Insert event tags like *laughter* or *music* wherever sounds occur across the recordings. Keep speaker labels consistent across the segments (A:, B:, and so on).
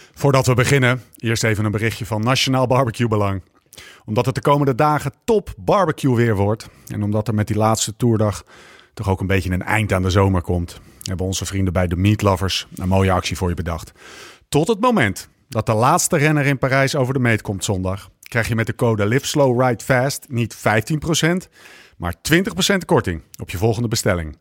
A: Voordat we beginnen, eerst even een berichtje van Nationaal Barbecue Belang. Omdat het de komende dagen top barbecue weer wordt en omdat er met die laatste toerdag toch ook een beetje een eind aan de zomer komt, hebben onze vrienden bij de Meat Lovers een mooie actie voor je bedacht. Tot het moment dat de laatste renner in Parijs over de meet komt zondag, krijg je met de code Live Slow Ride Fast niet 15%, maar 20% korting op je volgende bestelling.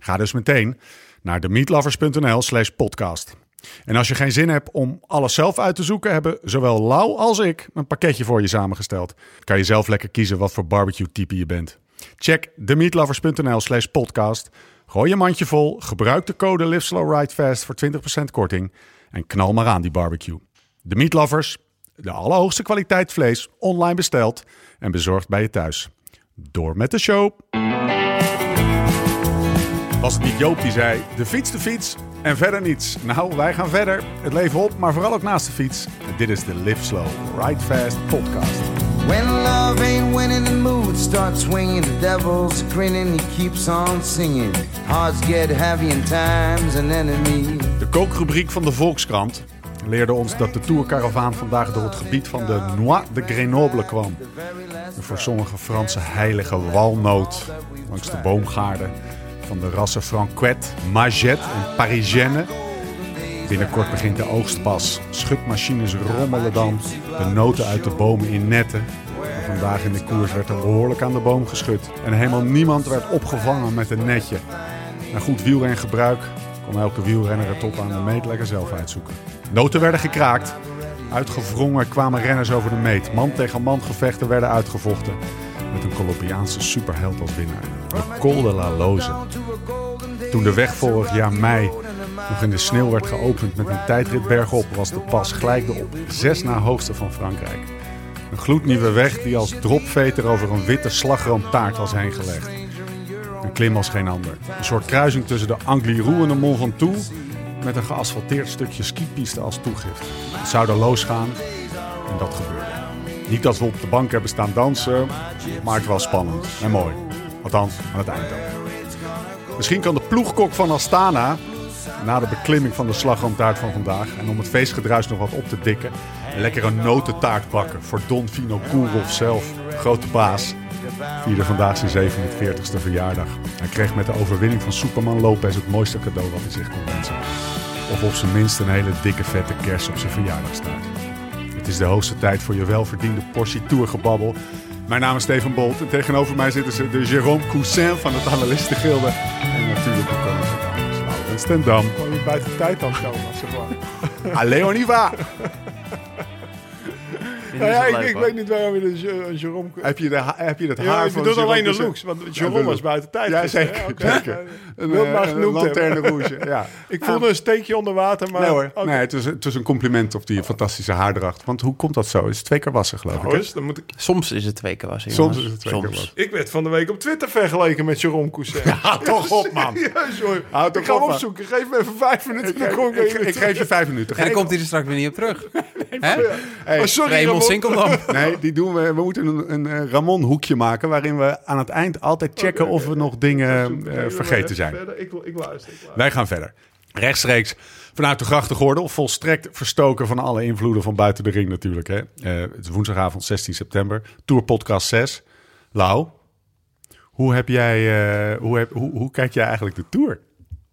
A: Ga dus meteen naar demeatlovers.nl slash podcast. En als je geen zin hebt om alles zelf uit te zoeken, hebben zowel Lau als ik een pakketje voor je samengesteld. Kan je zelf lekker kiezen wat voor barbecue type je bent. Check themeatlovers.nl slash podcast. Gooi je mandje vol, gebruik de code LiveSlowRideFast voor 20% korting en knal maar aan die barbecue. De Meatlovers, de allerhoogste kwaliteit vlees, online besteld en bezorgd bij je thuis. Door met de show! Was het niet Joop die zei: de fiets, de fiets en verder niets? Nou, wij gaan verder. Het leven op, maar vooral ook naast de fiets. En dit is de Live Slow, Ride Fast podcast.
B: When love ain't winning, the mood starts swinging. The devil's grinning, he keeps on singing. Hearts get heavy, and time's an enemy.
A: De kookrubriek van de Volkskrant leerde ons dat de tourkaravaan vandaag door het gebied van de Noix de Grenoble kwam. Een voor sommige Franse heilige walnoot langs de boomgaarden van de rassen Franquette, Magette en Parisienne. Binnenkort begint de oogst pas. Schutmachines rommelen dan de noten uit de bomen in netten. Maar vandaag in de koers werd er behoorlijk aan de boom geschud. En helemaal niemand werd opgevangen met een netje. Na goed wielrengebruik kon elke wielrenner het tot aan de meet lekker zelf uitzoeken. Noten werden gekraakt. Uitgevrongen kwamen renners over de meet. Man tegen man gevechten werden uitgevochten. Met een Colombiaanse superheld als winnaar. De Col de la Loze. Toen de weg vorig jaar mei nog in de sneeuw werd geopend met een tijdrit bergop... was de pas gelijk de op zes na hoogste van Frankrijk. Een gloednieuwe weg die als dropveter over een witte slagroomtaart was heen gelegd. Een klim als geen ander. Een soort kruising tussen de Angliru en de Mont Ventoux... met een geasfalteerd stukje skipiste als toegift. Het zou er los gaan en dat gebeurde. Niet dat we op de bank hebben staan dansen, maar het was spannend en mooi. Althans, aan het eind ook. Misschien kan de ploegkok van Astana... na de beklimming van de slagroomtaart van vandaag... en om het feestgedruis nog wat op te dikken... een lekkere notentaart bakken voor Don Vino Koerhoff zelf, grote baas vierde vandaag zijn 47ste verjaardag. Hij kreeg met de overwinning van Superman Lopez het mooiste cadeau wat hij zich kon wensen. Of op zijn minst een hele dikke vette kers op zijn verjaardagstaart. Het is de hoogste tijd voor je welverdiende portie tourgebabbel. Mijn naam is Steven Bolt en tegenover mij zitten ze de Jérôme Coussin van het Analistengilde. En natuurlijk de koning van Dames, Laurens ten Dam.
C: Kom je buiten tijd dan komen, zeg maar.
A: Allee, Oliva!
C: Nou ja, ik, ik weet niet waarom je de Jer- Jerome...
A: Heb je, de, ha- heb je het
C: Ja,
A: haar van
C: je bedoelt
A: Jérôme
C: alleen de
A: Coussin?
C: looks, want
A: Ja, de
C: Jerome was
A: look.
C: buiten tijd.
A: Ja,
C: gisteren,
A: zeker.
C: hè? Oké.
A: zeker.
C: Ik wil het maar
A: eh,
C: genoemd
A: lanterne
C: hebben.
A: rouge, ja.
C: Ik voelde een steekje onder water, maar...
A: Nee hoor.
C: Oké.
A: Nee, het is, het is een compliment op die fantastische haardracht. Want hoe komt dat zo? Het is twee keer wassen, geloof ik.
C: Nou,
A: hè?
C: dus, dan moet ik...
D: Soms is het twee keer wassen.
A: Soms
D: jongens.
A: is het twee keer wassen.
C: ik werd van de week op Twitter vergeleken met Jerome
A: *laughs*
C: Coussin.
A: Ha,
C: *laughs*
A: toch op, man.
C: Serieus hoor.
A: Houd toch
C: ik ga
A: op,
C: hem
A: man.
C: opzoeken. Geef me even vijf minuten. dan kom ik,
A: ik,
C: even
A: ik
C: terug.
A: geef je vijf minuten.
D: En
A: Geen-
D: dan komt hij er straks weer niet op terug.
C: *laughs*
D: Hè?
A: Hey,
C: Oh, sorry,
D: Raymond
C: Ramon.
D: Sinkeldam.
A: Nee, die doen we. We moeten een, een eh, Ramon-hoekje maken... waarin we aan het eind altijd checken of we nog dingen eh, vergeten zijn.
C: Verder, Ik, ik luister. Ik luister.
A: Wij gaan verder. Rechtstreeks vanuit de grachtengordel. Volstrekt verstoken van alle invloeden van buiten de ring natuurlijk. Hè? Eh, het is woensdagavond 16 september. Tour podcast 6. Lau, hoe, heb jij, eh, hoe, heb, hoe, hoe kijk jij eigenlijk de Tour?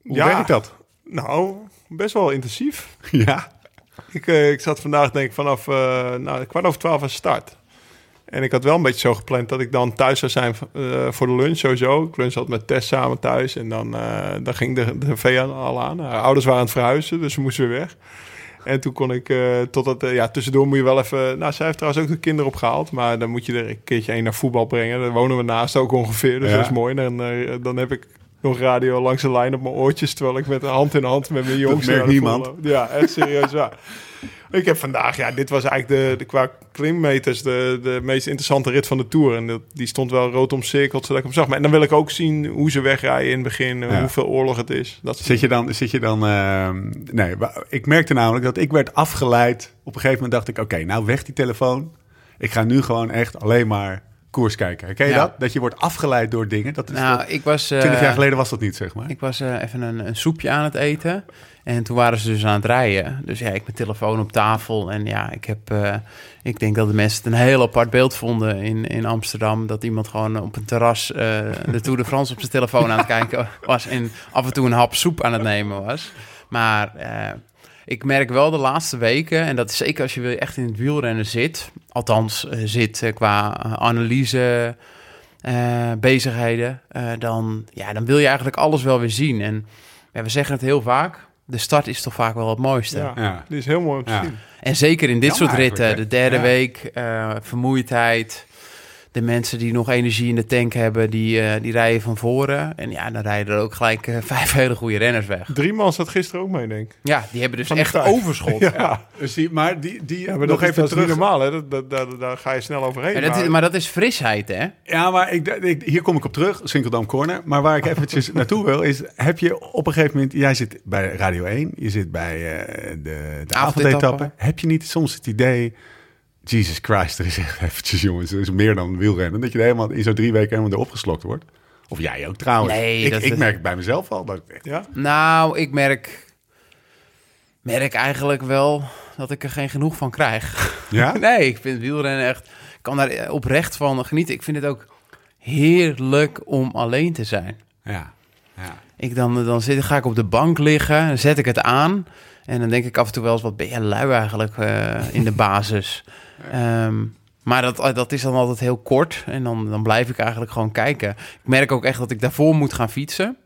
A: Hoe
C: Ja.
A: werkt dat?
C: Nou, best wel intensief.
A: ja.
C: Ik, eh, ik zat vandaag denk ik vanaf eh, nou, kwart over twaalf aan start. En ik had wel een beetje zo gepland dat ik dan thuis zou zijn eh, voor de lunch sowieso. Ik lunch had met Tess samen thuis en dan, eh, dan ging de, de VN al aan. Haar ouders waren aan het verhuizen, dus ze moesten weer weg. En toen kon ik, eh totdat, eh, ja, tussendoor moet je wel even... Nou, zij heeft trouwens ook de kinderen opgehaald, maar dan moet je er een keertje één naar voetbal brengen. Daar wonen we naast ook ongeveer, dus
A: Ja.
C: dat is mooi. Dan, eh, dan heb ik nog radio langs de lijn op mijn oortjes, terwijl ik met hand in hand met mijn jongste...
A: merkt
C: naar de
A: niemand.
C: voetbal loop. Ja, echt serieus waar. Ik heb vandaag, ja, dit was eigenlijk de, de qua klimmeters de, de meest interessante rit van de Tour. En dat, die stond wel rood omcirkeld, zodat ik hem zag. Maar en dan wil ik ook zien hoe ze wegrijden in het begin, eh,
A: Ja.
C: hoeveel oorlog het is. Dat soort
A: Zit je dan... Zit je dan eh, nee, wa- ik merkte namelijk dat ik werd afgeleid. Op een gegeven moment dacht ik, oké, nou weg die telefoon. Ik ga nu gewoon echt alleen maar koers kijken. Ken je
D: Ja.
A: dat? Dat je wordt afgeleid door dingen. Dus Dat is
D: Nou, ik was... eh,
A: 20 jaar geleden was dat niet, zeg maar.
D: Ik was eh, even een, een soepje aan het eten. En toen waren ze dus aan het rijden. Dus ja, ik mijn telefoon op tafel. En ja, ik, heb, eh, ik denk dat de mensen het een heel apart beeld vonden in, in Amsterdam. Dat iemand gewoon op een
A: *laughs*
D: terras eh, de Tour de France op zijn telefoon aan het kijken was. En af en toe een hap soep aan het nemen was. Maar eh, ik merk wel de laatste weken, en dat is zeker als je weer echt in het wielrennen zit. Althans, eh, zit eh, qua eh, analyse eh, bezigheden, eh, dan, ja, dan wil je eigenlijk alles wel weer zien. En ja, we zeggen het heel vaak, de start is toch vaak wel het mooiste.
C: Ja,
A: Ja.
C: die is heel mooi om te
A: Ja.
C: zien.
D: En zeker in dit
A: Jammer
D: soort ritten,
A: eigenlijk,
D: de
A: hè?
D: derde
A: Ja.
D: week, eh, vermoeidheid. De mensen die nog energie in de tank hebben, die, eh, die rijden van voren. En ja, dan rijden er ook gelijk eh, *laughs* vijf hele goede renners weg.
C: Drie man zat gisteren ook mee, denk ik.
D: Ja, die hebben dus
C: Van de
D: echt
C: vijf. *laughs*
D: overschot.
C: Ja,
A: Dus die, maar die, die
C: Ja, maar
A: nog
C: dat is-
A: even
C: dat is
A: terug.
C: niet normaal, hè? Dat, dat, dat- daar ga je snel overheen.
D: Maar dat, is, maar dat is frisheid, hè?
A: Ja, maar ik, ik- hier kom ik op terug, Sinkeldam Corner. Maar waar ik
C: *laughs*
A: eventjes naartoe wil, is heb je op een gegeven moment... Jij zit bij Radio 1, je zit bij eh, de, de avondetappe. Heb je niet soms het idee... Jesus Christ, er is echt eventjes, jongens, er is meer dan wielrennen. Dat je er helemaal in zo'n drie weken helemaal door opgeslokt wordt. Of jij ook trouwens.
D: Nee,
A: ik,
D: dat-
A: ik
D: dat-
A: merk het bij mezelf al. Dat,
C: ja?
D: Nou, ik merk, merk eigenlijk wel dat ik er geen genoeg van krijg.
A: ja?
D: *laughs* Nee, ik vind wielrennen echt... Ik kan daar eh, oprecht van genieten. Ik vind het ook heerlijk om alleen te zijn.
A: Ja. ja.
D: Ik dan, dan zit, ga ik op de bank liggen, dan zet ik het aan. En dan denk ik af en toe wel eens, wat ben je lui eigenlijk eh,
A: *laughs*
D: in de basis. Ehm, maar dat, dat is dan altijd heel kort. En dan, dan blijf ik eigenlijk gewoon kijken. Ik merk ook echt dat ik daarvoor moet gaan fietsen.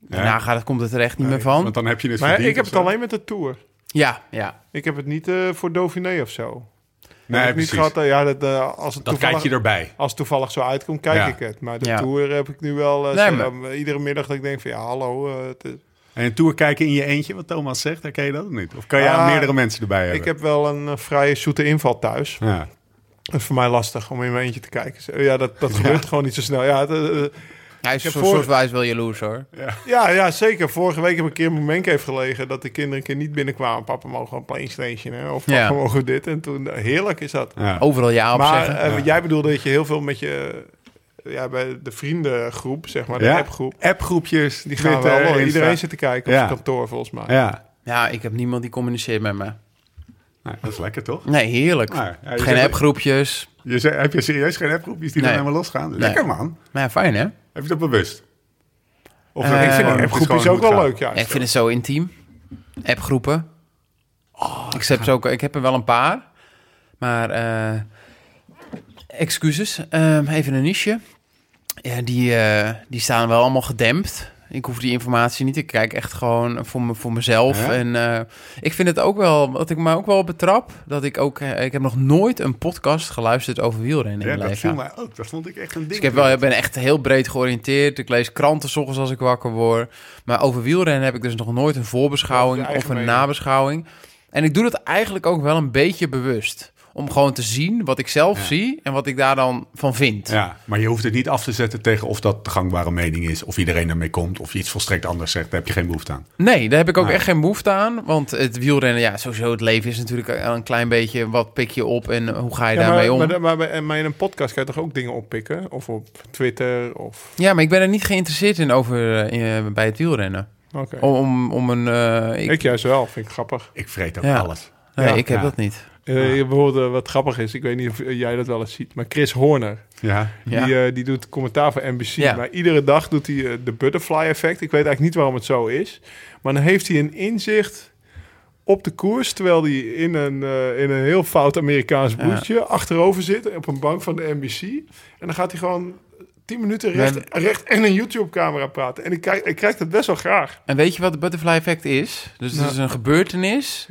D: Daarna gaat, het- komt het er echt niet meer van.
A: Want dan heb je het
C: Maar
A: verdiend
C: ik heb
A: of
C: het
A: zo.
C: alleen met de Tour.
D: Ja, ja.
C: Ik heb het niet eh, voor Dauphiné of zo.
A: Nee,
C: ik heb
A: precies.
C: niet gehad, eh, ja, dat, eh, als het
A: Dat kijk
C: toevallig-
A: je erbij.
C: Als het toevallig zo uitkomt, kijk
A: Ja.
C: ik het. Maar de
D: Ja.
C: Tour heb ik nu wel eh,
D: Nee,
C: zo-
D: maar-
C: dan, eh, iedere middag dat ik denk van ja, hallo. eh, het is-
A: En een tour kijken in je eentje, wat Thomas zegt, herken je dat of niet? Of kan je
C: Ah,
A: aan meerdere mensen erbij hebben?
C: ik heb wel een eh, vrije zoete inval thuis.
A: Ja.
C: Dat is voor mij lastig om in mijn eentje te kijken. Zo, Ja, dat, dat gebeurt gewoon niet zo snel. Ja, het, eh, eh,
D: Hij is
C: heb
D: zo-
C: voor-
D: soort wijs wel jaloers hoor.
C: ja, ja, zeker. Vorige week heb ik een keer in mijn menk heeft gelegen dat de kinderen een keer niet binnenkwamen. Papa mogen we een PlayStation hè? of papa
D: Ja.
C: mogen we dit. En toen, eh, heerlijk is dat.
A: Ja.
D: Overal ja op
C: Maar
D: zeggen.
C: eh, jij bedoelde dat je heel veel met je... eh, Ja, bij de vriendengroep, zeg maar, de
A: Ja.
C: appgroep.
A: Appgroepjes,
C: Die gaan
A: Twitter,
C: wel, hoor.
A: Insta.
C: iedereen zit te kijken op
A: Ja.
C: zijn kantoor volgens mij.
A: Ja,
D: Ja, ik heb niemand die communiceert met me.
A: Nou, dat is lekker toch?
D: Nee, heerlijk.
A: Nou, ja, je
D: Geen
A: zegt-
D: appgroepjes.
A: Je zei, heb je serieus geen appgroepjes die
D: Nee.
A: dan helemaal losgaan? Lekker man.
D: Maar ja, fijn hè?
A: Heb je dat bewust? Of
D: Eh,
A: dat
C: Ik
A: gewoon-
C: vind
A: het
C: de appgroep
A: gewoon
C: is ook
A: hoe het
C: wel
A: gaat?
C: leuk, ja.
D: Ja, ik vind het zo intiem. Appgroepen.
A: Ah,
D: ik, heb ze ook, ik heb er wel een paar. Maar eh, excuses. Ehm, even een niche. Ja, die, eh, die staan wel allemaal gedempt. Ik hoef die informatie niet. Ik kijk echt gewoon voor, me, voor mezelf.
A: Ja.
D: En eh, ik vind het ook wel, wat ik me ook wel betrap, dat ik ook, eh, ik heb nog nooit een podcast geluisterd over wielrennen in
A: Ja,
D: mijn
A: dat
D: leven.
A: viel mij ook. Dat vond ik echt een ding.
D: Dus ik heb wel, ik ben echt heel breed georiënteerd. Ik lees kranten 's ochtends als ik wakker word. Maar over wielrennen heb ik dus nog nooit een
C: Ja,
D: voorbeschouwing
C: de
D: of
C: eigen
D: een
C: mening.
D: nabeschouwing. En ik doe dat eigenlijk ook wel een beetje bewust. Om gewoon te zien wat ik zelf
A: Ja.
D: zie en wat ik daar dan van vind.
A: Ja, maar je hoeft het niet af te zetten tegen of dat de gangbare mening is. Of iedereen ermee komt. Of je iets volstrekt anders zegt. Daar heb je geen behoefte aan.
D: Nee, daar heb ik ook
A: Nee.
D: echt geen behoefte aan. Want het wielrennen, ja, sowieso het leven is natuurlijk al een klein beetje... wat pik je op en hoe ga je
C: Ja,
D: daarmee
C: maar,
D: om?
C: Maar, maar, maar- maar in een podcast kan je toch ook dingen oppikken? Of op Twitter? Of...
D: Ja, maar ik ben er niet geïnteresseerd in over, eh, bij het wielrennen.
C: Oké.
D: Om, om, om een... eh,
C: Ik...
D: Oh, ik,
C: juist wel, vind ik grappig.
A: Ik vreet ook
D: Ja.
A: alles.
D: nee,
A: ja,
D: ik heb
A: ja.
D: dat niet.
C: Eh, bijvoorbeeld, eh, wat grappig is, ik weet niet of eh, jij dat wel eens ziet, maar Chris Horner,
A: Ja.
D: Ja.
C: die, eh, die doet commentaar voor NBC.
D: Ja.
C: Maar iedere dag doet hij eh, de butterfly effect. Ik weet eigenlijk niet waarom het zo is. Maar dan heeft hij een inzicht op de koers, terwijl hij in een, eh, in een heel fout Amerikaans
D: Ja.
C: boertje achterover zit op een bank van de NBC. En dan gaat hij gewoon... 10 minuten recht, recht en een YouTube-camera praten. En ik kijk, ik krijg dat best wel graag.
D: En weet je wat het butterfly effect is? Dus het
C: Nou.
D: is een gebeurtenis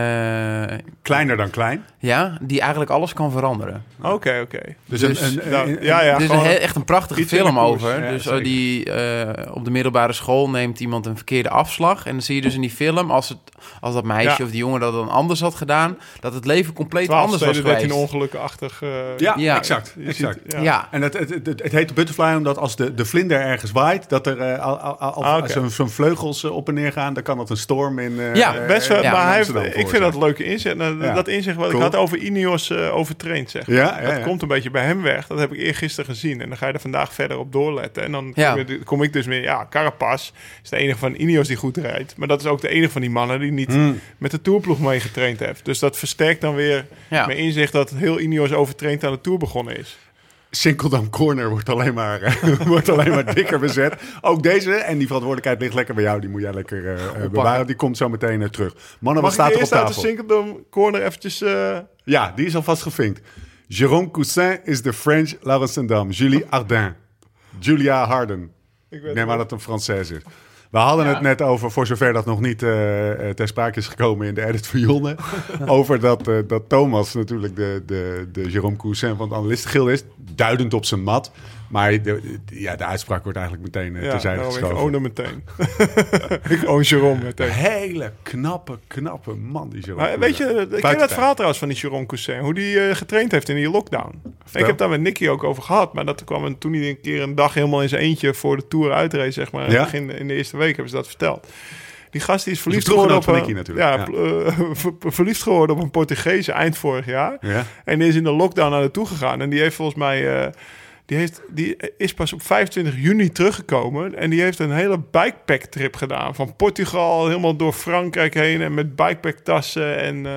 D: eh,
A: Kleiner dan klein.
D: ja, die eigenlijk alles kan veranderen.
C: Oké, oké.
A: Dus,
D: Dus-
A: een, een,
C: Nou,
A: een-
C: ja, ja.
D: er is een
C: gewoon-
D: heel- echt een prachtige
C: iets in de
D: film
C: koers,
D: over.
A: ja,
D: dus eh,
A: zeker.
D: die, eh, op de middelbare school neemt iemand een verkeerde afslag. En dan zie je dus in die film, als, het, als dat meisje
C: Ja.
D: of die jongen dat dan anders had gedaan... dat het leven compleet
C: 12
D: anders was
C: steden, 13
D: geweest.
C: ongelukkenachtig. eh,
A: ja,
D: Ja.
A: exact.
C: je
A: exact.
C: ziet-
D: Ja.
C: ja.
A: En het, het, het, het heet de butterfly omdat als de, de vlinder ergens waait, dat er eh, al- al- al-
C: Ah, oké.
A: zo'n zo'n vleugels eh, op en neer gaan, dan kan dat een storm in. eh,
D: Ja,
A: eh,
C: Best wel,
A: in
D: Ja,
C: maar hij heeft,
A: Amsterdam
C: ik vind
A: veroorzaken.
C: dat een leuke inzet. En d- dat inzicht wat
A: Cool.
C: ik had over Ineos eh, overtraind, zeg maar.
A: Ja, ja,
C: dat
A: ja.
C: komt een beetje bij hem weg. Dat heb ik eergisteren gezien. En dan ga je er vandaag verder op doorletten. En dan
D: Ja.
C: kom, je- kom ik dus meer... Ja, Carapaz is de enige van Ineos die goed rijdt. Maar dat is ook de enige van die mannen die niet
A: Hmm.
C: met de Tourploeg meegetraind heeft. Dus dat versterkt dan weer
D: Ja.
C: mijn inzicht dat heel Ineos overtraind aan de Tour begonnen is.
A: Sinkeldam Corner wordt alleen, maar, eh, *laughs* wordt alleen maar dikker bezet. Ook deze, en die verantwoordelijkheid ligt lekker bij jou. Die moet jij lekker eh, eh, bewaren. Die komt zo meteen eh, terug. Mannen, wat
C: Mag
A: staat
C: ik
A: er op
C: eerst uit de
A: tafel?
C: Sinkeldom corner eventjes... eh,
A: Ja, die is alvast gevinkt. Jérôme Coussin is de French Laurensendam. Julie Ardern. Julia Harden. Ik
C: weet
A: neem aan dat het een Française is. We hadden het net over, voor zover dat nog niet eh, eh, ter sprake is gekomen in de edit van
C: *laughs*
A: Jonne. over dat, eh, dat Thomas natuurlijk de, de, de Jérôme Coussin van het analistengild is. Duidend op zijn mat. Maar de, de- ja, de uitspraak wordt eigenlijk meteen eh,
C: ja,
A: terzijde
C: nou, ik
A: geschoven.
C: own hem meteen. ik own Jerome meteen.
A: *laughs* Hele knappe, knappe man die Jérôme
C: Maar weet je,
A: Coussin.
C: ik ken dat
A: Buiten
C: verhaal trouwens van die Sharon Coussin. Hoe die eh, getraind heeft in die lockdown. Ik heb daar met Nicky ook over gehad. Maar dat kwam hem toen hij een keer een dag helemaal in zijn eintje voor de Tour uitreed. Zeg maar.
A: Ja?
C: Begin, in de eerste week hebben ze dat verteld. Die gast die is verliefd
A: een
C: geworden op
A: ploeggenoot
C: een-
A: van Nicky natuurlijk.
C: Ja, eh, *laughs* ver- verliefd geworden op een Portugees eind vorig jaar.
A: Ja.
C: En die is in de lockdown naar naartoe gegaan. En die heeft volgens mij. eh, die, heeft, die is pas op 25 juni teruggekomen. En die heeft een hele bikepack trip gedaan. Van Portugal helemaal door Frankrijk heen. En met bikepack tassen. En eh,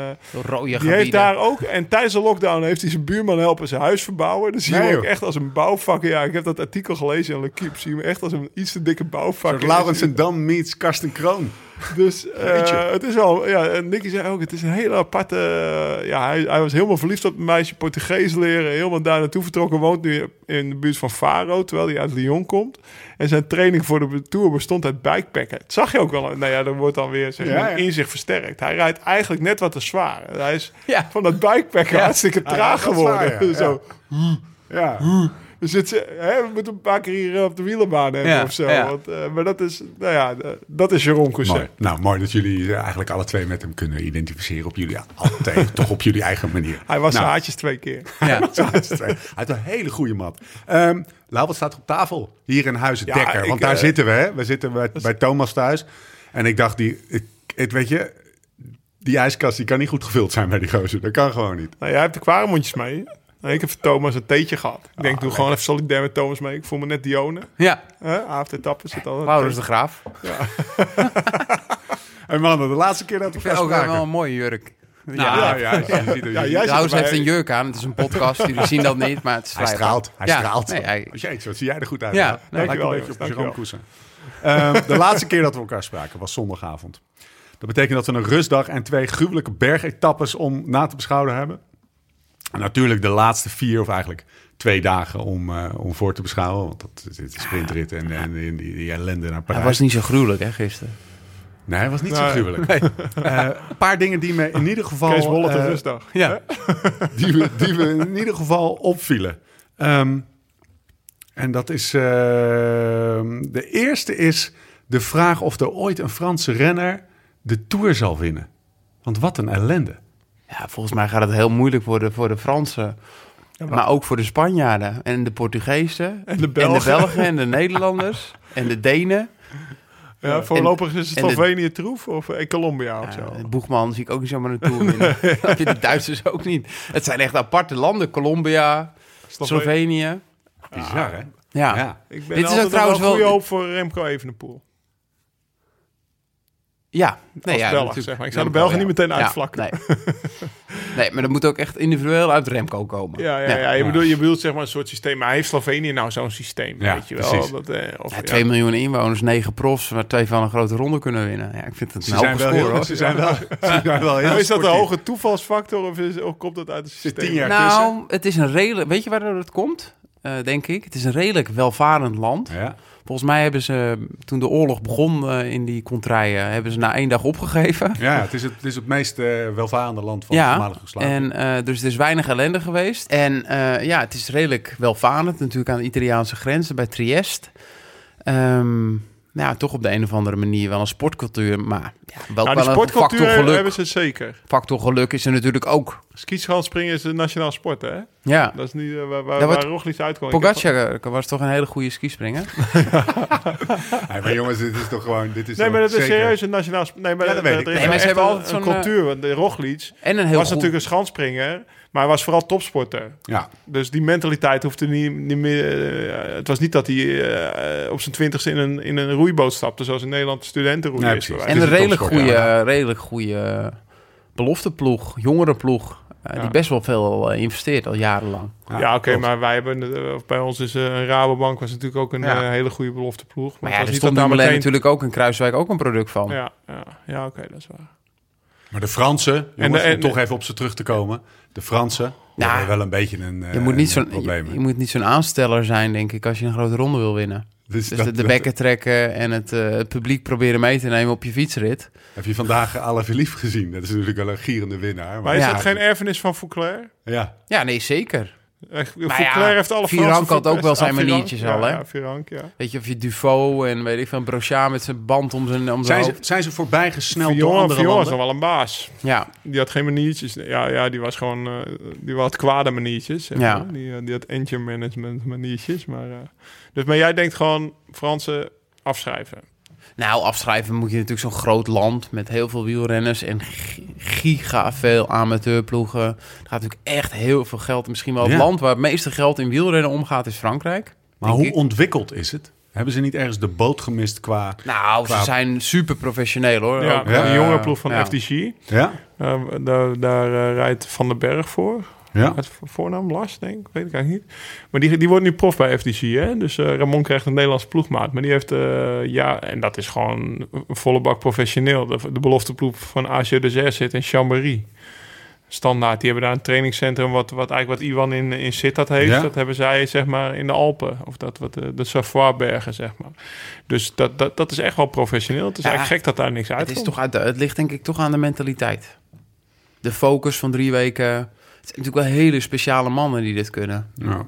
D: Rode
C: die heeft daar ook. En tijdens de lockdown heeft hij zijn buurman helpen zijn huis verbouwen. Dus zie je
A: Nee,
C: hem ook
A: joh.
C: echt als een bouwvakker. Ja, ik heb dat artikel gelezen in Le Kiep. Zie je hem echt als een iets te dikke bouwvakker.
A: Laurensendam meets Karsten Kroon.
C: Dus eh,
A: Jeetje.
C: het is wel, ja, en Nicky zei ook, het is een hele aparte, eh, ja, hij, hij was helemaal verliefd op een meisje, Portugees leren, helemaal daar naartoe vertrokken, woont nu in de buurt van Faro, terwijl hij uit Lyon komt. En zijn training voor de Tour bestond uit bikepacken. Dat zag je ook wel, nou ja, dan wordt dan weer zeg maar,
A: Ja, ja.
C: inzicht versterkt. Hij rijdt eigenlijk net wat te zwaar. Hij is
D: Ja.
C: van dat bikepacken
D: Ja.
C: hartstikke traag
A: dat is
C: geworden.
A: waar, ja.
C: *laughs* Zo.
A: Ja.
C: Dus het, is, hè, we moeten een paar keer hier eh, op de wielerbaan hebben
D: Ja,
C: of zo.
D: ja.
C: Want, eh, maar dat is, nou ja, eh, dat is Jeroen Cousset.
A: Mooi. Nou, mooi dat jullie eh, eigenlijk alle twee met hem kunnen identificeren op jullie, altijd, *laughs* toch op jullie eigen manier.
C: Hij was zijn
A: nou,
C: haartjes twee keer. *laughs*
D: Ja.
A: *laughs* Hij had een hele goede mat. Ehm Lau, wat staat er op tafel? Hier in Huizen
C: Ja,
A: Dekker.
C: ik,
A: Want daar
C: eh,
A: zitten we, hè? We zitten bij, bij Thomas thuis. En ik dacht, die, ik, het, weet je, die ijskast die kan niet goed gevuld zijn bij die gozer. Dat kan gewoon niet.
C: Nou, jij hebt de kwaremondjes mee. En ik heb voor Thomas een theetje gehad. Ik denk, doe gewoon even solidair met Thomas mee. Ik voel me net Dione.
D: ja.
C: Huh? Avondetappen zit al.
D: Laurens de Graaf.
A: En mannen, de laatste keer dat we elkaar
D: Ook Nou, wel
A: spraken.
D: een mooie jurk.
A: Ja, ja, je ziet het.
C: Ja, jij zit
D: Laurens heeft
C: erbij.
D: een jurk aan. Het is een podcast. Jullie zien dat niet, maar het is
A: Hij
D: vrijdag.
A: straalt. Hij
D: Ja,
A: straalt.
D: nee, hij-
A: Jeetje, wat zie jij er goed uit.
D: Ja,
A: hè?
D: nee,
A: Lijkt
C: dankjewel,
A: een beetje op
C: jongens,
A: Jerome Koesen. *laughs* Ehm, de laatste keer dat we elkaar spraken was zondagavond. Dat betekent dat we een rustdag en twee gruwelijke bergetappes om na te beschouwen hebben. En natuurlijk de laatste vier, of eigenlijk twee dagen om, eh, om voor te beschouwen. Want dat is de sprintrit en, en, die, die, die ellende naar Parijs.
D: Hij was niet zo gruwelijk, hè, gisteren.
A: Nee, hij was niet zo
C: Nee.
A: gruwelijk. Eh, een paar dingen die me in ieder geval...
C: Kees Bolle
A: eh,
C: rustdag.
D: Ja.
A: die, we, die we in ieder geval opvielen. Ehm, en dat is. ehm, de eerste is de vraag of er ooit een Franse renner de Tour zal winnen. Want wat een ellende.
D: Ja, volgens mij gaat het heel moeilijk worden voor de Fransen. maar ook voor de Spanjaarden en de Portugezen. En
C: de Belgen.
D: En de, Belgen en de Nederlanders. en de Denen. eh,
C: Ja, voorlopig
D: en-
C: is het
D: en de-
C: Slovenië troef of eh, Colombia of
D: Ja,
C: zo.
D: Boegman zie ik ook niet zomaar naartoe
C: *laughs*
D: winnen. Heb je de Duitsers ook niet. Het zijn echt aparte landen. Colombia, Slovenië.
A: Bizar, hè?
D: Ja.
A: Ja.
C: Ik ben
D: Dit is
C: altijd
D: ook trouwens
C: wel een goede
D: wel-
C: hoop voor Remco Evenepoel.
D: Ja, nee,
C: Als
D: ja,
C: Belg,
D: natuurlijk.
C: zeg maar. Ik zou de
D: Remco,
C: Belgen niet meteen
D: Ja,
C: uitvlakken.
D: nee. nee, maar dat moet ook echt individueel uit Remco komen.
C: Ja, ja, ja, Je, Bedoelt, je bedoelt zeg maar een soort systeem. Maar heeft Slovenië nou zo'n systeem?
A: Ja,
C: weet je wel.
A: precies.
C: Dat, eh, of,
D: Ja,
C: ja.
D: 2 miljoen inwoners, 9 profs, waar twee van een grote ronde kunnen winnen. Ja, ik vind het
A: Ze
D: een hoge
A: zijn, wel
D: score,
A: heel,
D: hoor.
A: ze, zijn wel, ze zijn wel heel
C: Nou, is dat een
A: sportief.
C: hoge toevalsfactor of, is, of komt dat uit het
A: Zit
C: systeem?
A: tien jaar tussen.
D: Nou, het is een redelijk... Weet je waardoor het komt, Eh, denk ik? Het is een redelijk welvarend land.
A: Ja.
D: Volgens mij hebben ze, toen de oorlog begon eh, in die contraien, hebben ze na één dag opgegeven.
A: Ja, het is het, het is het meest eh, welvarende land van het voormalige Joegoslavië.
D: en eh, dus er is weinig ellende geweest. En eh, ja, het is redelijk welvarend natuurlijk aan de Italiaanse grenzen bij Trieste. Ehm, nou, ja, toch op de een of andere manier wel een sportcultuur, maar ja, wel,
C: Nou,
D: wel
C: die
D: een factor
C: sportcultuur
D: geluk.
C: hebben ze zeker.
D: Factor geluk is er natuurlijk ook.
C: Skischanspringen is een nationaal sport, hè?
D: Ja.
C: Dat is nu eh, waar, waar,
D: Daar wordt-
C: waar Roglic uitkwam. Ik heb-
D: Pogacar eh, was toch een hele goede skispringer?
A: Nee, maar jongens, dit is toch gewoon... Dit is
C: Nee,
A: toch
C: maar dat is
A: zeker-
C: serieus een nationaal... sp- Nee, maar
A: Ja, dat weet ik.
C: er is
A: Nee,
D: maar ze
C: echt
D: hebben
C: al
D: altijd
C: een
D: zo'n, eh,
C: cultuur. Want de Roglic
D: En een heel
C: was
D: goed-
C: natuurlijk een schansspringer, maar hij was vooral topsporter.
A: Ja,
C: Dus die mentaliteit hoefde niet, niet meer... eh, het was niet dat hij eh, op zijn twintigste in een, in een roeiboot stapte... zoals in Nederland de studentenroei
A: Nee,
C: is.
A: precies.
C: bij
D: En
C: wijze
A: Het
D: een
A: is een
D: redelijk
A: topsport,
D: goede,
A: ja.
D: redelijk goede belofteploeg, jongerenploeg. eh,
C: Ja.
D: Die best wel veel eh, investeert al jarenlang.
C: van. Ja, oké, maar wij hebben... eh, of bij ons is eh, een Rabobank was natuurlijk ook een
A: Ja.
C: eh, hele goede belofteploeg. Maar,
D: Maar
C: het was
D: ja, er
C: niet
D: stond
C: dat daar
D: Dumoulin
C: meteen...
D: natuurlijk ook in Kruiswijk ook een product van.
C: Ja, ja, ja oké, dat is waar.
A: maar de Fransen, jongens,
C: En de- en-
A: om toch even op ze terug te komen. De Fransen die
D: Nou,
A: hebben wel een beetje een, eh,
D: Je moet, niet
A: een
D: zo'n,
A: probleem.
D: je, je moet niet zo'n aansteller zijn, denk ik, als je een grote ronde wil winnen.
A: Dus
D: Dus
A: dat-
D: de, de
A: dat-
D: bekken trekken en het, eh, het publiek proberen mee te nemen op je fietsrit.
A: Heb je vandaag Alaphilippe gezien? Dat is natuurlijk wel een gierende winnaar.
C: Maar is
D: Ja.
C: dat geen e- erfenis van Fouclair?
A: Ja,
D: Ja, nee, zeker.
C: Eh,
D: ja,
C: Fouclair heeft alle
D: Virank
C: Franse
D: had ook wel zijn
C: Ah, Virank,
D: maniertjes
C: ja,
D: al, hè?
C: Ja, Virank, ja.
D: Weet je, of je Dufo en weet ik veel, Brochard met zijn band om zijn, om zijn
A: zijn ze,
D: hoofd.
A: zijn ze voorbij gesneld door
C: Fionn,
A: andere
C: Fionn is
A: landen?
C: nog wel een baas.
D: Ja,
C: Die had geen maniertjes. Ja, ja die was gewoon... eh, die had kwade maniertjes. zeg
D: Ja.
C: maar. Die, eh, die had engine management maniertjes. Maar, eh, dus, maar jij denkt gewoon Fransen afschrijven.
D: nou, afschrijven moet je natuurlijk zo'n groot land met heel veel wielrenners en gi- giga veel amateurploegen. Er gaat natuurlijk echt heel veel geld. Misschien wel het
A: Ja.
D: land waar het meeste geld in wielrennen omgaat is Frankrijk.
A: Maar
D: denk
A: hoe
D: ik.
A: ontwikkeld is het? Hebben ze niet ergens de boot gemist qua...
D: Nou,
A: Qua-
D: ze zijn super professioneel hoor.
C: Ja,
D: Ook,
C: een
D: eh,
C: jonge ploeg van
D: ja.
C: FDG.
A: Ja?
C: Eh, daar daar eh, rijdt Van den Berg voor.
A: Ja.
C: Het vo- voornaam Lars, denk ik. Weet ik eigenlijk niet. Maar die, die wordt nu prof bij FDC, hè? Dus eh, Ramon krijgt een Nederlandse ploegmaat. Maar die heeft, eh, ja, en dat is gewoon een volle bak professioneel. De, de belofte ploeg van AG de Zers zit in Chambéry. Standaard. Die hebben daar een trainingscentrum, wat, wat eigenlijk wat Iwan in, in Sittard heeft.
A: Ja.
C: Dat hebben zij, zeg maar, in de Alpen. Of dat, wat eh, de, de Savoie-bergen, zeg maar. Dus dat, dat, dat is echt wel professioneel. Het is
D: Ja,
C: eigenlijk gek dat daar niks uit
D: Het, is toch uit de- het ligt denk ik toch aan de mentaliteit. De focus van drie weken. Het zijn natuurlijk wel hele speciale mannen die dit kunnen.
A: Ja.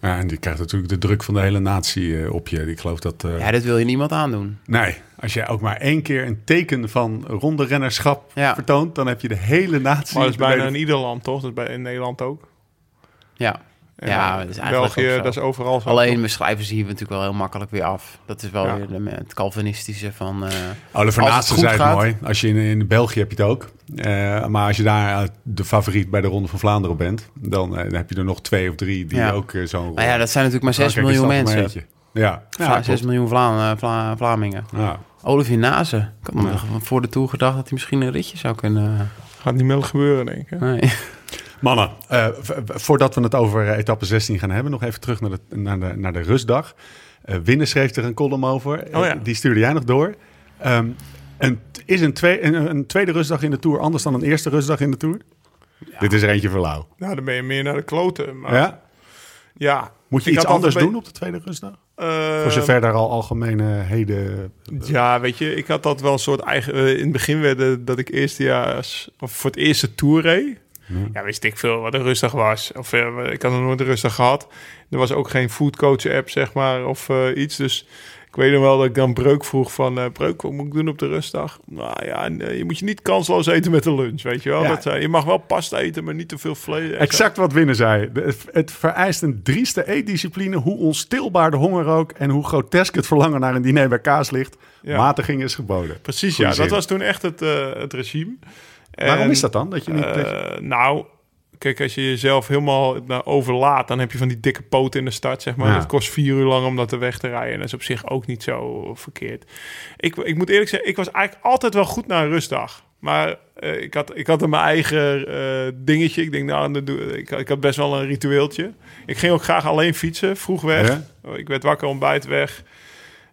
A: Ja, en die krijgt natuurlijk de druk van de hele natie eh, op je. Ik geloof dat... eh,
D: Ja, dat wil je niemand aandoen.
A: Nee, als jij ook maar één keer een teken van ronde rennerschap
D: Ja.
A: vertoont... dan heb je de hele natie...
C: Maar dat is bijna
A: beneden-
C: in ieder land, toch? Dat is bij, in Nederland ook.
D: Ja,
C: En
D: ja
C: dan
D: dat is eigenlijk ook
C: België,
D: zo.
C: dat is overal zo.
D: Alleen we schrijven ze hier natuurlijk wel heel makkelijk weer af. Dat is wel
C: Ja.
D: weer de- het Calvinistische van... eh,
A: Oh, de
D: Als het
A: Vernaasten
D: goed
A: zei het
D: gaat.
A: mooi. Als je in, in België heb je het ook. Eh, maar als je daar eh, de favoriet bij de Ronde van Vlaanderen bent... dan, eh, dan heb je er nog twee of drie die
D: Ja.
A: ook eh, zo'n rol Ah,
D: maar ja, dat zijn natuurlijk maar 6
A: Frankrijk is
D: miljoen
A: dat een
D: mensen.
A: beetje. Ja,
D: Vla-
A: ja,
D: 6
A: klopt.
D: miljoen Vla- eh, Vla- Vlamingen.
A: ja.
D: Olivier Nazen. Ik had me
A: Ja.
D: nog voor de Tour gedacht dat hij misschien een ritje zou kunnen... eh,
C: Gaat niet meer gebeuren, denk ik.
D: Nee.
A: Mannen, eh, v- v- voordat we het over eh, etappe 16 gaan hebben... nog even terug naar de, naar de, naar de rustdag. Eh Winnen schreef er een column over. Eh,
C: Oh ja.
A: die stuurde jij nog door. Ehm, een, is een, twee, een, een tweede rustdag in de Tour anders dan een eerste rustdag in de Tour? Dit is er eentje voor Lau.
C: Nou, dan ben je meer naar de kloten.
D: Oh.
C: Maar ja?
A: Ja? Moet je
C: Ik
A: iets
C: had altijd
A: anders
C: een
A: doen op de tweede rustdag?
C: be- eh,
A: Voor zover daar al algemene heden...
C: Ja, weet je, ik had dat wel een soort eigen... eh, in het begin werden dat ik eerstejaars... Of voor het eerste Tour reed. Ja, wist ik veel wat er rustig was. Of eh, ik had nog nooit rustig gehad. Er was ook geen foodcoach app, zeg maar, of eh, iets. Dus ik weet nog wel dat ik dan Breuk vroeg van... eh, Breuk, wat moet ik doen op de rustdag? Nou ja, en, eh, je moet je niet kansloos eten met de lunch, weet je wel.
A: Ja.
C: Dat, zei- je mag wel pasta eten, maar niet te veel vlees.
A: Exact wat winnen zij. Het vereist een drieste eetdiscipline, hoe onstilbaar de honger ook en hoe grotesk het verlangen naar een diner bij kaas ligt.
C: Ja.
A: Matiging is geboden.
C: Precies,
A: Goeie
C: ja. Dat
A: zin.
C: was toen echt het, eh, het regime.
A: Waarom
C: En,
A: is dat dan? Dat je niet. dat je-
C: eh, nou, kijk, als je jezelf helemaal naar overlaat... dan heb je van die dikke poten in de start, zeg maar.
A: Ja.
C: Het kost vier uur lang om dat de weg te rijden. En dat is op zich ook niet zo verkeerd. Ik, ik moet eerlijk zeggen, ik was eigenlijk altijd wel goed naar een rustdag. Maar eh, ik, had, ik had er mijn eigen eh, dingetje. Ik denk, nou, dat doe- ik, ik had best wel een ritueeltje. Ik ging ook graag alleen fietsen, vroeg weg. Oh, Ik werd wakker, ontbijt weg.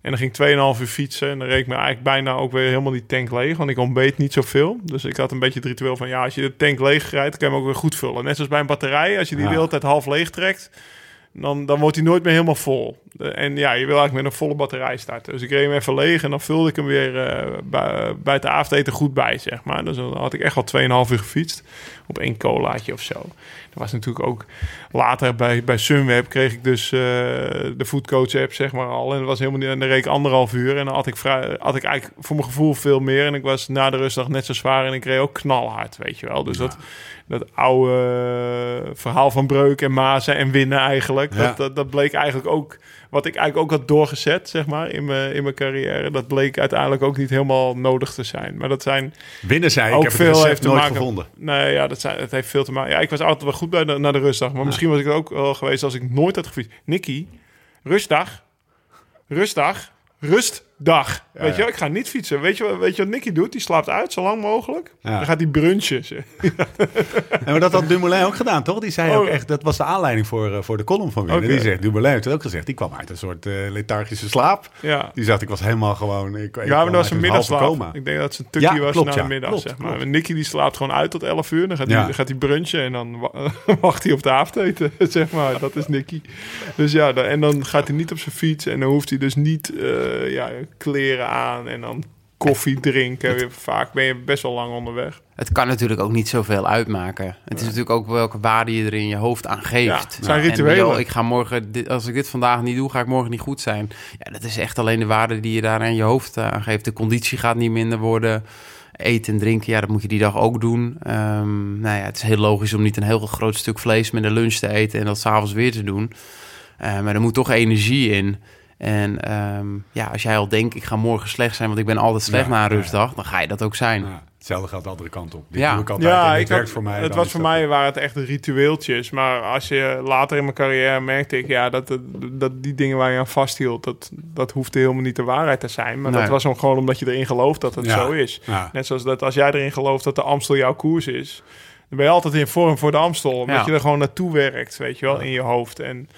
C: En dan ging ik 2,5 uur fietsen. En dan reed ik me eigenlijk bijna ook weer helemaal die tank leeg. Want ik ontbeet niet zoveel. Dus ik had een beetje het ritueel van... ja, als je de tank leeg rijdt, kan je hem ook weer goed vullen. Net zoals bij een batterij. Als je die
A: Ja.
C: de hele tijd half leeg trekt... Dan, dan wordt hij nooit meer helemaal vol. De- en ja, je wil eigenlijk met een volle batterij starten. Dus ik reed hem even leeg en dan vulde ik hem weer eh, bij, bij het avondeten goed bij, zeg maar. Dus dan had ik echt al 2,5 uur gefietst op één colaatje of zo. Dat was natuurlijk ook later bij, bij Sunweb kreeg ik dus eh, de foodcoach app, zeg maar al. En dat was helemaal niet. En dan reed ik anderhalf uur. En dan had ik, vrij, had ik eigenlijk voor mijn gevoel veel meer. En ik was na de rustdag net zo zwaar. En ik reed ook knalhard, weet je wel. Dus dat, dat oude eh, verhaal van breuk en mazen en winnen eigenlijk.
A: Ja.
C: Dat, dat, dat bleek eigenlijk ook. Wat ik eigenlijk ook had doorgezet, zeg maar, in mijn, in mijn carrière. Dat bleek uiteindelijk ook niet helemaal nodig te zijn. Maar dat zijn
A: Winnen zij, ik
C: ook
A: heb
C: veel
A: het recept
C: heeft te
A: nooit
C: maken.
A: gevonden.
C: Nee, ja, dat, zijn, dat heeft veel te maken. Ja, ik was altijd wel goed bij de, naar de rustdag. Maar misschien was ik er ook wel geweest als ik nooit had gefietst. Nicky, rustdag. Rustdag. Rustdag. weet je wel, ik ga niet fietsen. Weet je, wel- weet je wat Nicky doet? Die slaapt uit zo lang mogelijk.
A: Ja.
C: Dan gaat hij brunchen. *laughs* zeg.
A: *laughs* En maar dat had Dumoulin ook gedaan, toch? Die zei
C: Oh.
A: ook echt, dat was de aanleiding voor, eh, voor de column van Winnen.
C: Oké.
A: Die zegt, Dumoulin heeft het ook gezegd, die kwam uit een soort eh, lethargische slaap.
C: Ja.
A: Die zegt, ik was helemaal gewoon... Ik, ik
C: Ja, maar
A: kwam uit
C: dat was een
A: halve
C: middagslaap.
A: coma.
C: Ik denk dat ze een tukkie
A: Ja,
C: was
A: klopt,
C: na
A: ja.
C: de middag,
A: Klopt,
C: zeg maar.
A: klopt.
C: En Nicky die slaapt gewoon uit tot 11 uur. Dan gaat,
A: Ja.
C: hij, dan gaat hij brunchen en dan wa- *laughs* wacht hij op de avondeten, *laughs* zeg maar. Dat is Nicky. Dus ja, dan- en dan gaat hij niet op zijn fiets. En dan hoeft hij dus niet eh, ja, kleren aan en dan koffie drinken. Vaak ben je best wel lang onderweg.
D: Het kan natuurlijk ook niet zoveel uitmaken. Het is natuurlijk ook welke waarde je er in je hoofd aan
C: Ja,
D: geeft.
C: het zijn
D: En,
C: rituelen.
D: joh, ik ga morgen, dit- als ik dit vandaag niet doe, ga ik morgen niet goed zijn. Ja, dat is echt alleen de waarde die je daar aan je hoofd eh, aan geeft. De conditie gaat niet minder worden. Eten en drinken, ja, dat moet je die dag ook doen. Ehm, nou ja, het is heel logisch om niet een heel groot stuk vlees met een lunch te eten en dat s'avonds weer te doen. Eh, maar er moet toch energie in. En ehm, ja, als jij al denkt, ik ga morgen slecht zijn, want ik ben altijd slecht
A: Ja,
D: na
A: ja,
D: een
A: ja.
D: rustdag, dan ga je dat ook zijn.
A: Ja, Nou, hetzelfde gaat de andere kant op. Dit
D: Ja.
A: doe ik altijd en dit
C: had-
A: werkt voor mij.
C: Het
A: dan
C: was
A: is
C: voor
A: dat-
C: mij waren het echt ritueeltjes. Maar als je later in mijn carrière merkte ik ja, dat, dat die dingen waar je aan vasthield, dat, dat hoefde helemaal niet de waarheid te zijn. Maar
D: Nee.
C: dat was om- gewoon omdat je erin gelooft dat het
A: Ja.
C: zo is.
A: Ja.
C: Net zoals dat als jij erin gelooft dat de Amstel jouw koers is, dan ben je altijd in vorm voor de Amstel. Omdat
D: Ja.
C: je er gewoon naartoe werkt, weet je wel, in je hoofd. En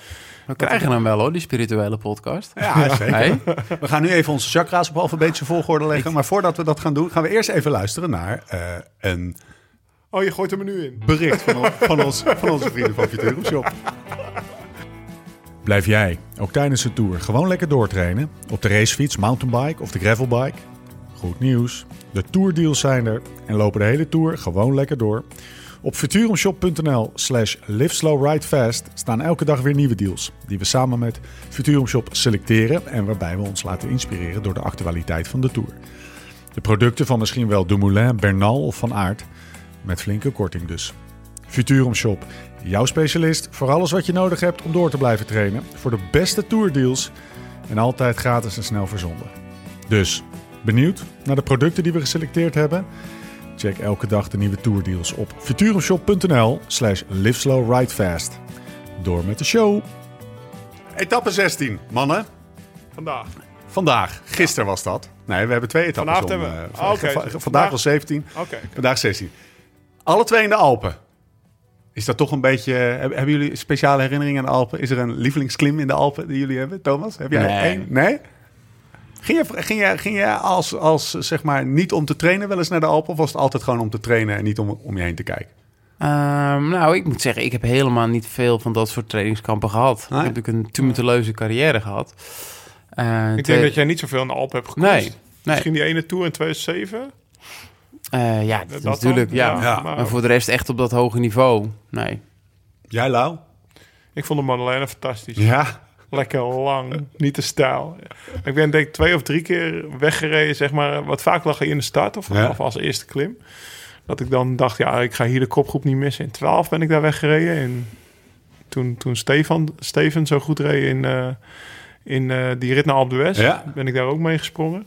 D: We krijgen hem wel hoor, die spirituele podcast.
A: Ja, zeker.
D: Hey?
A: We gaan nu even onze chakra's op alfabetische volgorde leggen. Maar voordat we dat gaan doen, gaan we eerst even luisteren naar eh, een
C: oh, je gooit hem nu in.
A: bericht van, on- van, ons, van onze vrienden van Futurum Shop. Blijf jij, ook tijdens de tour, gewoon lekker doortrainen? Op de racefiets, mountainbike of de gravelbike? Goed nieuws. De tourdeals zijn er en lopen de hele tour gewoon lekker door. Op futurumshop.nl slash liveslowridefast staan elke dag weer nieuwe deals... die we samen met Futurum Shop selecteren... en waarbij we ons laten inspireren door de actualiteit van de tour. De producten van misschien wel Dumoulin, Bernal of Van Aert... met flinke korting dus. Futurum Shop, jouw specialist voor alles wat je nodig hebt om door te blijven trainen. Voor de beste tourdeals en altijd gratis en snel verzonden. Dus, benieuwd naar de producten die we geselecteerd hebben? Check elke dag de nieuwe tourdeals op futurumshop.nl slash liveslowridefast. Door met de show! Etappe 16, mannen.
C: Vandaag.
A: Vandaag, gisteren was dat. Nee, we hebben twee etappes
C: Vanavond
A: om,
C: hebben we-
A: eh,
C: Ah, oké.
A: va- va- vandaag
C: Vandaag-
A: was 17.
C: Oké.
A: Vandaag 16. Alle twee in de Alpen. Is dat toch een beetje... eh, heb- Hebben jullie speciale herinneringen aan de Alpen? Is er een lievelingsklim in de Alpen die jullie hebben, Thomas? Heb jij
D: Nee.
A: één? Nee? Ging je, ging je, ging je als, als, zeg maar, niet om te trainen wel eens naar de Alpen? Of was het altijd gewoon om te trainen en niet om, om je heen te kijken?
D: Ehm, nou, ik moet zeggen, ik heb helemaal niet veel van dat soort trainingskampen gehad.
A: Nee?
D: Ik heb natuurlijk een tumultueuze carrière gehad. Eh,
C: Ik
D: twee-
C: denk dat jij niet zoveel aan de Alpen hebt gekozen.
D: Nee, nee.
C: Misschien die ene tour in 2007?
D: Eh, ja,
C: Dat
D: natuurlijk,
C: dan?
D: ja.
C: Ja,
A: Ja.
C: maar-
D: Maar voor de rest echt op dat hoge niveau, nee.
A: Jij, Lau?
C: Ik vond de Madeleine fantastisch.
A: Ja.
C: Lekker lang, niet de stijl. Ik ben denk ik twee of drie keer weggereden, zeg maar. Wat vaak lag je in de start of,
A: Ja.
C: of als eerste klim. Dat ik dan dacht, ja, ik ga hier de kopgroep niet missen. In 12 ben ik daar weggereden. En toen, toen Stefan, Steven zo goed reed in, eh, in eh, die rit naar Alpe d'Huez,
A: Ja.
C: ben ik daar ook mee gesprongen.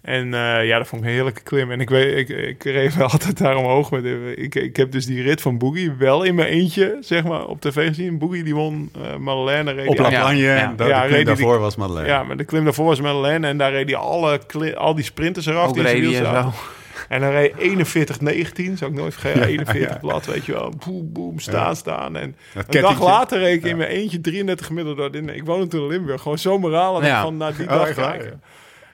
C: En eh, ja, dat vond ik een heerlijke klim. En ik, weet, ik, ik reed wel *laughs* altijd daar omhoog. Met, ik, ik heb dus die rit van Boogie wel in mijn eentje, zeg maar, op tv gezien. Boogie die won eh Madeleine. Reed
A: Op
C: die
A: La
D: Ja.
A: Plagne.
D: Ja.
A: En dat,
C: Ja,
A: de klim
C: reed die-
A: daarvoor was Madeleine.
C: ja, maar de klim daarvoor was Madeleine en daar reed hij alle kli- al die sprinters eraf.
D: Ook
C: die in zijn
D: reden en
C: wiel
D: zo.
C: zaten. En dan reed 41-19, zou ik nooit vergeten. 41 blad, weet je wel. Boem, boem, staan, staan. En een dag
A: kettingtje.
C: later reed ik in mijn eentje 33 gemiddeld door. Ik woonde toen in Limburg. Gewoon zo moraal dat ik
D: Ja.
C: van naar die
A: *laughs* Oh,
C: dag
A: echt waar,
C: kijken.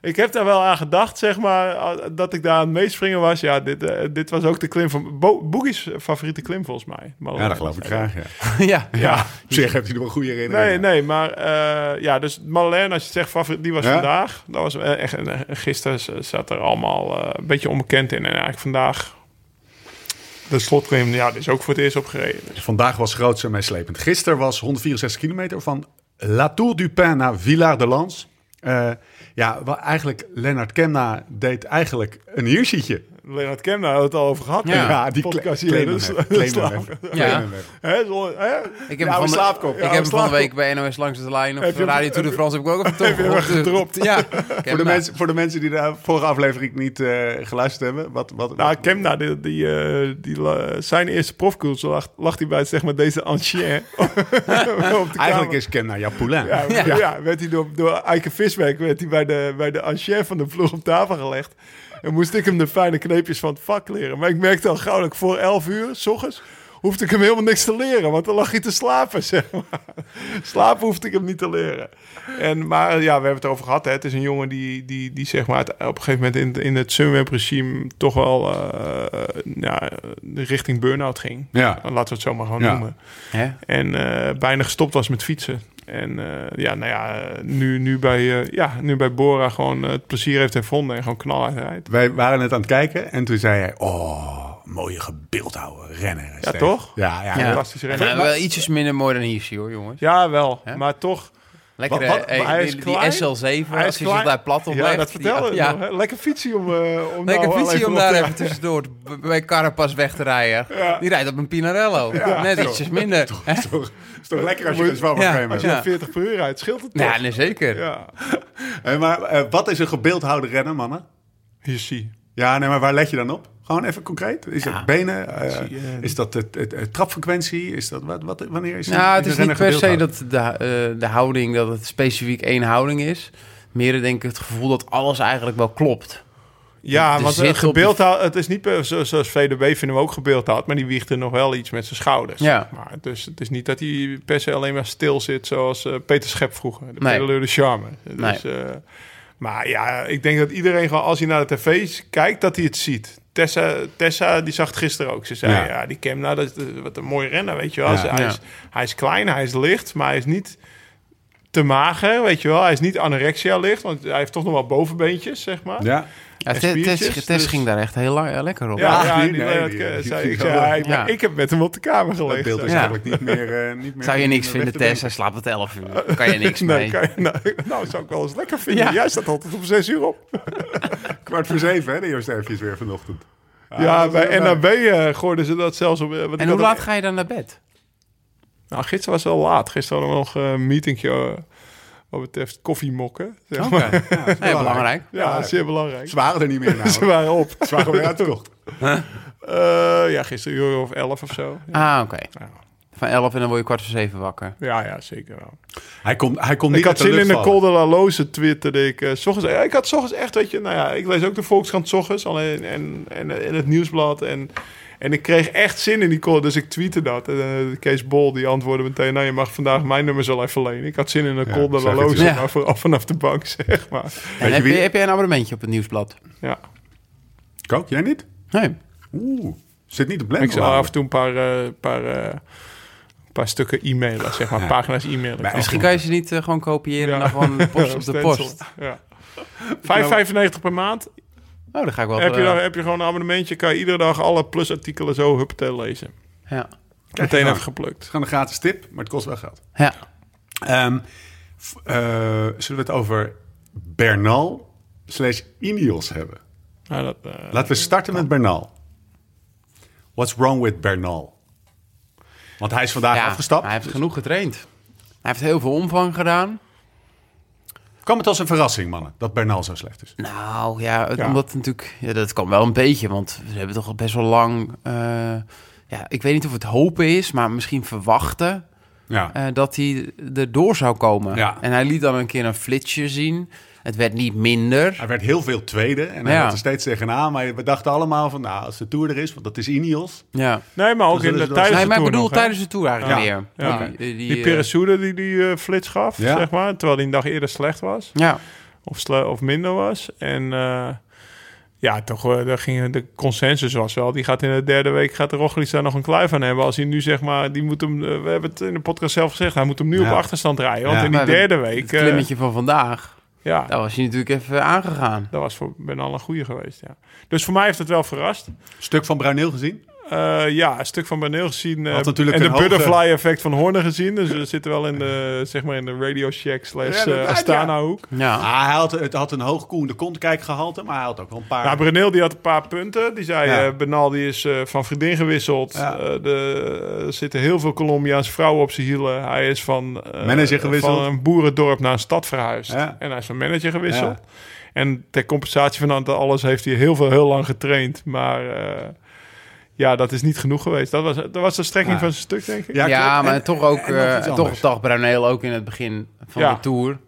C: Ik heb daar wel aan gedacht, zeg maar, a- dat ik daar aan het meespringen was. Ja, dit, eh, dit was ook de klim van... Bo Boogie's favoriete klim, volgens mij.
A: Ja, dat geloof ik graag. Ja.
D: *laughs* ja.
C: Ja,
A: Op zich heeft hij er wel goede herinneringen.
C: nee, nee, maar eh, ja, dus Madeleine, als je het zegt, favoriet, die was
A: Ja?
C: vandaag. Dat was eh, echt, en, eh, gisteren z- zat er allemaal eh, een beetje onbekend in. En eigenlijk vandaag, de slotklim, ja, die is ook voor het eerst opgereden. Dus
A: Vandaag was groots en meeslepend. Gisteren was 164 kilometer van La Tour du Pin naar Villard-de-Lans. Eh, ja, wa- eigenlijk Lennart Kemna deed eigenlijk een hierschietje.
C: Lennart Kemna had het al over gehad.
D: Ja,
C: in de
A: die kle-
C: podcast hier.
A: claimen
C: Dus-
A: hem
C: dus *laughs*
A: even, claimen hem
C: slaap-
A: even,
D: Ja.
A: claimen hem even.
C: Hè, zo- hè?
D: Ik heb
A: Ja,
D: van
A: we
D: de,
A: slaapkop.
D: Ik
A: Ja,
C: we
D: heb hem van de
C: slaapkop.
D: week bij NOS Langs de Lijn
C: Heb
D: op
C: je-
D: Radio Tour de France heb ik ook even toch
C: je hem gedropt?
D: *laughs* Ja. Ik heb
A: Voor de,
D: hem-
A: mensen, voor de mensen die de vorige aflevering niet eh, geluisterd hebben. Wat, wat,
C: Nou, Kemna, die, die, eh, die, la- zijn eerste profkoers lag, lag hij bij zeg maar, deze ancien. *laughs* op de kamer.
A: eigenlijk is Kemna jouw poulain.
C: Ja,
A: *laughs*
D: Ja.
C: ja. werd hij door, door Eike Viswerk werd hij bij, de, bij de ancien van de vloer op tafel gelegd. En moest ik hem de fijne kneepjes van het vak leren. Maar ik merkte al gauw dat ik voor 11 uur, s ochtends, hoefde ik hem helemaal niks te leren. Want dan lag hij te slapen, *laughs* zeg maar. Slapen hoefde ik hem niet te leren. En, maar ja, we hebben het erover gehad. Hè. Het is een jongen die, die, die zeg maar, het- op een gegeven moment in, het- in het Sunweb-regime... toch wel eh, ja, richting burn-out ging.
A: Ja.
C: Laten we het zo maar gewoon
A: Ja.
C: noemen.
D: Hè?
C: En eh, bijna gestopt was met fietsen. En eh, ja, nou ja, eh, nu, nu, bij, eh, ja, nu bij Bora gewoon eh, het plezier heeft hervonden en gewoon knalhard rijdt.
A: Wij waren het aan het kijken en toen zei hij... Oh, mooie gebeeldhouwe renner. is
C: Ja,
A: dit."
C: toch?
A: Ja, ja.
D: Ja.
C: Fantastisch renner.
D: Maar wel ietsjes minder mooi dan hier, joh, jongens.
C: Ja, wel.
D: Hè?
C: Maar toch,
D: Lekker,
C: Wat- wat-
D: eh,
C: maar hij is
D: die, die
C: klein.
D: SL7,
C: hij
D: als
C: is
D: je zich
C: klein.
D: daar plat op
C: ja,
D: legt.
C: dat vertelde ik nog, hè. Lekker fietsie om, eh om
D: Lekker
C: nou
D: fietsie
C: even
D: om
C: op
D: daar
C: te-
D: even tussendoor te- b- bij Carapas weg te rijden. Die rijdt op een Pinarello. Net ietsjes minder. Hè?
A: Is *laughs* toch, is toch lekker als je een zwammer
D: Ja,
A: claim hebt.
C: Als je
D: Ja.
C: op 40 per uur rijdt, scheelt het toch?
D: Ja, nee, zeker.
C: Ja.
A: Hé, maar eh, wat is een gebeeldhouwde renner, mannen?
C: Hier zie.
A: Ja, nee, maar waar let je dan op? Gewoon even concreet. Is
D: Ja.
A: dat benen? eh,
C: Zie je-
A: is dat het, het- het trapfrequentie? Is dat wat, wat, wanneer is
D: Nou, het is
A: een
D: niet per se
A: renner
D: dat de, eh, de houding, dat het specifiek één houding is. Meer denk ik het gevoel dat alles eigenlijk wel klopt.
C: Ja,
D: De
C: want
D: zit
C: het
D: op-
C: gebeeldhouw, het is niet per- zo- zoals VDB vinden we ook gebeeldhouwd, maar die wiegt er nog wel iets met zijn schouders.
D: Ja.
C: Maar dus het is niet dat hij per se alleen maar stil zit zoals eh, Peter Schep vroeger, de
D: Nee.
C: pedaleur de charme. Dus, eh, maar ja, ik denk dat iedereen gewoon als hij naar de tv kijkt, dat hij het ziet. Tessa, Tessa die zag het gisteren ook. Ze zei,
A: Ja.
C: ja, die Kemna, dat is, eh, wat een mooie renner, weet je wel.
A: Ja.
C: Ze- hij,
D: Ja.
C: Is, hij is klein, hij is licht, maar hij is niet te mager, weet je wel. Hij is niet anorexia licht, want hij heeft toch nog wel bovenbeentjes, zeg maar.
A: Ja,
D: Ja,
C: En
D: Tess-
C: spiertjes,
D: Tess, Tess
C: dus-
D: ging daar echt heel lang, ja, lekker op.
C: Ja,
A: Ah,
C: ja,
A: die-
C: die
A: nee,
C: Leonard
A: die-
C: Ke-
A: die-
C: zei
A: die-
C: ik,
A: die-
C: ja, ik,
D: Ja.
C: ik heb met hem op de
A: dat
C: kamer gelegen.
A: beeld is
D: Ja.
A: eigenlijk niet meer, eh, niet meer...
D: Zou je
A: niet
D: niks
A: meer
D: vinden,
A: weg te
D: Tess? Hij slaapt tot 11
C: *laughs*
D: uur. Kan je
C: *laughs*
D: niks
C: Nee,
D: mee.
C: kan je- *laughs* nou, nou, zou ik wel eens lekker vinden.
D: Ja.
C: Jij staat altijd om zes uur op.
A: denken. Kwart voor zeven, hè, de eerste eventjes weer vanochtend. Ah,
C: ja,
A: dat is
C: bij
A: wel
C: NAB eh gooiden ze dat zelfs op. eh, want ik had
D: En hoe
C: ook-
D: laat ga je dan naar bed?
C: Nou, gisteren was het wel laat. Gisteren hadden we nog eh, een meetingje eh, wat betreft koffiemokken. Zeg maar.
D: Oké. Nee, belangrijk.
C: Ja, zeer belangrijk.
A: Ze waren er niet meer nou.
C: *laughs* Ze waren op.
A: Ze waren weer uitgekocht.
C: Eh, ja, gisteren uur of elf of zo.
D: Ah, oké.
C: Ja.
D: Van 11 en dan word je kwart voor 7 wakker.
C: Ja, ja, zeker wel.
A: Hij komt hij komt niet
C: Ik had
A: uit de
C: zin in
A: lucht
C: de
A: vallen.
C: Col de la Loze, twitterde ik. eh, 's ochtends, ja, ik had 's ochtends echt, weet je, nou ja, ik lees ook de Volkskrant 's ochtends alleen en, en, en het Nieuwsblad. En, en ik kreeg echt zin in die Col, dus ik tweette dat. En, eh, Kees Bol, die antwoordde meteen, nou, je mag vandaag mijn nummer zo even lenen. Ik had zin in een
A: Ja,
C: Col de la
A: zag ik
C: Loze,
D: het. Ja.
C: maar vooral vanaf de bank, *laughs* zeg maar.
D: En heb,
A: wie-
D: je, heb jij een abonnementje op het nieuwsblad?
C: Ja,
A: Kook, jij niet?
D: Nee.
A: Oeh, zit niet op
C: ik
A: blender.
C: zou af en toe een paar, eh, paar, eh, paar stukken e-mailen, zeg maar, pagina's e-mailen.
A: Maar
C: Kan.
D: Misschien kan je ze niet eh, gewoon kopiëren en dan
C: *laughs*
D: gewoon post op de
C: Stencil.
D: post.
C: Ja. *laughs* 5,95 per maand.
D: Oh, dan ga ik wel.
C: Heb je,
D: eh,
C: dan, heb je gewoon een abonnementje, kan je iedere dag alle plusartikelen zo huppatee lezen.
D: Ja.
C: Meteen
A: nou.
C: even geplukt.
A: Het is gewoon een gratis tip, maar het kost wel geld.
D: ja.
A: Ehm, f- eh, zullen we het over Bernal slash Ineos hebben?
C: Nou, dat, eh,
A: Laten we starten met Bernal. What's wrong with Bernal? Want hij is vandaag
D: Ja,
A: afgestapt.
D: Hij heeft genoeg getraind. Hij heeft heel veel omvang gedaan.
A: Kwam het als een verrassing, mannen, dat Bernal zo slecht is?
D: Nou ja, het-
C: Ja.
D: omdat het natuurlijk. Ja, dat kan wel een beetje, want we hebben toch al best wel lang. eh, ja, ik weet niet of het hopen is, maar misschien verwachten
A: Ja.
D: eh, dat hij erdoor zou komen.
A: Ja.
D: En hij liet dan een keer een flitsje zien. Het werd niet minder.
A: Hij werd heel veel tweede en hij
D: Ja.
A: had er steeds tegenaan. Maar we dachten allemaal van, nou, als de Tour er is, want dat is Ineos.
D: Ja.
C: nee, maar ook
A: Dus
C: in
A: dat
C: de
A: is wel-
C: tijdens
D: Nee,
C: de
D: maar ik
C: Tour
D: bedoel
C: nog, hè?
D: tijdens de tour eigenlijk
A: Ja.
D: meer.
C: Ja.
D: Die, die,
C: Die
D: eh,
C: Peresoede die die eh, flits gaf,
A: Ja.
C: zeg maar. Terwijl die een dag eerder slecht was.
D: ja.
C: of, sle- of minder was. En eh, ja, toch, eh, daar ging, de consensus was wel. Die gaat in de derde week, gaat de Roglic daar nog een kluif aan hebben. Als hij nu zeg maar, die moet hem, eh, we hebben het in de podcast zelf gezegd, hij moet hem nu
A: Ja.
C: op achterstand rijden. Want
A: Ja.
C: in die
D: Maar
C: derde
D: Het
C: week, eh,
D: klimmetje van vandaag,
C: ja,
D: daar was je natuurlijk even aangegaan.
C: dat was voor Ben al een goede geweest. Ja. Dus voor mij heeft het wel verrast.
A: Stuk van Bruineel gezien?
C: Eh, ja, een stuk van Baneel gezien. eh,
A: Had natuurlijk
C: en de
A: een hoge-
C: butterfly effect van Horner gezien. Dus we zitten wel in de, zeg maar in de Radio Shack slash
A: Ja,
C: eh,
A: inderdaad,
C: Astana hoek.
D: Ja,
A: Ah, hij had, het had een hoog koende kontkijkgehalte, maar hij had ook wel een paar...
C: Nou, Bruneel die had een paar punten. Die zei,
A: Ja.
C: eh Benal die is eh, van vriendin gewisseld.
A: Ja.
C: Eh, de, er zitten heel veel Colombiaanse vrouwen op zijn hielen. Hij is van, eh,
A: Manager gewisseld.
C: van een boerendorp naar een stad verhuisd.
A: Ja.
C: En hij is van manager gewisseld.
A: Ja.
C: En ter compensatie van dat alles heeft hij heel veel, heel lang getraind. Maar eh, ja, dat is niet genoeg geweest. Dat was, dat was de strekking
A: Ja.
C: van zijn stuk, denk ik.
A: Ja,
D: ja,
A: klopt.
D: maar
A: En-
D: toch ook,
A: en nog
D: eh,
A: iets
D: toch
A: anders.
D: dacht Bruineel ook in het begin van
C: Ja.
D: de Tour.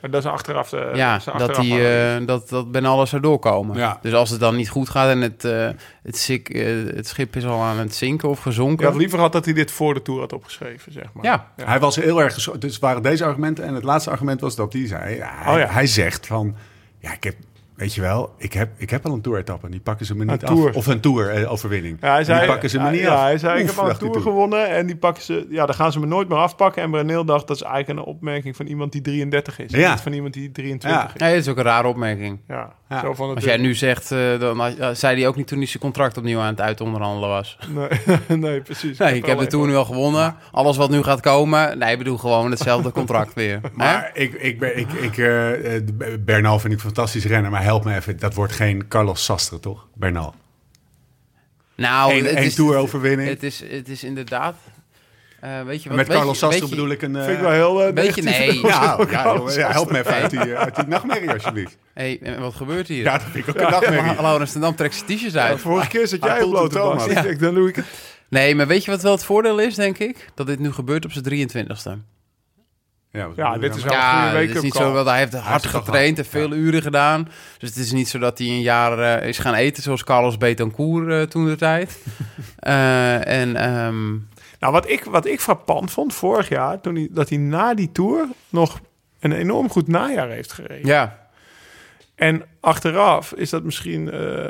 C: Maar dat is een achteraf. eh,
D: ja,
C: is een
D: dat,
C: achteraf
D: die,
C: analyse.
D: eh, dat, dat Ben alles zou doorkomen.
A: Ja.
D: Dus als het dan niet goed gaat en het, eh, het, sik- eh, het schip is al aan het zinken of
C: Ik
D: gezonken.
C: had liever gehad dat hij dit voor de tour had opgeschreven, zeg maar.
D: ja.
C: Ja.
A: Hij was heel erg... geso- Dus waren deze argumenten. En het laatste argument was dat hij zei... Ja, hij,
C: Oh ja.
A: hij zegt van... Ja, ik heb... Weet je wel, ik heb, ik heb al een tour-etappe en die pakken ze me niet af.
C: Tour.
A: Of een tour-overwinning.
C: Ja, hij zei,
A: die pakken ze me niet
C: ja,
A: af.
C: hij zei, ik
A: Oef,
C: heb al een
A: dacht hij
C: Tour
A: toen.
C: gewonnen en die pakken ze, ja, dan gaan ze me nooit meer afpakken. En Bruneel dacht, dat is eigenlijk een opmerking van iemand die 33 is. en
A: Ja.
C: Niet van iemand die 23
A: Ja.
C: is.
D: Nee, dat is ook een rare opmerking.
C: Ja,
A: Ja.
C: zo van het...
D: Als jij nu zegt, eh, dan had- eh, zei hij ook niet toen hij zijn contract opnieuw aan het uitonderhandelen was.
C: Nee, *laughs* nee, precies.
D: Nee, ik heb
C: wel
D: het toen nu al gewonnen. Alles wat nu gaat komen, nee, ik bedoel
A: *laughs*
D: gewoon hetzelfde contract weer.
A: Maar ik, ik, ben- ik, ik, eh, eh, Bernal vind ik een fantastisch rennen, maar help me even. Dat wordt geen Carlos Sastre, toch? Bernal.
D: Hè? Nou,
A: Eén
D: het
A: één
D: is,
A: tour-overwinning.
D: het is, het is inderdaad... eh, weet je wat,
A: Met
D: weet je-
A: Carlos Sastre
D: weet je-
A: bedoel ik een... eh,
C: Vind ik wel heel... eh,
D: Weet je,
C: negatief.
D: nee.
A: Ja,
C: *laughs*
A: ja, jongen, ja, help me even uit die, eh, uit die nachtmerrie, alsjeblieft.
D: Hey, eh, wat gebeurt hier?
A: Ja, dat vind ik ook een
D: *laughs*
A: nachtmerrie.
D: Laurens ten Dam trekt zijn t-shirts
C: Ja,
D: uit.
C: vorige keer zat
A: Hij
C: jij op
A: voelt het
C: blote
A: wel,
C: bas.
A: maar-
C: *laughs* Ik denk, dan doe ik het.
D: Nee, maar weet je wat wel het voordeel is, denk ik? Dat dit nu gebeurt op zijn 23ste.
A: Ja, wat
C: Ja,
A: bedoel je
C: dit
A: dan?
C: is wel- een
D: Ja,
C: goede
D: het is
C: wake-up
D: niet
C: call.
D: zo dat hij heeft
A: het
D: hard
A: toch
D: getraind en
A: hard,
D: veel uren gedaan. Dus het is niet zo dat hij een jaar eh, is gaan eten zoals Carlos Betancourt eh, toen
A: *laughs*
D: de tijd. Eh, en ehm,
C: Nou, wat ik, wat ik frappant vond vorig jaar, toen hij, dat hij na die Tour nog een enorm goed najaar heeft gereden.
D: ja,
C: En achteraf is dat misschien... eh,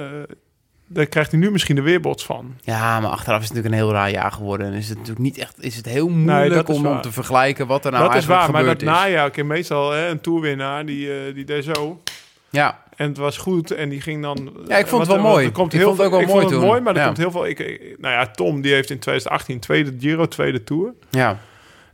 C: daar krijgt hij nu misschien de weerbots van.
D: ja, maar achteraf is het natuurlijk een heel raar jaar geworden. En is het natuurlijk niet echt, is het heel moeilijk
C: dat is
D: om, om
C: waar.
D: te vergelijken wat er nou
C: dat is
D: eigenlijk
C: waar, maar dat
D: gebeurd is.
C: najaar, oké, meestal hè, een toerwinnaar, die, eh, die deed zo.
D: Ja,
C: En het was goed en die ging dan... eh,
D: Ja, ik vond het wel
C: want er- want
D: mooi.
C: Er komt
D: Ik
C: heel
D: vond
C: veel-
D: het ook wel
C: ik vond
D: mooi
C: het
D: toen.
C: mooi, maar er
D: Ja.
C: komt heel veel... Ik, ik- nou ja, Tom, die heeft in 2018 tweede Giro, tweede Tour.
D: ja.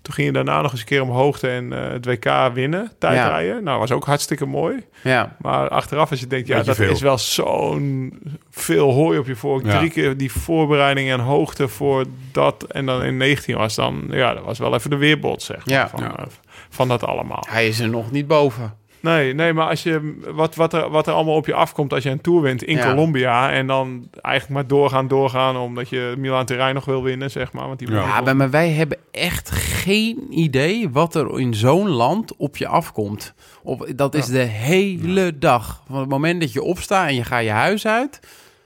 C: Toen ging je daarna nog eens een keer omhoog en eh, het WK winnen, tijdrijden. Nou, was ook hartstikke mooi.
D: ja.
C: Maar achteraf als je denkt, ja,
A: Beetje
C: dat
A: veel.
C: is wel zo'n veel hooi op je vork.
A: Ja.
C: Drie keer die voorbereiding en hoogte voor dat. En dan in 19 was dan, ja, dat was wel even de weerbod, zeg. maar,
D: Ja.
C: Van,
A: Ja.
C: eh, van dat allemaal.
D: Hij is er nog niet boven.
C: Nee, nee, maar als je, wat, wat, er, wat er allemaal op je afkomt als je een Tour wint in
D: Ja.
C: Colombia... en dan eigenlijk maar doorgaan, doorgaan... omdat je Milaan Terrein nog wil winnen, zeg maar. Want die
A: Ja.
C: won-
D: Ja, maar- maar wij hebben echt geen idee wat er in zo'n land op je afkomt. Op, dat is de hele dag. Van het moment dat je opstaat en je gaat je huis uit...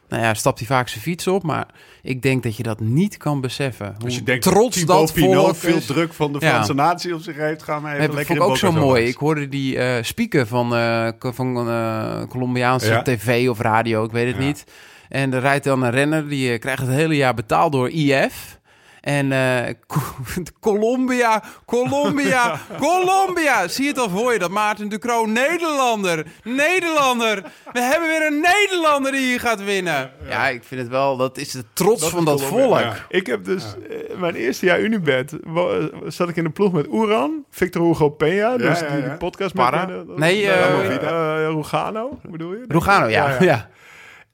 D: Nou ja, stapt hij vaak zijn fiets op, maar ik denk dat je dat niet kan beseffen. Hoe
A: Als je denkt
D: trots
A: Thibaut
D: dat
A: Pinot
D: volk
A: veel
D: is.
A: druk van de
D: Ja.
A: Franse natie op zich heeft, gaan we even
D: Nee, dat
A: lekker
D: vond ik
A: in
D: ook zo
A: Boca
D: mooi.
A: Juniors.
D: Ik hoorde die eh speaker van, eh, co- van eh, Colombiaanse
A: Ja.
D: tv of radio, ik weet het
A: Ja.
D: niet. En er rijdt dan een renner, die eh, krijgt het hele jaar betaald door IF. En eh, Co- *laughs* Colombia, Colombia, Colombia. Zie je het al voor je, dat Maarten de Croo, Nederlander, Nederlander. We hebben weer een Nederlander die hier gaat winnen. Ja, ik vind het wel, dat is de trots van dat volk.
A: ja.
C: Ik heb dus eh, mijn eerste jaar Unibed wo- zat ik in de ploeg met Oeran, Victor Hugo Peña, dus
A: ja,
C: die
A: ja.
C: de podcast
D: Parra?
C: met eh,
D: Nee, eh,
C: eh, eh, Rugano, bedoel je?
D: Lugano, ja. *laughs* ja.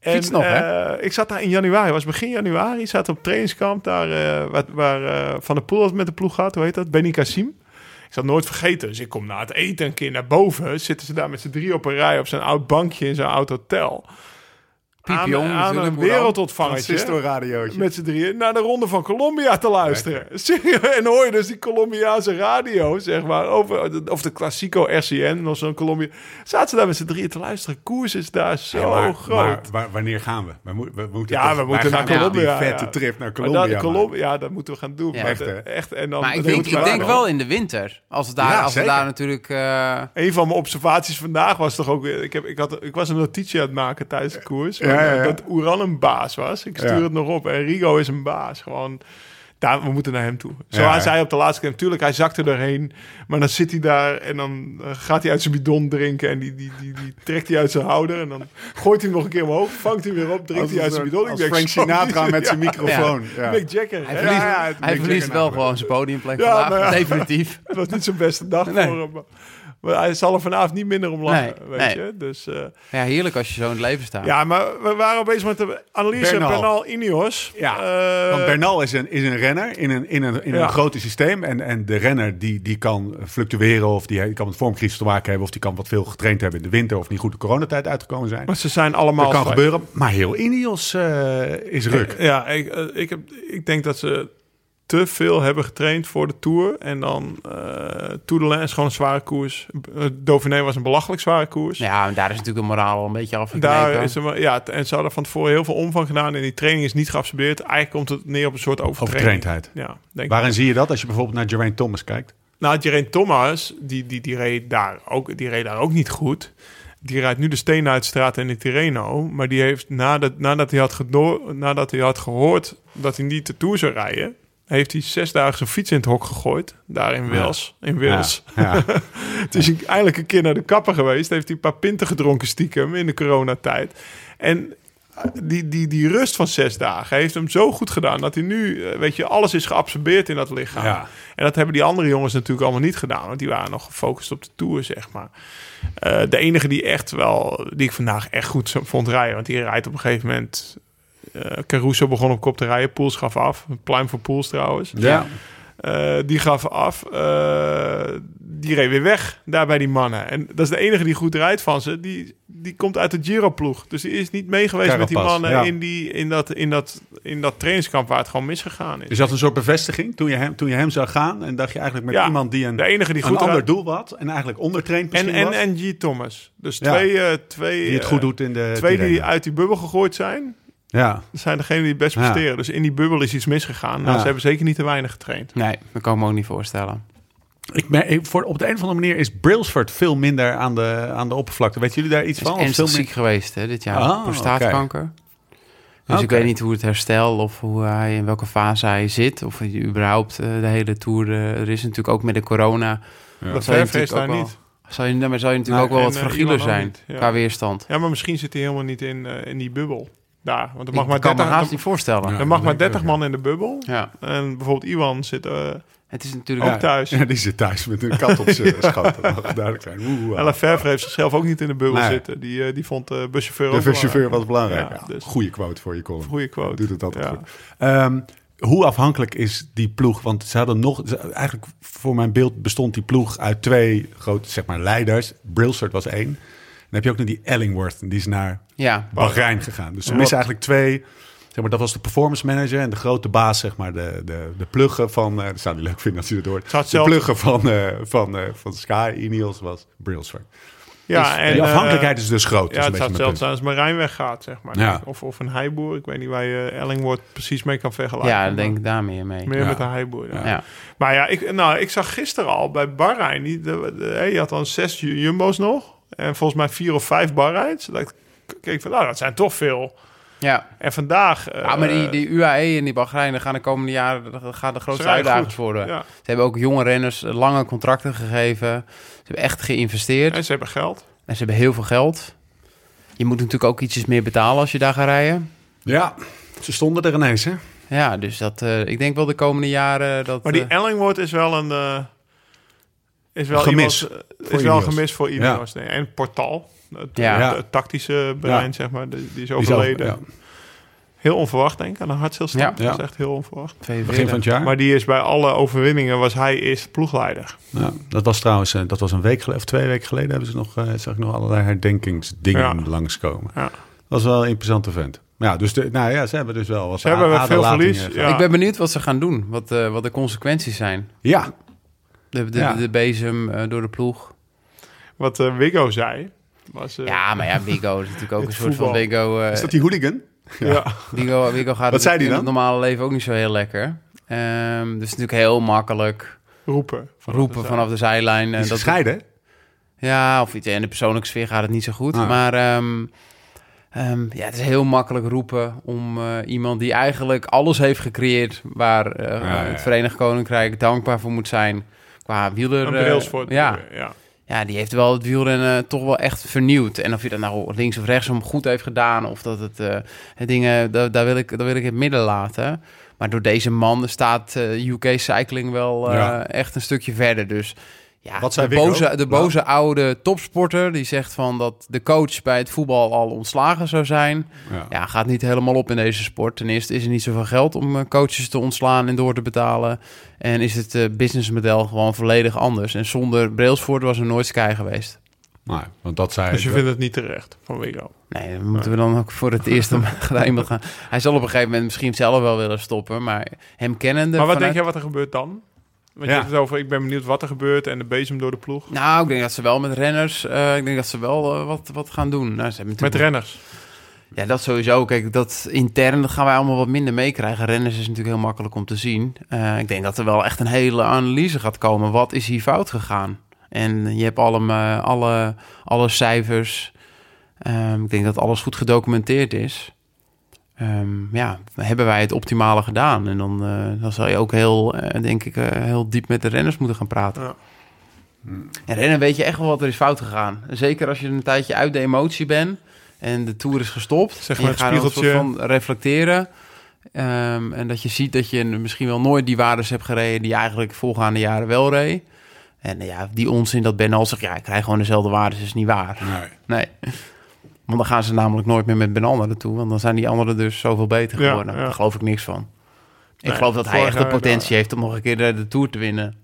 C: En,
D: Fiets nog, hè?
C: eh, ik zat daar in januari, was begin januari, zat op trainingskamp daar eh, waar, waar eh, Van der Poel het met de ploeg gaat, hoe heet dat? Benny Kassim. Ik zal het nooit vergeten. Dus ik kom na het eten een keer naar boven. Zitten ze daar met z'n drie op een rij op zo'n oud bankje in zo'n oud hotel.
D: Piepjong
C: aan, aan
D: natuurlijk,
C: een
D: hoe dan?
C: wereldontvangertje.
A: radiootje.
C: Met z'n drieën naar de Ronde van Colombia te luisteren. *laughs* Serieus, En hoor je dus die Colombiaanse radio, zeg maar. Over, of de Classico RCN, of zo'n Colombia. Zaten ze daar met z'n drieën te luisteren. Koers is daar zo
A: Ja, maar-
C: groot.
A: maar wa- wanneer gaan we? We, moet- we moeten,
C: ja,
A: toch-
C: we moeten
A: wij
C: naar
A: gaan
D: ja,
C: Colombia.
A: Die vette
C: ja.
A: trip naar
C: Maar dan-
A: Colombia.
C: Colom- ja, dat moeten we gaan doen.
D: Ja.
C: maar
A: Echt,
C: de-
A: hè?
C: echt. En dan,
D: Maar ik
C: Oh, dat
D: denk,
C: moeten we
D: ik denk
C: gaan
D: wel
C: doen.
D: in de winter. Als het daar,
A: Ja,
D: als het
A: zeker.
D: daar natuurlijk... eh,
C: Een van mijn observaties vandaag was toch ook weer... Ik, heb, ik, had, ik was een notitie aan het maken tijdens de koers. eh,
A: Ja, ja, ja.
C: Dat Oeran een baas was. Ik stuur
A: Ja.
C: het nog op. En Rigo is een baas. Gewoon, daar, we moeten naar hem toe. Zo
A: Ja,
C: hij
A: ja.
C: zei op de laatste keer. Natuurlijk, hij zakte erheen. Maar dan zit hij daar en dan eh, gaat hij uit zijn bidon drinken. En die, die, die, die trekt hij uit zijn houder. En dan gooit hij hem nog een keer omhoog. Vangt hij weer op, drinkt
A: Als
C: hij
A: een
C: uit zijn
A: soort-
C: bidon.
A: als
C: Ik denk,
A: Frank
C: zo,
A: Sinatra
C: *laughs* die-
A: met zijn
C: ja.
A: microfoon. Ja.
C: Mick Jagger.
D: Hij
C: Ja,
D: verliest,
C: ja, het- nou
D: hij
A: Mick
D: verliest
A: Jagger
D: wel
A: namelijk.
D: gewoon zijn podiumplek
C: Ja,
D: vandaag.
C: nou ja.
D: Definitief.
C: Het was niet zijn beste dag
D: Nee.
C: voor hem. Maar hij zal er vanavond niet minder om lachen,
D: Nee,
C: weet
D: nee.
C: je. Dus, eh,
D: Ja, heerlijk als je zo in het leven staat.
C: ja, maar we waren bezig met de analyse
A: Bernal.
C: Bernal, Ineos.
A: Ja,
C: Eh,
A: Want Bernal is een, is een renner in een, in een, in
C: Ja.
A: een grote systeem. En, en de renner die, die kan fluctueren of die, die kan met vormcrisis te maken hebben... of die kan wat veel getraind hebben in de winter... of niet goed de coronatijd uitgekomen zijn.
C: maar ze zijn allemaal...
A: Dat kan
C: vrij.
A: gebeuren, maar heel Ineos eh, is ruk.
C: Ja, ik, eh, ik, heb, ik denk dat ze te veel hebben getraind voor de Tour. En dan eh Tour de Lens is gewoon een zware koers. Eh, Dauphiné was een belachelijk zware koers.
D: Ja, maar daar is natuurlijk de moraal al een beetje afgeknepen.
C: Daar is er, wel- ja, t- en ze hadden van tevoren heel veel omvang gedaan. En die training is niet geabsorbeerd. Eigenlijk komt het neer op een soort overtraining.
A: Overtraindheid.
C: Ja, denk ik.
A: Waarin zie je dat als je bijvoorbeeld naar Geraint Thomas kijkt?
C: Nou, Geraint Thomas, die, die, die, reed daar ook, die reed daar ook niet goed. Die rijdt nu de steen uit de straat in de Tirreno. Maar die heeft nadat, nadat, hij had gedo- nadat hij had gehoord dat hij niet de Tour zou rijden... heeft hij zes dagen zijn fiets in het hok gegooid. Daar in Wales. In Wales.
A: Ja, *laughs* ja.
C: Het is eindelijk een keer naar de kapper geweest. Heeft hij een paar pinten gedronken stiekem in de coronatijd. En eh, die, die, die rust van zes dagen heeft hem zo goed gedaan... dat hij nu, eh, weet je, alles is geabsorbeerd in dat lichaam.
A: Ja.
C: En dat hebben die andere jongens natuurlijk allemaal niet gedaan. Want die waren nog gefocust op de Tour, zeg maar. Eh, de enige die echt wel, die ik vandaag echt goed zo- vond rijden. Want die rijdt op een gegeven moment... eh, Caruso begon op kop te rijden. Poels gaf af. Een pluim voor Poels trouwens.
A: ja.
C: Eh, die gaf af. Eh, die reed weer weg daar bij die mannen. En dat is de enige die goed rijdt van ze. Die, die komt uit de Giro-ploeg. Dus die is niet meegeweest met die
A: Carapaz,
C: mannen
A: ja.
C: in, die, in, dat, in, dat, in dat trainingskamp waar het gewoon misgegaan is.
A: Dus dat is een soort bevestiging toen je hem, toen je hem zag gaan... en dacht je eigenlijk met
C: Ja,
A: iemand die een,
C: de enige die
A: een
C: goed
A: ander
C: rijdt-
A: doel had... en eigenlijk ondertraind
C: En,
A: misschien
C: en,
A: was,
C: en G. Thomas. Dus
A: Ja.
C: twee, eh, twee,
A: die het
C: eh,
A: goed doet in de
C: twee die
A: Tirreno.
C: uit die bubbel gegooid zijn,
A: Ja,
C: dat zijn degenen die het best
A: Ja.
C: presteren. Dus in die bubbel is iets misgegaan. Nou,
A: Ja.
C: ze hebben zeker niet te weinig getraind.
D: Nee, dat kan ik me ook niet voorstellen.
A: Ik mer- ik- voor, op de een of andere manier is Brailsford veel minder aan de, aan de oppervlakte. Weet jullie daar iets
D: Hij
A: van?
D: is
A: Of veel
D: ernstig
A: meer-
D: ziek geweest hè, dit jaar.
A: Ah,
D: Prostaatkanker. Dus ik
A: Oké.
D: weet niet hoe het herstel of hoe hij, in welke fase hij zit. Of hij überhaupt eh, de hele tour eh, er is. Natuurlijk ook met de corona.
A: Ja.
C: Dat
D: Zal je
C: verf is
D: natuurlijk
C: daar
D: ook wel-
C: niet.
D: Zal je, daarmee zal je natuurlijk
C: Nou,
D: ook wel wat
C: en, eh,
D: fragieler
C: Iwan ook
D: zijn
C: niet, ja.
D: qua weerstand.
C: Ja, maar misschien zit hij helemaal niet in, eh, in die bubbel. Daar, want er
D: Ik
C: mag maar
D: kan me
C: 30,
D: haast
C: er-
D: niet voorstellen.
A: Ja.
D: Ja.
C: er mag
A: dat
C: maar
A: denk ik
C: 30 man in de bubbel. En bijvoorbeeld Iwan zit... eh
D: Het is natuurlijk...
A: Ja.
C: ook thuis.
A: Ja, die zit thuis met een kat op *laughs* zijn schoot. Dat mag duidelijk zijn. Oeh, oeh.
C: Alain Verver heeft zichzelf ook niet in de bubbel
A: Nee.
C: zitten. Die, eh, die vond de buschauffeur ook
A: de chauffeur was belangrijk.
C: Ja,
A: Ja,
C: dus-
A: Goeie quote voor je column.
C: Goede quote.
A: Doet het altijd
C: Ja.
A: goed. Ehm, hoe afhankelijk is die ploeg? Want ze hadden nog... ze- Eigenlijk voor mijn beeld bestond die ploeg uit twee grote zeg maar, leiders. Brailsford was één. Dan heb je ook nog die Ellingworth. Die is naar
D: Ja,
A: Bahrein gegaan. Dus ze missen eigenlijk twee. Zeg maar, dat was de performance manager en de grote baas, zeg maar, de, de, de pluggen van. eh dat zou hij leuk vinden als hij dat hoort.
C: Zou
A: De
C: het zelf-
A: pluggen van, eh, van, eh, van Sky Ineos was Brailsford.
C: Ja, en,
A: Die
C: eh,
A: afhankelijkheid is dus groot.
C: Ja,
A: is een
C: het
A: beetje
C: zou
A: mijn punt.
C: hetzelfde zijn als Marijn weggaat, zeg maar.
A: Ja.
C: Of, of een heiboer. Ik weet niet waar je eh, Ellingwoord precies mee kan vergelijken.
D: ja
C: Maar
D: ik denk daar meer mee.
C: Meer
A: Ja.
C: met de heiboer. dan.
D: Ja.
C: Maar ja, ik, nou, ik zag gisteren al bij Bahrein... Die, de, de- hè, je had dan zes ju- jumbo's nog. En volgens mij vier of vijf Bahreins. Dat ik keek van, nou, dat zijn toch veel.
D: ja.
C: En vandaag... eh,
D: Ja, maar die, die UAE en die Bahreinen gaan de komende jaren dat gaan de grootste
C: rijden
D: uitdaging
C: goed.
D: worden.
C: Ja.
D: Ze hebben ook jonge renners eh, lange contracten gegeven. Ze hebben echt geïnvesteerd.
C: En ze hebben geld.
D: En ze hebben heel veel geld. Je moet natuurlijk ook ietsjes meer betalen als je daar gaat rijden.
A: Ja, ze stonden er ineens, hè?
D: Ja, dus dat, eh, ik denk wel de komende jaren dat...
C: Maar die
D: eh,
C: Ellingwoord is wel een... eh, is wel
A: Gemis
C: iemand, eh,
A: voor
C: is wel een
A: Ineos.
C: gemis voor Ineos. Nee, en Portal. Het,
D: Ja.
C: het- het tactische brein,
A: Ja.
C: zeg maar. Die, die is
A: Die zelf-
C: overleden.
A: ja,
C: Heel onverwacht, denk ik. Aan een hartstilstand.
A: Ja.
C: Dat is echt heel onverwacht.
D: VVV
A: begin van het jaar.
C: Maar die is bij alle overwinningen... was hij eerst ploegleider.
A: Ja, dat was trouwens eh, dat was een week geleden, of twee weken geleden hebben ze nog, eh, zag ik nog allerlei herdenkingsdingen
C: Ja.
A: langskomen.
C: Ja.
A: Dat was wel een interessante vent. Maar ja, dus de, nou ja, ze hebben dus wel wat
C: Ze hebben
A: a-
C: wel veel
A: aderlatingen gehad.
C: verlies, Ja.
D: Ik ben benieuwd wat ze gaan doen, wat, eh, wat de consequenties zijn.
A: Ja,
D: De, de,
A: Ja.
D: de bezem eh, door de ploeg.
C: Wat eh, Wiggo zei, was... eh,
D: Ja, maar ja, Wigo is natuurlijk ook
C: Het
D: een soort van
C: voetbal.
D: Wigo. eh,
A: is dat die hooligan?
C: *laughs* ja.
D: Wigo, Wigo gaat
A: Wat zei die
D: in
A: dan?
D: het normale leven ook niet zo heel lekker. Ehm, dus natuurlijk heel makkelijk
C: roepen. Vanaf
D: roepen
C: de
D: vanaf de zijlijn.
A: Die
D: En
A: is gescheiden, hè?
D: ja, of iets. En de persoonlijke sfeer gaat het niet zo goed.
A: Ah.
D: Maar ehm, ehm, ja, het is heel makkelijk roepen om eh, iemand die eigenlijk alles heeft gecreëerd... waar eh,
A: ja, ja.
D: het Verenigd Koninkrijk dankbaar voor moet zijn... Qua wieler...
C: Een
D: eh,
C: railsport.
D: ja,
C: ja.
D: ja, die heeft wel het wielrennen toch wel echt vernieuwd. En of je dat nou links of rechtsom goed heeft gedaan... of dat het eh, het dingen... Daar, daar, wil ik, daar wil ik in het midden laten. Maar door deze man staat eh, UK Cycling wel eh,
A: Ja.
D: echt een stukje verder. Dus ja,
A: Wat zei
D: de,
A: Wiggo?
D: boze, de boze oude topsporter... die zegt van dat de coach bij het voetbal al ontslagen zou zijn...
A: Ja.
D: Ja, gaat niet helemaal op in deze sport. Ten eerste is er niet zoveel geld om eh, coaches te ontslaan en door te betalen. En is het eh, businessmodel gewoon volledig anders. En zonder Brailsford was er nooit Sky geweest.
A: Maar, Nou, want dat zei
C: Dus je
A: dat-
C: vindt het niet terecht van Wiggo.
D: Nee, dan moeten we dan ook voor het eerst om *laughs* naar iemand gaan. Hij zal op een gegeven moment misschien zelf wel willen stoppen, maar hem kennende...
C: Maar wat
D: vanuit-
C: denk jij wat er gebeurt dan? Want
A: Ja.
C: je hebt het over, ik ben benieuwd wat er gebeurt en de bezem door de ploeg.
D: Nou, ik denk dat ze wel met renners, eh, ik denk dat ze wel eh, wat, wat gaan doen. Nou, ze hebben
C: Met
D: natuurlijk-
C: renners.
D: Ja, dat sowieso. Kijk, dat intern dat gaan wij allemaal wat minder meekrijgen. Renners is natuurlijk heel makkelijk om te zien. Eh, ik denk dat er wel echt een hele analyse gaat komen. Wat is hier fout gegaan? En je hebt alle, eh, alle, alle cijfers. Ehm, ik denk dat alles goed gedocumenteerd is. Ehm, ja, hebben wij het optimale gedaan? En dan, eh dan zal je ook heel, eh, denk ik, eh, heel diep met de renners moeten gaan praten.
C: Ja.
D: En rennen weet je echt wel wat er is fout gegaan. Zeker als je een tijdje uit de emotie bent en de tour is gestopt.
C: Zeg
D: en je
C: maar het
D: gaat er een soort
C: spiegeltje.
D: van reflecteren. Ehm, en dat je ziet dat je misschien wel nooit die waardes hebt gereden die je eigenlijk voorgaande jaren wel reed. En eh, ja, die onzin dat Ben al zegt, ja, ik krijg gewoon dezelfde waardes, is niet waar.
A: Nee.
D: Nee. Want dan gaan ze namelijk nooit meer met Benal naar naartoe. Want dan zijn die anderen dus zoveel beter
C: Ja,
D: geworden.
C: ja.
D: Daar geloof ik niks van. Ik
C: Nee,
D: geloof dat hij
C: vorig
D: echt de
C: jaar,
D: potentie
C: ja.
D: heeft om nog een keer de, de Tour te winnen.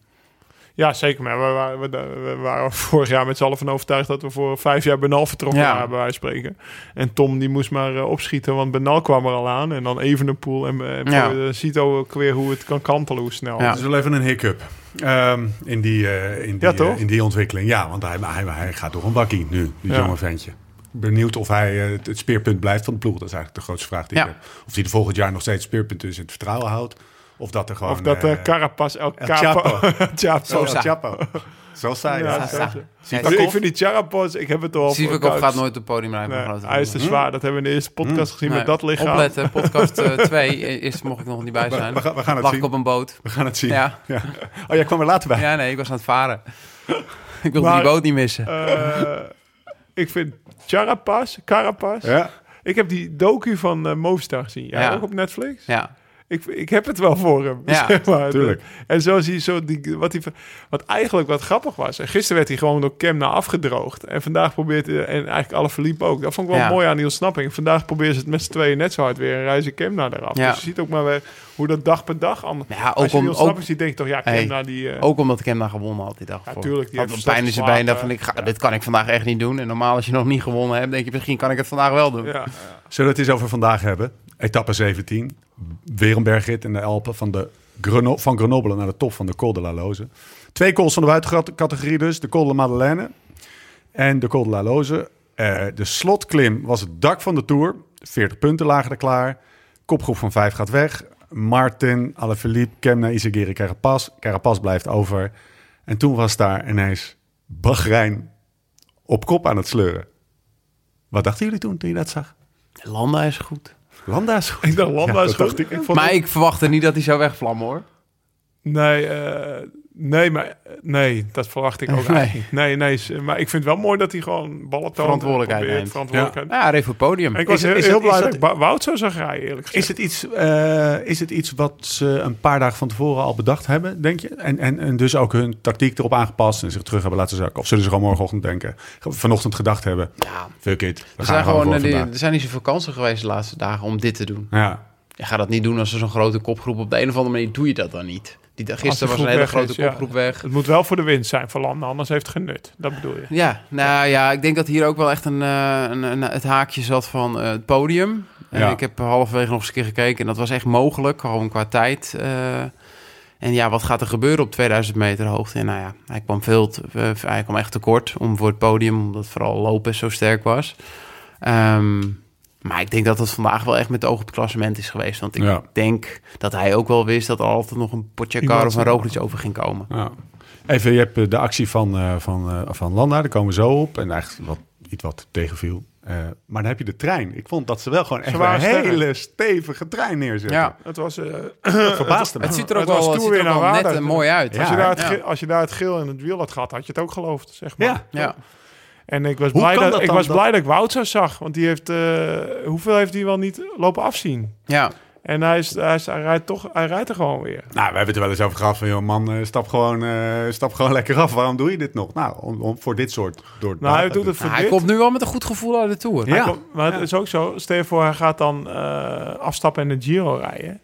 C: Ja, zeker. Maar we waren, we, we waren *laughs* vorig jaar met z'n allen van overtuigd dat we voor vijf jaar Benal vertrokken
D: Ja.
C: waren, bij wijze van spreken. En Tom die moest maar eh, opschieten, want Benal kwam er al aan. En dan Evenepoel en eh, en
D: Ja.
C: eh, ziet ook weer hoe het kan kantelen, hoe snel.
D: Ja.
A: Het is wel even een hiccup ehm, in, die, eh, in, die,
C: Ja, toch?
A: eh, in die ontwikkeling. Ja, want hij, hij, hij gaat door een bakkie nu, die
C: Ja.
A: jonge ventje. Benieuwd of hij eh, het- het speerpunt blijft van de ploeg. Dat is eigenlijk de grootste vraag die
D: Ja.
A: ik heb. Of hij de volgend jaar nog steeds speerpunt is en het vertrouwen houdt. Of dat er gewoon...
C: Of dat eh
A: eh,
C: Carapaz El
A: El
C: Capo...
A: Chapo.
C: Chapo.
A: Zo, El
D: Sosa.
A: Chapo. Zo saai.
C: Ja,
A: Ja,
C: zo.
D: Ja,
C: zeker.
D: Sivakov-
C: Dus ik vind die Carapaz, ik heb het al...
D: Sivakov gaat nooit op het podium rijden.
C: Nee,
D: geloof ik.
C: hij is te zwaar. Dat hebben we in de eerste podcast gezien
D: Nee,
C: met dat lichaam.
D: Opletten, podcast eh, 2. Eerst mocht ik nog niet bij
A: We-
D: zijn.
A: we gaan- we gaan het
D: Lag
A: zien.
D: ik op een boot.
A: We gaan het zien.
D: Ja.
A: Ja. Oh, jij kwam er later bij.
D: Ja, nee, ik was aan het varen. *laughs* ik wilde
C: Maar-
D: die boot niet missen.
C: Eh, ik vind Charapaz, Carapaz.
A: Ja.
C: Ik heb die docu van eh, Movistar gezien. Jij
D: Ja.
C: ook op Netflix?
D: ja.
C: Ik, ik heb het wel voor hem. *laughs*
D: Ja,
C: zeg maar.
A: tuurlijk.
C: En zo zie je zo die, wat, hij, wat eigenlijk wat grappig was. En gisteren werd hij gewoon door Kemna afgedroogd. En vandaag probeert hij, en eigenlijk alle verliep ook. Dat vond ik wel
D: Ja.
C: mooi aan die ontsnapping. Vandaag proberen ze het met z'n tweeën net zo hard weer. En reizen Kemna eraf.
D: Ja.
C: Dus je ziet ook maar weer hoe dat dag per dag anders.
D: Ja, ook
C: Als je die
D: om-
C: ontsnapping
D: ook-
C: ziet, denk je toch, ja,
D: Hey,
C: Kemna die... eh,
D: Ook omdat ik hem daar gewonnen had die dag.
C: Ja,
D: voor.
C: tuurlijk, die
D: Had
C: heeft
D: een pijn in
C: slecht
D: zijn been. dacht
C: geslapen.
D: Van, ik ga, Dit kan ik vandaag echt niet doen. En normaal als je nog niet gewonnen hebt, denk je misschien kan ik het vandaag wel doen.
C: ja.
A: Zullen we het eens over vandaag hebben? Etappe 17. Weer een bergrit in de Alpen van, de Greno van Grenoble naar de top van de Col de la Loze. Twee calls van de buitencategorie dus. De Col de Madeleine en de Col de la Loze. Eh, de slotklim was het dak van de Tour. 40 punten lagen er klaar. Kopgroep van 5 gaat weg. Martin, Alaphilippe, Kemna, Isagiri, Carapaz. Carapaz blijft over. En toen was daar ineens Bahrein op kop aan het sleuren. Wat dachten jullie toen, toen je dat zag?
D: Landa is goed.
A: Landa is goed.
C: Ik dacht, Landa
A: Ja,
C: is
A: dat
C: goed.
A: dacht ik.
C: Ik vond
D: Maar
C: het-
D: ik verwachtte niet dat hij zou wegvlammen hoor.
C: Nee, eh, nee, maar, eh, nee, dat verwacht ik ook
D: Nee.
C: eigenlijk niet. Nee, nee, s- maar ik vind het wel mooi dat hij gewoon ballen toont.
D: Verantwoordelijkheid
C: probeert,
D: neemt.
C: Verantwoordelijkheid.
D: Ja, hij reed voor het podium.
C: En ik was
A: Is-
C: heel,
A: is
C: heel
A: dat- is
C: blij
A: dat-
C: dat, ik Ba- Wout zo zag rijden, eerlijk gezegd.
A: Is het, iets, eh, is het iets wat ze een paar dagen van tevoren al bedacht hebben, denk je? En, en, en dus ook hun tactiek erop aangepast en zich terug hebben laten zakken? Of zullen ze gewoon morgenochtend denken, vanochtend gedacht hebben,
D: Ja.
A: fuck it, we
D: Er
A: gaan
D: zijn,
A: gewoon,
D: gewoon,
A: voor
D: eh, die-
A: vandaag.
D: er zijn niet zoveel kansen geweest de laatste dagen om dit te doen.
A: Ja,
D: Je gaat dat niet doen als er zo'n grote kopgroep op de een of andere manier doe je dat dan niet. Die,
E: Als die
D: gisteren was
E: groep
D: een hele
E: weg
D: grote
E: is, ja.
D: kopgroep weg.
C: Het moet wel voor de winst zijn van landen, anders heeft het genut. Dat bedoel je.
D: Ja, nou ja, ik denk dat hier ook wel echt een, eh, een, een- het haakje zat van eh, het podium. En
A: Ja.
D: ik heb halverwege nog eens een keer gekeken en dat was echt mogelijk, gewoon qua tijd. eh. en ja, wat gaat er gebeuren op 2000 meter hoogte? En nou ja, hij kwam, veel te- eh, hij kwam echt tekort om voor het podium, omdat vooral Lopez zo sterk was. Ehm, maar ik denk dat het vandaag wel echt met het oog op het klassement is geweest. Want ik
A: Ja.
D: denk dat hij ook wel wist dat er altijd nog een Pochacar
E: Iemand
D: of een
E: zou-
D: Roglic over ging komen.
A: Ja. Even, je hebt eh, de actie van, eh, van, eh, van Landa, daar komen we zo op. En eigenlijk wat, iets wat tegenviel. Eh, maar dan heb je de trein. Ik vond dat ze wel gewoon echt een
C: waren sterk.
A: hele stevige trein neerzetten.
D: Ja.
C: Het was, eh,
A: Dat verbaasde me.
D: Het ziet er ook
C: Het was
D: wel, het
C: toen
D: ziet er
C: weer
D: ook wel
C: naar
D: net
C: waardig.
D: en mooi uit.
A: Ja,
C: als, je daar het
D: Ja.
C: ge- als je daar het geel in het wiel had gehad, had je het ook geloofd, zeg maar.
A: Ja.
D: Ja.
C: En ik was,
A: Hoe
C: blij
A: kan
C: dat,
A: dat
C: ik
A: dan
C: was
A: dat-
C: blij dat ik Wout zo zag. Want die heeft, eh, hoeveel heeft hij wel niet lopen afzien?
D: ja, Nou,
C: En hij, is, hij, is, hij, rijdt, toch, hij rijdt er gewoon weer.
A: Nou, we hebben het er wel eens over gehad van, joh, man, eh, stap gewoon, eh, stap gewoon *laughs* lekker af. Waarom doe je dit nog? Nou, om, om- voor dit soort door
C: Nou, hij doet het voor
D: Nou, hij
C: dit.
D: komt nu wel met een goed gevoel uit de Tour.
A: Ja.
C: Hij komt- maar het is ook zo. Stel je voor, hij gaat dan eh, afstappen en de Giro rijden.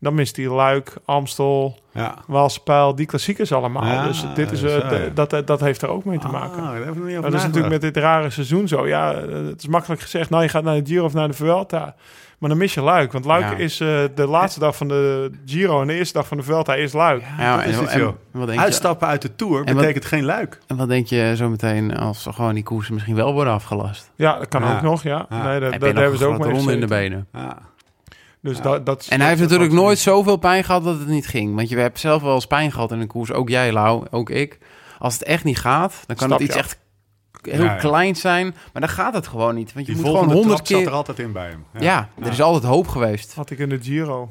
C: Dan mist hij Luik, Amstel,
A: Ja.
C: Waalspijl, die klassiekers allemaal.
A: Ah,
C: dus dit is,
A: zo,
C: eh,
A: ja.
C: d- dat, dat heeft er ook mee te maken.
A: Ah, daar heb ik nog niet over
C: dat is natuurlijk
A: nagedacht.
C: met dit rare seizoen zo. Ja, eh, het is makkelijk gezegd. Nou, je gaat naar de Giro of naar de Vuelta. Maar dan mis je Luik. Want Luik
D: Ja.
C: is eh, de laatste dag van de Giro en de eerste dag van de Vuelta is Luik.
D: Ja,
A: dat is het, joh.
D: wat denk je,
A: Uitstappen uit de Tour
D: En wat-
A: betekent geen luik.
D: en wat denk je zo meteen als gewoon die koersen misschien wel worden afgelast?
C: Ja, dat kan
A: Ja.
C: ook nog, ja.
A: Ja.
C: Nee, dat,
D: Heb
C: dat
D: je nog
C: hebben
D: een
C: ze ook
D: grote
C: mee
D: ronde in de
C: gezeten.
D: benen.
A: Ah.
C: Dus dat, dat is-
D: En hij heeft
C: dat-
D: natuurlijk
C: dat-
D: nooit zoveel pijn gehad dat het niet ging. Want je hebt zelf wel eens pijn gehad in een koers. Ook jij, Lau, ook ik. Als het echt niet gaat, dan kan
C: Stap
D: het iets
C: je
D: echt heel
A: Ja, ja.
D: klein zijn. Maar dan gaat het gewoon niet. Want je
A: Die
D: moet gewoon
A: volgende
D: honderd
A: trap zat
D: keer...
A: er altijd in bij hem.
D: ja. er is altijd hoop geweest.
C: Had ik in de Giro.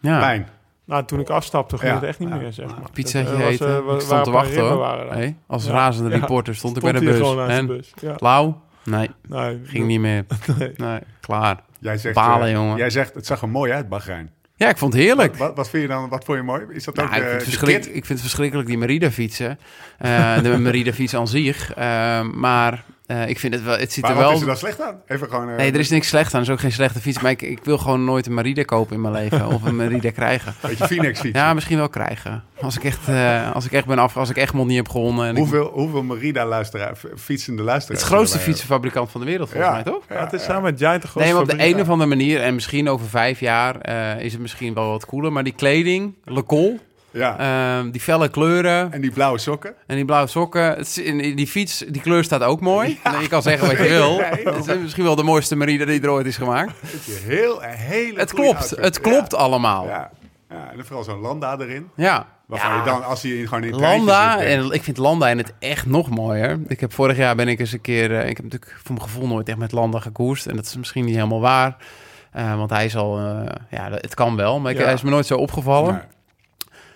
D: Ja.
A: Pijn.
C: Nou, toen ik afstapte, ging
A: Ja.
C: het echt niet
A: Ja.
C: meer, zeg maar.
D: Pizzaatje
C: Dat, eh, was, eh,
D: eten.
C: wa-
D: ik
C: waar
D: stond te
C: een paar
D: wachten
C: ribben
D: hoor.
C: waren daar.
D: Hey, als
C: Ja.
D: razende
C: Ja.
D: reporter stond ik
C: Stond
D: bij de
C: hier
D: bus.
C: gewoon naast
D: En
C: de bus. Ja.
D: Lau? Nee,
C: Nee,
D: ging niet
A: *laughs*
D: meer.
C: Nee.
D: Nee, klaar.
A: Jij zegt,
D: Balen,
A: eh,
D: jongen.
A: Jij zegt, het zag er mooi uit, Bahrein.
D: Ja, ik vond het heerlijk.
A: Wat, wat vind je dan, wat vond je mooi? Is dat
D: Nou,
A: ook
D: ik,
A: eh,
D: vind het
A: de
D: verschrik-
A: kit?
D: ik vind het verschrikkelijk, die Merida fietsen. Eh, de Merida fiets aan zich. Eh, maar eh, ik vind het wel, het ziet
A: Maar
D: er
A: wat
D: wel...
A: is er dan slecht aan? Even gewoon... eh,
D: Nee, er is niks slecht aan. Er is ook geen slechte fiets. Maar ik, ik wil gewoon nooit een Merida kopen in mijn leven. Of een Merida krijgen.
A: *laughs* Een beetje Phoenix fietsen.
D: *laughs* Ja, misschien wel krijgen. Als ik echt, eh, als ik echt ben af... Als ik Egmond niet heb gewonnen. En ik-
A: hoeveel, hoeveel Merida luisteraar, f- fietsende
D: het
A: luisteraars?
D: grootste
A: hebben
D: fietsenfabrikant van de wereld, volgens mij, toch?
C: Ja, het is samen met Giant de grootste
D: Nee, maar op de
C: fabriek.
D: een of andere manier, en misschien over vijf jaar, eh, is het misschien wel wat cooler. Maar die kleding, Le Col,
A: wij? Ja.
D: eh, die felle kleuren,
A: en die blauwe sokken?
D: En die blauwe sokken, het is- en die fiets, die kleur staat ook mooi. Nee, je kan zeggen
A: *laughs*
D: wat je wil. Het is misschien wel de mooiste Merida die er ooit is gemaakt.
A: Vind je Heel, een hele
D: Het
A: goeie
D: klopt,
A: outfit.
D: het klopt allemaal.
A: Ja.
D: Ja,
A: Ja. Ja, En dan vooral zo'n Landa erin.
D: ja.
A: Waarvan je dan, als je in- gewoon in het
D: Landa,
A: treintje zit, denkt,
D: en ik vind Landa in het echt nog mooier. Ik heb vorig jaar ben ik eens een keer, eh, ik heb natuurlijk voor mijn gevoel nooit echt met Landa gekoerst. En dat is misschien niet helemaal waar, eh, want hij is al, eh, ja, het kan wel. Maar ik,
C: Ja.
D: hij is me nooit zo opgevallen.
A: nou,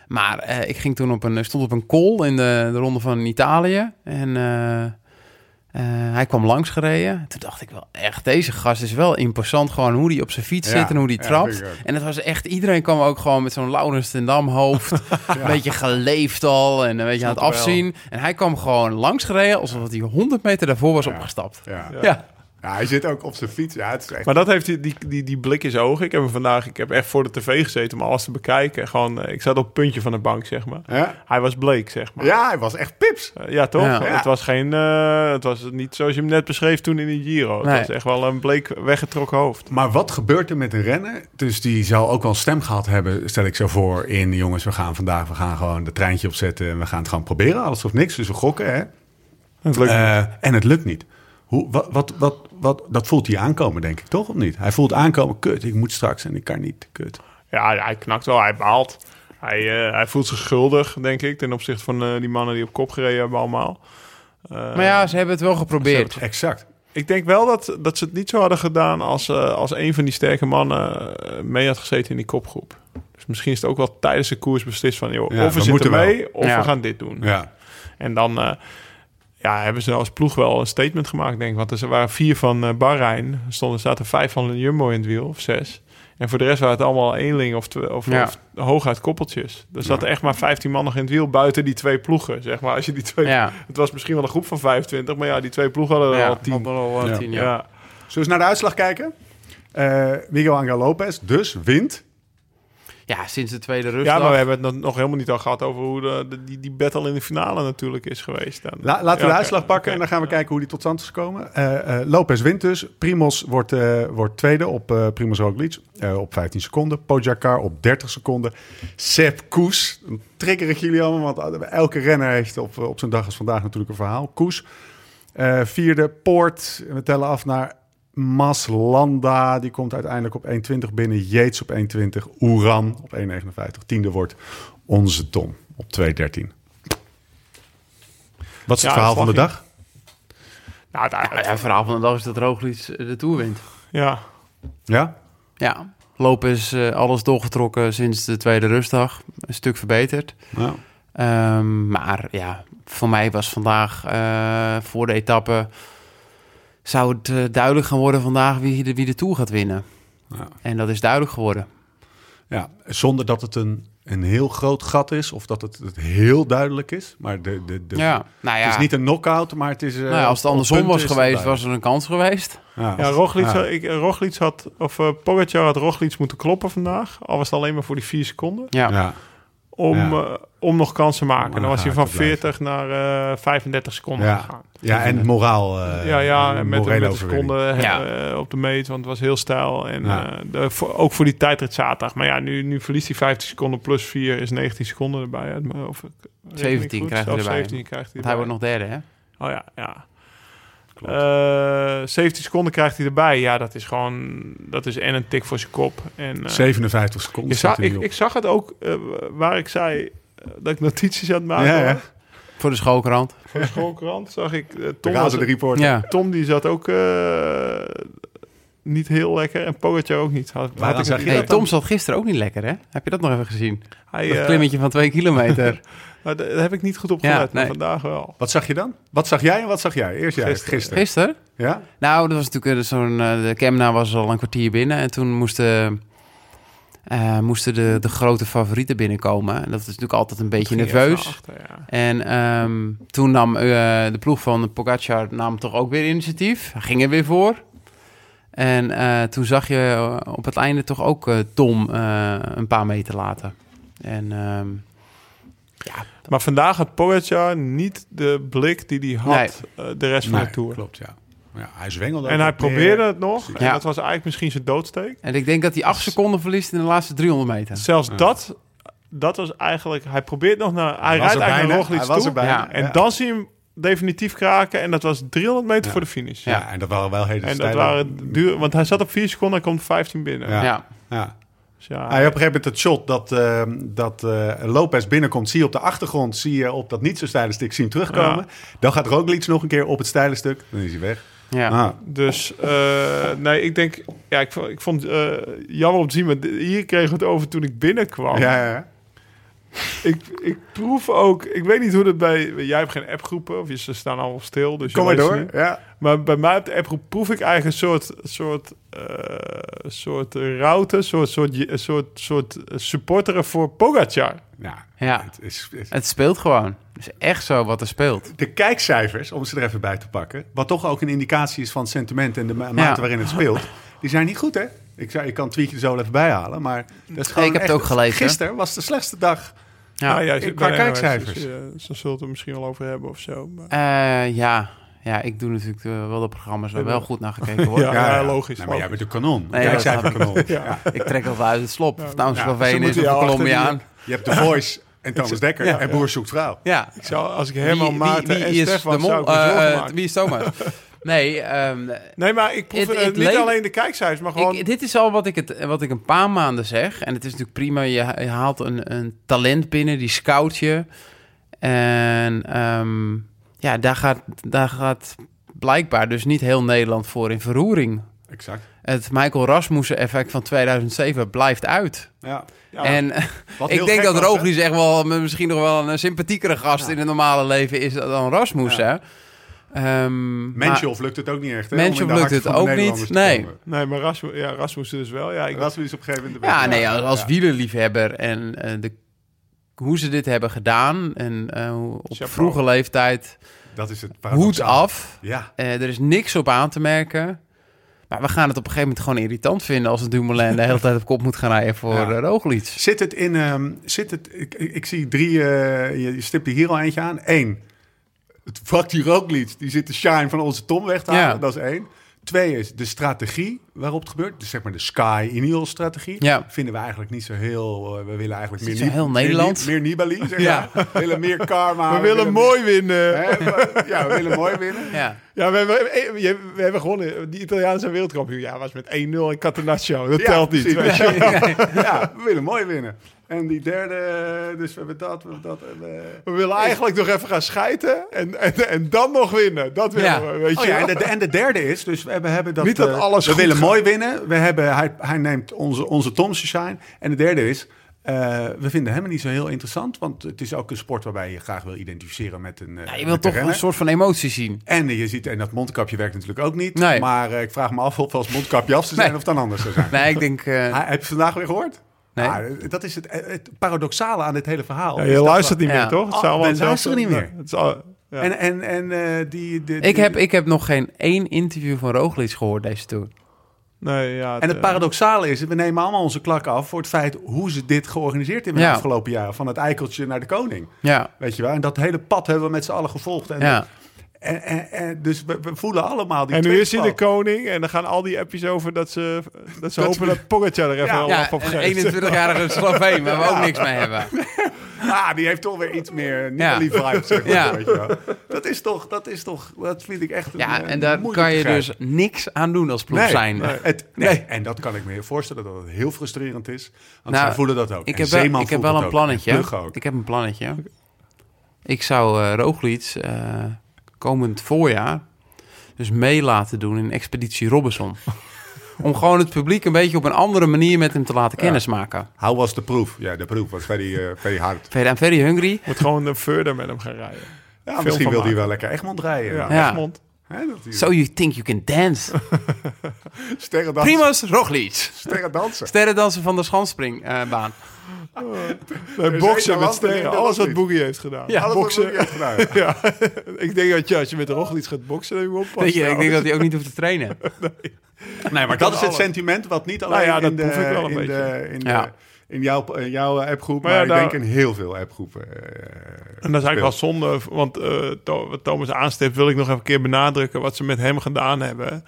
D: Maar eh, ik ging toen op een, stond op een call in de, de ronde van Italië. En eh, eh, hij kwam langs gereden. Toen dacht ik wel echt, deze gast is wel imposant. Gewoon hoe die op zijn fiets
A: Ja,
D: zit en hoe die
A: ja,
D: trapt.
A: vind ik ook.
D: en het was echt, iedereen kwam ook gewoon met zo'n Laurens ten Dam hoofd. Een beetje geleefd al en een beetje aan het
C: Snap wel.
D: afzien. En hij kwam gewoon langs gereden alsof hij 100 meter daarvoor was opgestapt.
A: ja. Ja.
D: Ja. ja.
A: hij zit ook op zijn fiets. Ja, het is echt...
C: Maar dat heeft die, die, die, die blik is ogen. Ik heb hem vandaag, ik heb echt voor de tv gezeten om alles te bekijken. Gewoon, eh, ik zat op het puntje van de bank, zeg maar.
A: Ja?
C: Hij was bleek, zeg maar.
A: ja, hij was echt pips.
C: Eh, ja, toch?
D: Ja.
C: Het was geen, eh, het was niet zoals je hem net beschreef toen in de Giro. Het
D: Nee.
C: was echt wel een bleek weggetrokken hoofd.
A: Maar wat gebeurt er met een renner? Dus die zou ook wel een stem gehad hebben, stel ik zo voor, in jongens, we gaan vandaag, we gaan gewoon de treintje opzetten en we gaan het gewoon proberen, alles of niks. Dus we gokken, hè?
C: Het lukt
A: Eh, en het lukt niet. Hoe, wat, wat, wat, wat, dat voelt hij aankomen, denk ik, toch of niet? Hij voelt aankomen, kut, ik moet straks en ik kan niet, kut.
C: Ja, hij knakt wel, hij baalt. Hij, eh, hij voelt zich schuldig, denk ik, ten opzichte van eh, die mannen die op kop gereden hebben allemaal. Eh,
D: Maar ja, ze hebben het wel geprobeerd.
A: Exact.
C: Ik denk wel dat, dat ze het niet zo hadden gedaan als, eh, als een van die sterke mannen eh, mee had gezeten in die kopgroep. Dus misschien is het ook wel tijdens de koers beslist van, joh,
A: Ja,
C: of we,
A: we
C: zitten
A: moeten
C: mee, of
D: Ja.
C: we gaan dit doen.
A: Ja.
C: En dan eh, ja, hebben ze als ploeg wel een statement gemaakt, denk ik. Want er waren vier van eh Bahrein, er stonden, zaten vijf van de Jumbo in het wiel, of zes. En voor de rest waren het allemaal eenling of, twee- of,
D: Ja.
C: of hooguit koppeltjes. Er zaten echt maar 15 man nog in het wiel buiten die twee ploegen, zeg maar. Als je die twee,
D: Ja.
C: Het was misschien wel een groep van 25, maar ja, die twee ploegen hadden er
D: Ja,
C: al tien.
D: hadden er al, eh,
A: Ja.
D: tien, ja.
C: Ja.
A: Zullen we eens naar de uitslag kijken? Eh Miguel Angel Lopez dus wint.
D: Ja, sinds de tweede rustdag.
C: Ja, maar we hebben het nog- nog helemaal niet al gehad over hoe de, de- die, die battle in de finale natuurlijk is geweest. Dan.
A: La- laten we de
C: Ja,
A: uitslag
C: oké,
A: pakken en dan gaan we kijken hoe die tot stand is gekomen. Eh, eh, Lopez wint dus. Primos wordt, eh, wordt tweede op eh Primos Roglic eh, op 15 seconden. Pogacar op 30 seconden. Sepp Koes. Dan trigger ik jullie allemaal, want elke renner heeft op, eh, op zijn dag als vandaag natuurlijk een verhaal. Koes. eh, vierde, Poort. We tellen af naar Maslanda. Die komt uiteindelijk op 1.20 binnen. Yates op 1.20. Oeran op 1.59. Tiende wordt onze Tom op 2.13. Wat is het
C: Ja,
A: verhaal van de
C: slagje.
A: dag?
C: Nou, daar-
D: Ja, het verhaal van de dag is dat Roglic de Tour wint.
C: ja.
A: Ja?
D: Ja, lopen is eh, alles doorgetrokken sinds de tweede rustdag. Een stuk verbeterd.
A: Nou,
D: Ehm, maar ja, voor mij was vandaag eh, voor de etappe... zou het eh, duidelijk gaan worden vandaag wie de, wie de Tour gaat winnen.
A: Ja.
D: En dat is duidelijk geworden.
A: ja. Zonder dat het een, een heel groot gat is of dat het, het heel duidelijk is. Maar de, de, de,
D: ja, nou ja.
A: het is niet een knockout, maar het is... eh,
D: nou ja, als het
A: op
D: andersom
A: punten
D: was
A: is het
D: geweest,
A: duidelijk.
D: was er een kans geweest.
C: Ja, Roglic,
A: Ja.
C: Had, ik, eh, Roglic had, of eh Pogacar had Roglic moeten kloppen vandaag. Al was het alleen maar voor die vier seconden.
D: Ja,
A: Ja.
C: Om,
A: Ja.
C: eh, om nog kansen te maken.
A: Om
C: Dan was hij
A: aan de
C: van
A: haak te
C: 40 naar eh 35 seconden
A: Ja.
C: gegaan.
A: Ja, en moraal. eh,
C: ja, ja, en met,
A: morele
C: met een
A: overwinning.
C: seconde eh,
D: Ja.
C: eh, op de meet, want het was heel stijl. En
A: Ja.
C: eh, de- voor- ook voor die tijdrit zaterdag. Maar ja, nu, nu verliest hij 50 seconden plus 4 is 19 seconden erbij. Hè. Maar Of, reken ik
D: 17
C: goed?
D: krijgt hij
C: Of
D: erbij.
C: 17 krijgt hij
D: want
C: erbij.
D: hij wordt nog derde, hè?
C: Oh ja, ja. Eh, 17 seconden krijgt hij erbij. Ja, dat is gewoon... Dat is en een tik voor zijn kop. En, eh,
A: 57 seconden.
C: je
A: staat
C: zag,
A: er nu
C: ik,
A: op.
C: ik zag het ook eh, waar ik zei eh, dat ik notities aan het maken
A: Ja, ja.
C: was.
D: Voor de schoolkrant.
C: Voor de schoolkrant zag ik... eh,
A: Daar
C: Tom,
A: gaan
C: was-
A: ze de reporter.
D: Ja.
C: Tom die zat ook eh, niet heel lekker. En Pogacar ook niet. Had,
A: Maar dan zag
C: ik het
A: je
D: Hey,
A: dat
C: idee
D: Tom zat gisteren ook niet lekker, hè? Heb je dat nog even gezien?
C: dat hij,
D: Dat
C: eh,
D: klimmetje van twee kilometer.
C: maar daar daar heb ik niet goed op
D: Ja,
C: gelet, maar
D: nee.
C: vandaag wel.
A: Wat zag je dan? Wat zag jij en wat zag jij? Eerst jij, gisteren.
C: Gisteren.
D: Gisteren?
A: *laughs* Ja?
D: Nou, dat was natuurlijk eh, zo'n. eh, de Kemna was al een kwartier binnen. En toen moesten, eh, moesten de, de grote favorieten binnenkomen. En dat is natuurlijk altijd een beetje
C: Ging even
D: nerveus.
C: naar achter, ja.
D: En ehm, toen nam eh, de ploeg van Pogacar nam toch ook weer initiatief. Hij ging er weer voor. En eh, toen zag je eh, op het einde toch ook eh, Tom eh, een paar meter laten. En ehm,
C: Maar vandaag had Pogacar niet de blik die hij had eh, de rest van
A: Nee,
C: de Tour.
A: Klopt, ja. Maar ja, hij zwengelde.
C: En hij probeerde het nog.
D: Ja.
C: En dat was eigenlijk misschien zijn doodsteek.
D: en ik denk dat hij acht seconden verliest in de laatste 300 meter.
C: Zelfs dat, dat was eigenlijk... Hij probeert nog naar... Hij rijdt eigenlijk naar Roglic
A: Hij was
C: toe.
A: er bijna.
D: Ja,
C: En dan zie je hem definitief kraken. En dat was 300 meter
A: Ja.
C: voor de finish.
A: Ja. dus en dat waren wel hele
C: En dat
A: steile-
C: waren duur... Want hij zat op 4 seconden en komt 15 binnen.
A: Ja.
D: ja.
A: Ja.
C: Dus ja,
A: Ah, ja, op een gegeven moment het shot dat, eh, dat eh, Lopez binnenkomt, zie je op de achtergrond, zie je op dat niet zo steile stuk zien terugkomen. Dan gaat Roglic nog een keer op het steile stuk, dan is hij weg.
D: ja.
A: Ah,
C: Dus eh, nee, ik denk... Ja, ik, vond- ik vond het eh, jammer om te zien. Maar d- hier kreeg ik het over toen ik binnenkwam.
A: ja, ja,
C: Dus
A: ja.
C: Ik, ik proef ook... Ik weet niet hoe dat bij... Jij hebt geen appgroepen. Of je- ze staan allemaal stil. Dus je
A: Kom maar
C: leest
A: door.
C: niet.
A: Ja.
C: Maar bij mij op de app proef ik eigenlijk een soort, soort, eh soort route, soort, soort, soort, soort supporteren voor Pogacar.
A: Ja,
D: Ja.
A: Het is, het-
D: Het speelt gewoon. Het is echt zo wat er speelt.
A: de kijkcijfers, om ze er even bij te pakken, wat toch ook een indicatie is van het sentiment en de ma- mate
D: Ja.
A: waarin het speelt, die zijn niet goed, hè? Ik, zou, ik kan het tweetje er zo wel even bij halen, maar dat is gewoon
D: Ik heb het
A: echt-
D: ook gelezen.
A: Gisteren was de slechtste dag.
D: Ja.
C: Nou
A: ik-
C: ze-
A: qua
C: nee,
A: kijkcijfers.
C: Dus, eh, ze zullen het er misschien wel over hebben of zo. Maar,
D: Eh, ja. ja, ik doe natuurlijk eh, wel de programma's waar wel goed naar gekeken
C: *laughs*
D: wordt.
C: Ja. logisch,
A: Nee, maar jij bent
C: logisch.
A: de kanon.
D: Nee, dat
A: Kijkcijferkanon.
C: ja.
A: Ja.
D: Ik trek dat wel uit het slop. Of het nou een
A: Ja,
D: Sloveen
C: ze
D: is
C: moeten
D: of een
C: jou achter die-
D: Colombiaan.
A: Je hebt de voice en
C: *laughs*
A: Thomas Dekker en Boer zoekt vrouw.
D: Ja.
C: Ik zou, als ik helemaal Maarten en Stefan zou ik me
D: Eh,
C: zorgen
D: eh,
C: maken.
D: wie is
C: *laughs*
D: Thomas? nee, ehm,
C: Nee, maar ik proef
D: Het-
C: eh,
D: het
C: niet
D: leek-
C: alleen de kijkcijfers, maar gewoon...
D: ik, dit is al wat ik, het, wat ik een paar maanden zeg. En het is natuurlijk prima. Je, je haalt een, een talent binnen, die scout je. En ehm, ja, daar gaat, daar gaat blijkbaar dus niet heel Nederland voor in verroering.
A: Exact.
D: Het Michael Rasmussen effect van 2007 blijft uit.
A: Ja.
C: Ja,
D: en
A: Wat heel
D: *laughs* ik denk
A: gek
D: dat
A: was, hè?
D: Roglic echt wel misschien nog wel een eh, sympathiekere gast in het normale leven is dan Rasmussen. Ehm, maar-
A: Menschhoff lukt het ook niet echt. hè, om in
D: Menschhoff
A: de
D: lukt
A: hart
D: het
A: van de
D: ook niet.
A: Nederlanders te
D: Nee.
A: komen.
C: Nee, maar Rasmus, ja, Rasmus dus wel. Ja, ik,
A: Rasmus is op een gegeven moment...
D: Ja, nee, als, als
A: Ja.
D: wielerliefhebber en eh, de, hoe ze dit hebben gedaan en eh, hoe- op
C: Chapeau.
D: vroege leeftijd,
A: Dat is het
D: hoed
A: paradoxaal.
D: af.
A: Ja.
D: Eh, er is niks op aan te merken. Maar we gaan het op een gegeven moment gewoon irritant vinden als een Dumoulin de
A: *laughs*
D: hele tijd op kop moet gaan rijden voor
A: Ja.
D: ja. Roglic.
A: Zit het in... ehm, zit het, ik, ik ik zie drie... eh, je, je stipt er hier al eentje aan. Eén. Het fuck die Roglic. Die zit de shine van onze Tom weg te halen.
D: Ja.
A: Dat is één. Twee is de strategie waarop het gebeurt. Dus zeg maar de Sky Ineos strategie.
D: Ja
A: Vinden we eigenlijk niet zo heel... eh, we willen eigenlijk meer...
D: zo
A: Nib-
D: heel
A: meer Nib-
D: Nederlands?
A: Meer Nibali, zeg
D: Ja.
A: maar. We willen meer karma.
D: Ah,
C: We willen mooi winnen.
A: Hè, we- ja, we willen mooi winnen.
D: Ja.
C: Ja, we hebben, eh, je- we hebben gewonnen. Die Italiaanse zijn wereldkampioen. Ja, was met 1-0 in Catenaccio. Dat
A: Ja,
C: telt niet.
A: precies.
C: weet je.
A: Ja, we willen mooi winnen. En die derde, eh, dus we hebben dat, we hebben dat. En, eh,
C: We willen eigenlijk nog even gaan schijten en, en, en dan nog winnen. Dat willen
D: Ja.
C: we, weet je.
A: Oh ja, en de, en de derde is, dus we hebben, hebben dat...
C: Niet dat
A: eh,
C: alles
A: We
C: goed
A: willen
C: gaat.
A: mooi winnen. We hebben, hij, hij neemt onze, onze Tom's shine. En de derde is, eh, we vinden hem niet zo heel interessant. Want het is ook een sport waarbij je graag wil identificeren met een eh,
D: Ja, je
A: met
D: wilt
A: de
D: toch
A: renner.
D: een soort van emotie zien.
A: En je ziet, en dat mondkapje werkt natuurlijk ook niet.
D: Nee.
A: Maar eh, ik vraag me af of als mondkapje af zou zijn
D: Nee.
A: of het dan anders zou zijn.
D: *laughs* Nee, ik denk... eh,
A: Ah, heb je vandaag weer gehoord?
D: Nee.
A: Ah, dat is het, het paradoxale aan dit hele verhaal.
C: Ja,
A: Is
C: je
A: dat
C: luistert
A: we-
C: niet meer,
D: Ja.
C: toch? Het
A: Oh,
C: zijn allemaal
A: we luisteren
C: hetzelfde-
A: niet meer.
C: Ja, het is al- ja.
A: En, en, en eh, die, die-
D: ik,
A: die-
D: heb, ik heb nog geen één interview van Roglic gehoord deze tour.
C: nee, ja,
A: en het
C: eh,
A: paradoxale is, we nemen allemaal onze klak af voor het feit hoe ze dit georganiseerd hebben
D: Ja.
A: de afgelopen jaren. Van het eikeltje naar de koning.
D: Ja,
A: Weet je wel? En dat hele pad hebben we met z'n allen gevolgd. En,
D: ja.
A: en, en, en- dus we, we voelen allemaal die
C: en nu is hij de
A: tweespalt.
C: koning en dan gaan al die appjes over dat ze, dat ze
A: Dat-
C: hopen dat Pogacar er even
A: Ja.
C: al
D: ja
C: af op
D: een
C: geeft.
A: *laughs*
D: 21-jarige Sloveen waar we ook niks mee hebben.
A: Ah, die heeft toch weer iets meer
D: Ja.
A: Nibali vibe, zeg maar,
D: Ja.
A: weet je wel. Dat is toch, dat is toch, dat vind ik echt een,
D: Ja,
A: eh,
D: en daar
A: moeilijk
D: kan
A: te
D: je
A: grijpen.
D: dus niks aan doen als ploeg zijn.
A: Het, nee. En dat kan ik me heel voorstellen dat het heel frustrerend is. Want
D: Nou,
A: zij voelen dat ook.
D: Ik
A: en
D: heb wel,
A: Zeeman
D: ik heb
A: voelt
D: wel
A: dat
D: een
A: ook. En
D: plannetje.
A: Plugge ook.
D: Ik heb een plannetje. Ik zou eh Roglic eh, komend voorjaar dus mee laten doen in Expeditie
A: *laughs*
D: Robinson. Om gewoon het publiek een beetje op een andere manier met hem te laten kennismaken.
A: How was de proef? Ja, de proef was very, eh, very hard.
D: Verder, I'm very
C: *laughs*
D: hungry.
C: Moet gewoon een verder met hem gaan rijden.
A: Ja,
C: Veel
A: misschien wil
C: van
A: hij
C: maken.
A: wel lekker Egmond rijden.
C: Ja,
D: Ja.
C: Egmond.
A: Hè, dat hij-
D: So you think you can dance.
A: sterren dansen.
D: Primus Roglic.
A: Sterren dansen.
D: Sterrendanser van de eh, Schanspringbaan.
C: Bij
A: is één
C: boksen met
A: talent, en
C: sterren.
A: dat
C: Alles
A: was
C: wat
A: niet.
C: Boogie heeft gedaan.
D: Ja,
A: Alles wat
C: boksen.
A: Roelie heeft *laughs* gedaan.
C: Ja, ik denk dat je, als je met de Roglic gaat boksen, dan moet je oppassen.
D: Weet je, ik denk dat hij ook niet hoeft te trainen.
A: Nee, maar dat is het sentiment wat niet alleen
C: ja, dat
A: in, de,
C: proef ik wel een
A: in,
C: beetje.
A: de, in, de-
D: Ja.
A: in jouw, in jouw appgroep, maar,
C: Maar ja,
A: ik
C: daar-
A: denk in heel veel appgroepen. eh,
C: En dat is eigenlijk wel zonde, want eh, To- wat Thomas aanstipt wil ik nog even een keer benadrukken. Wat ze met hem gedaan hebben,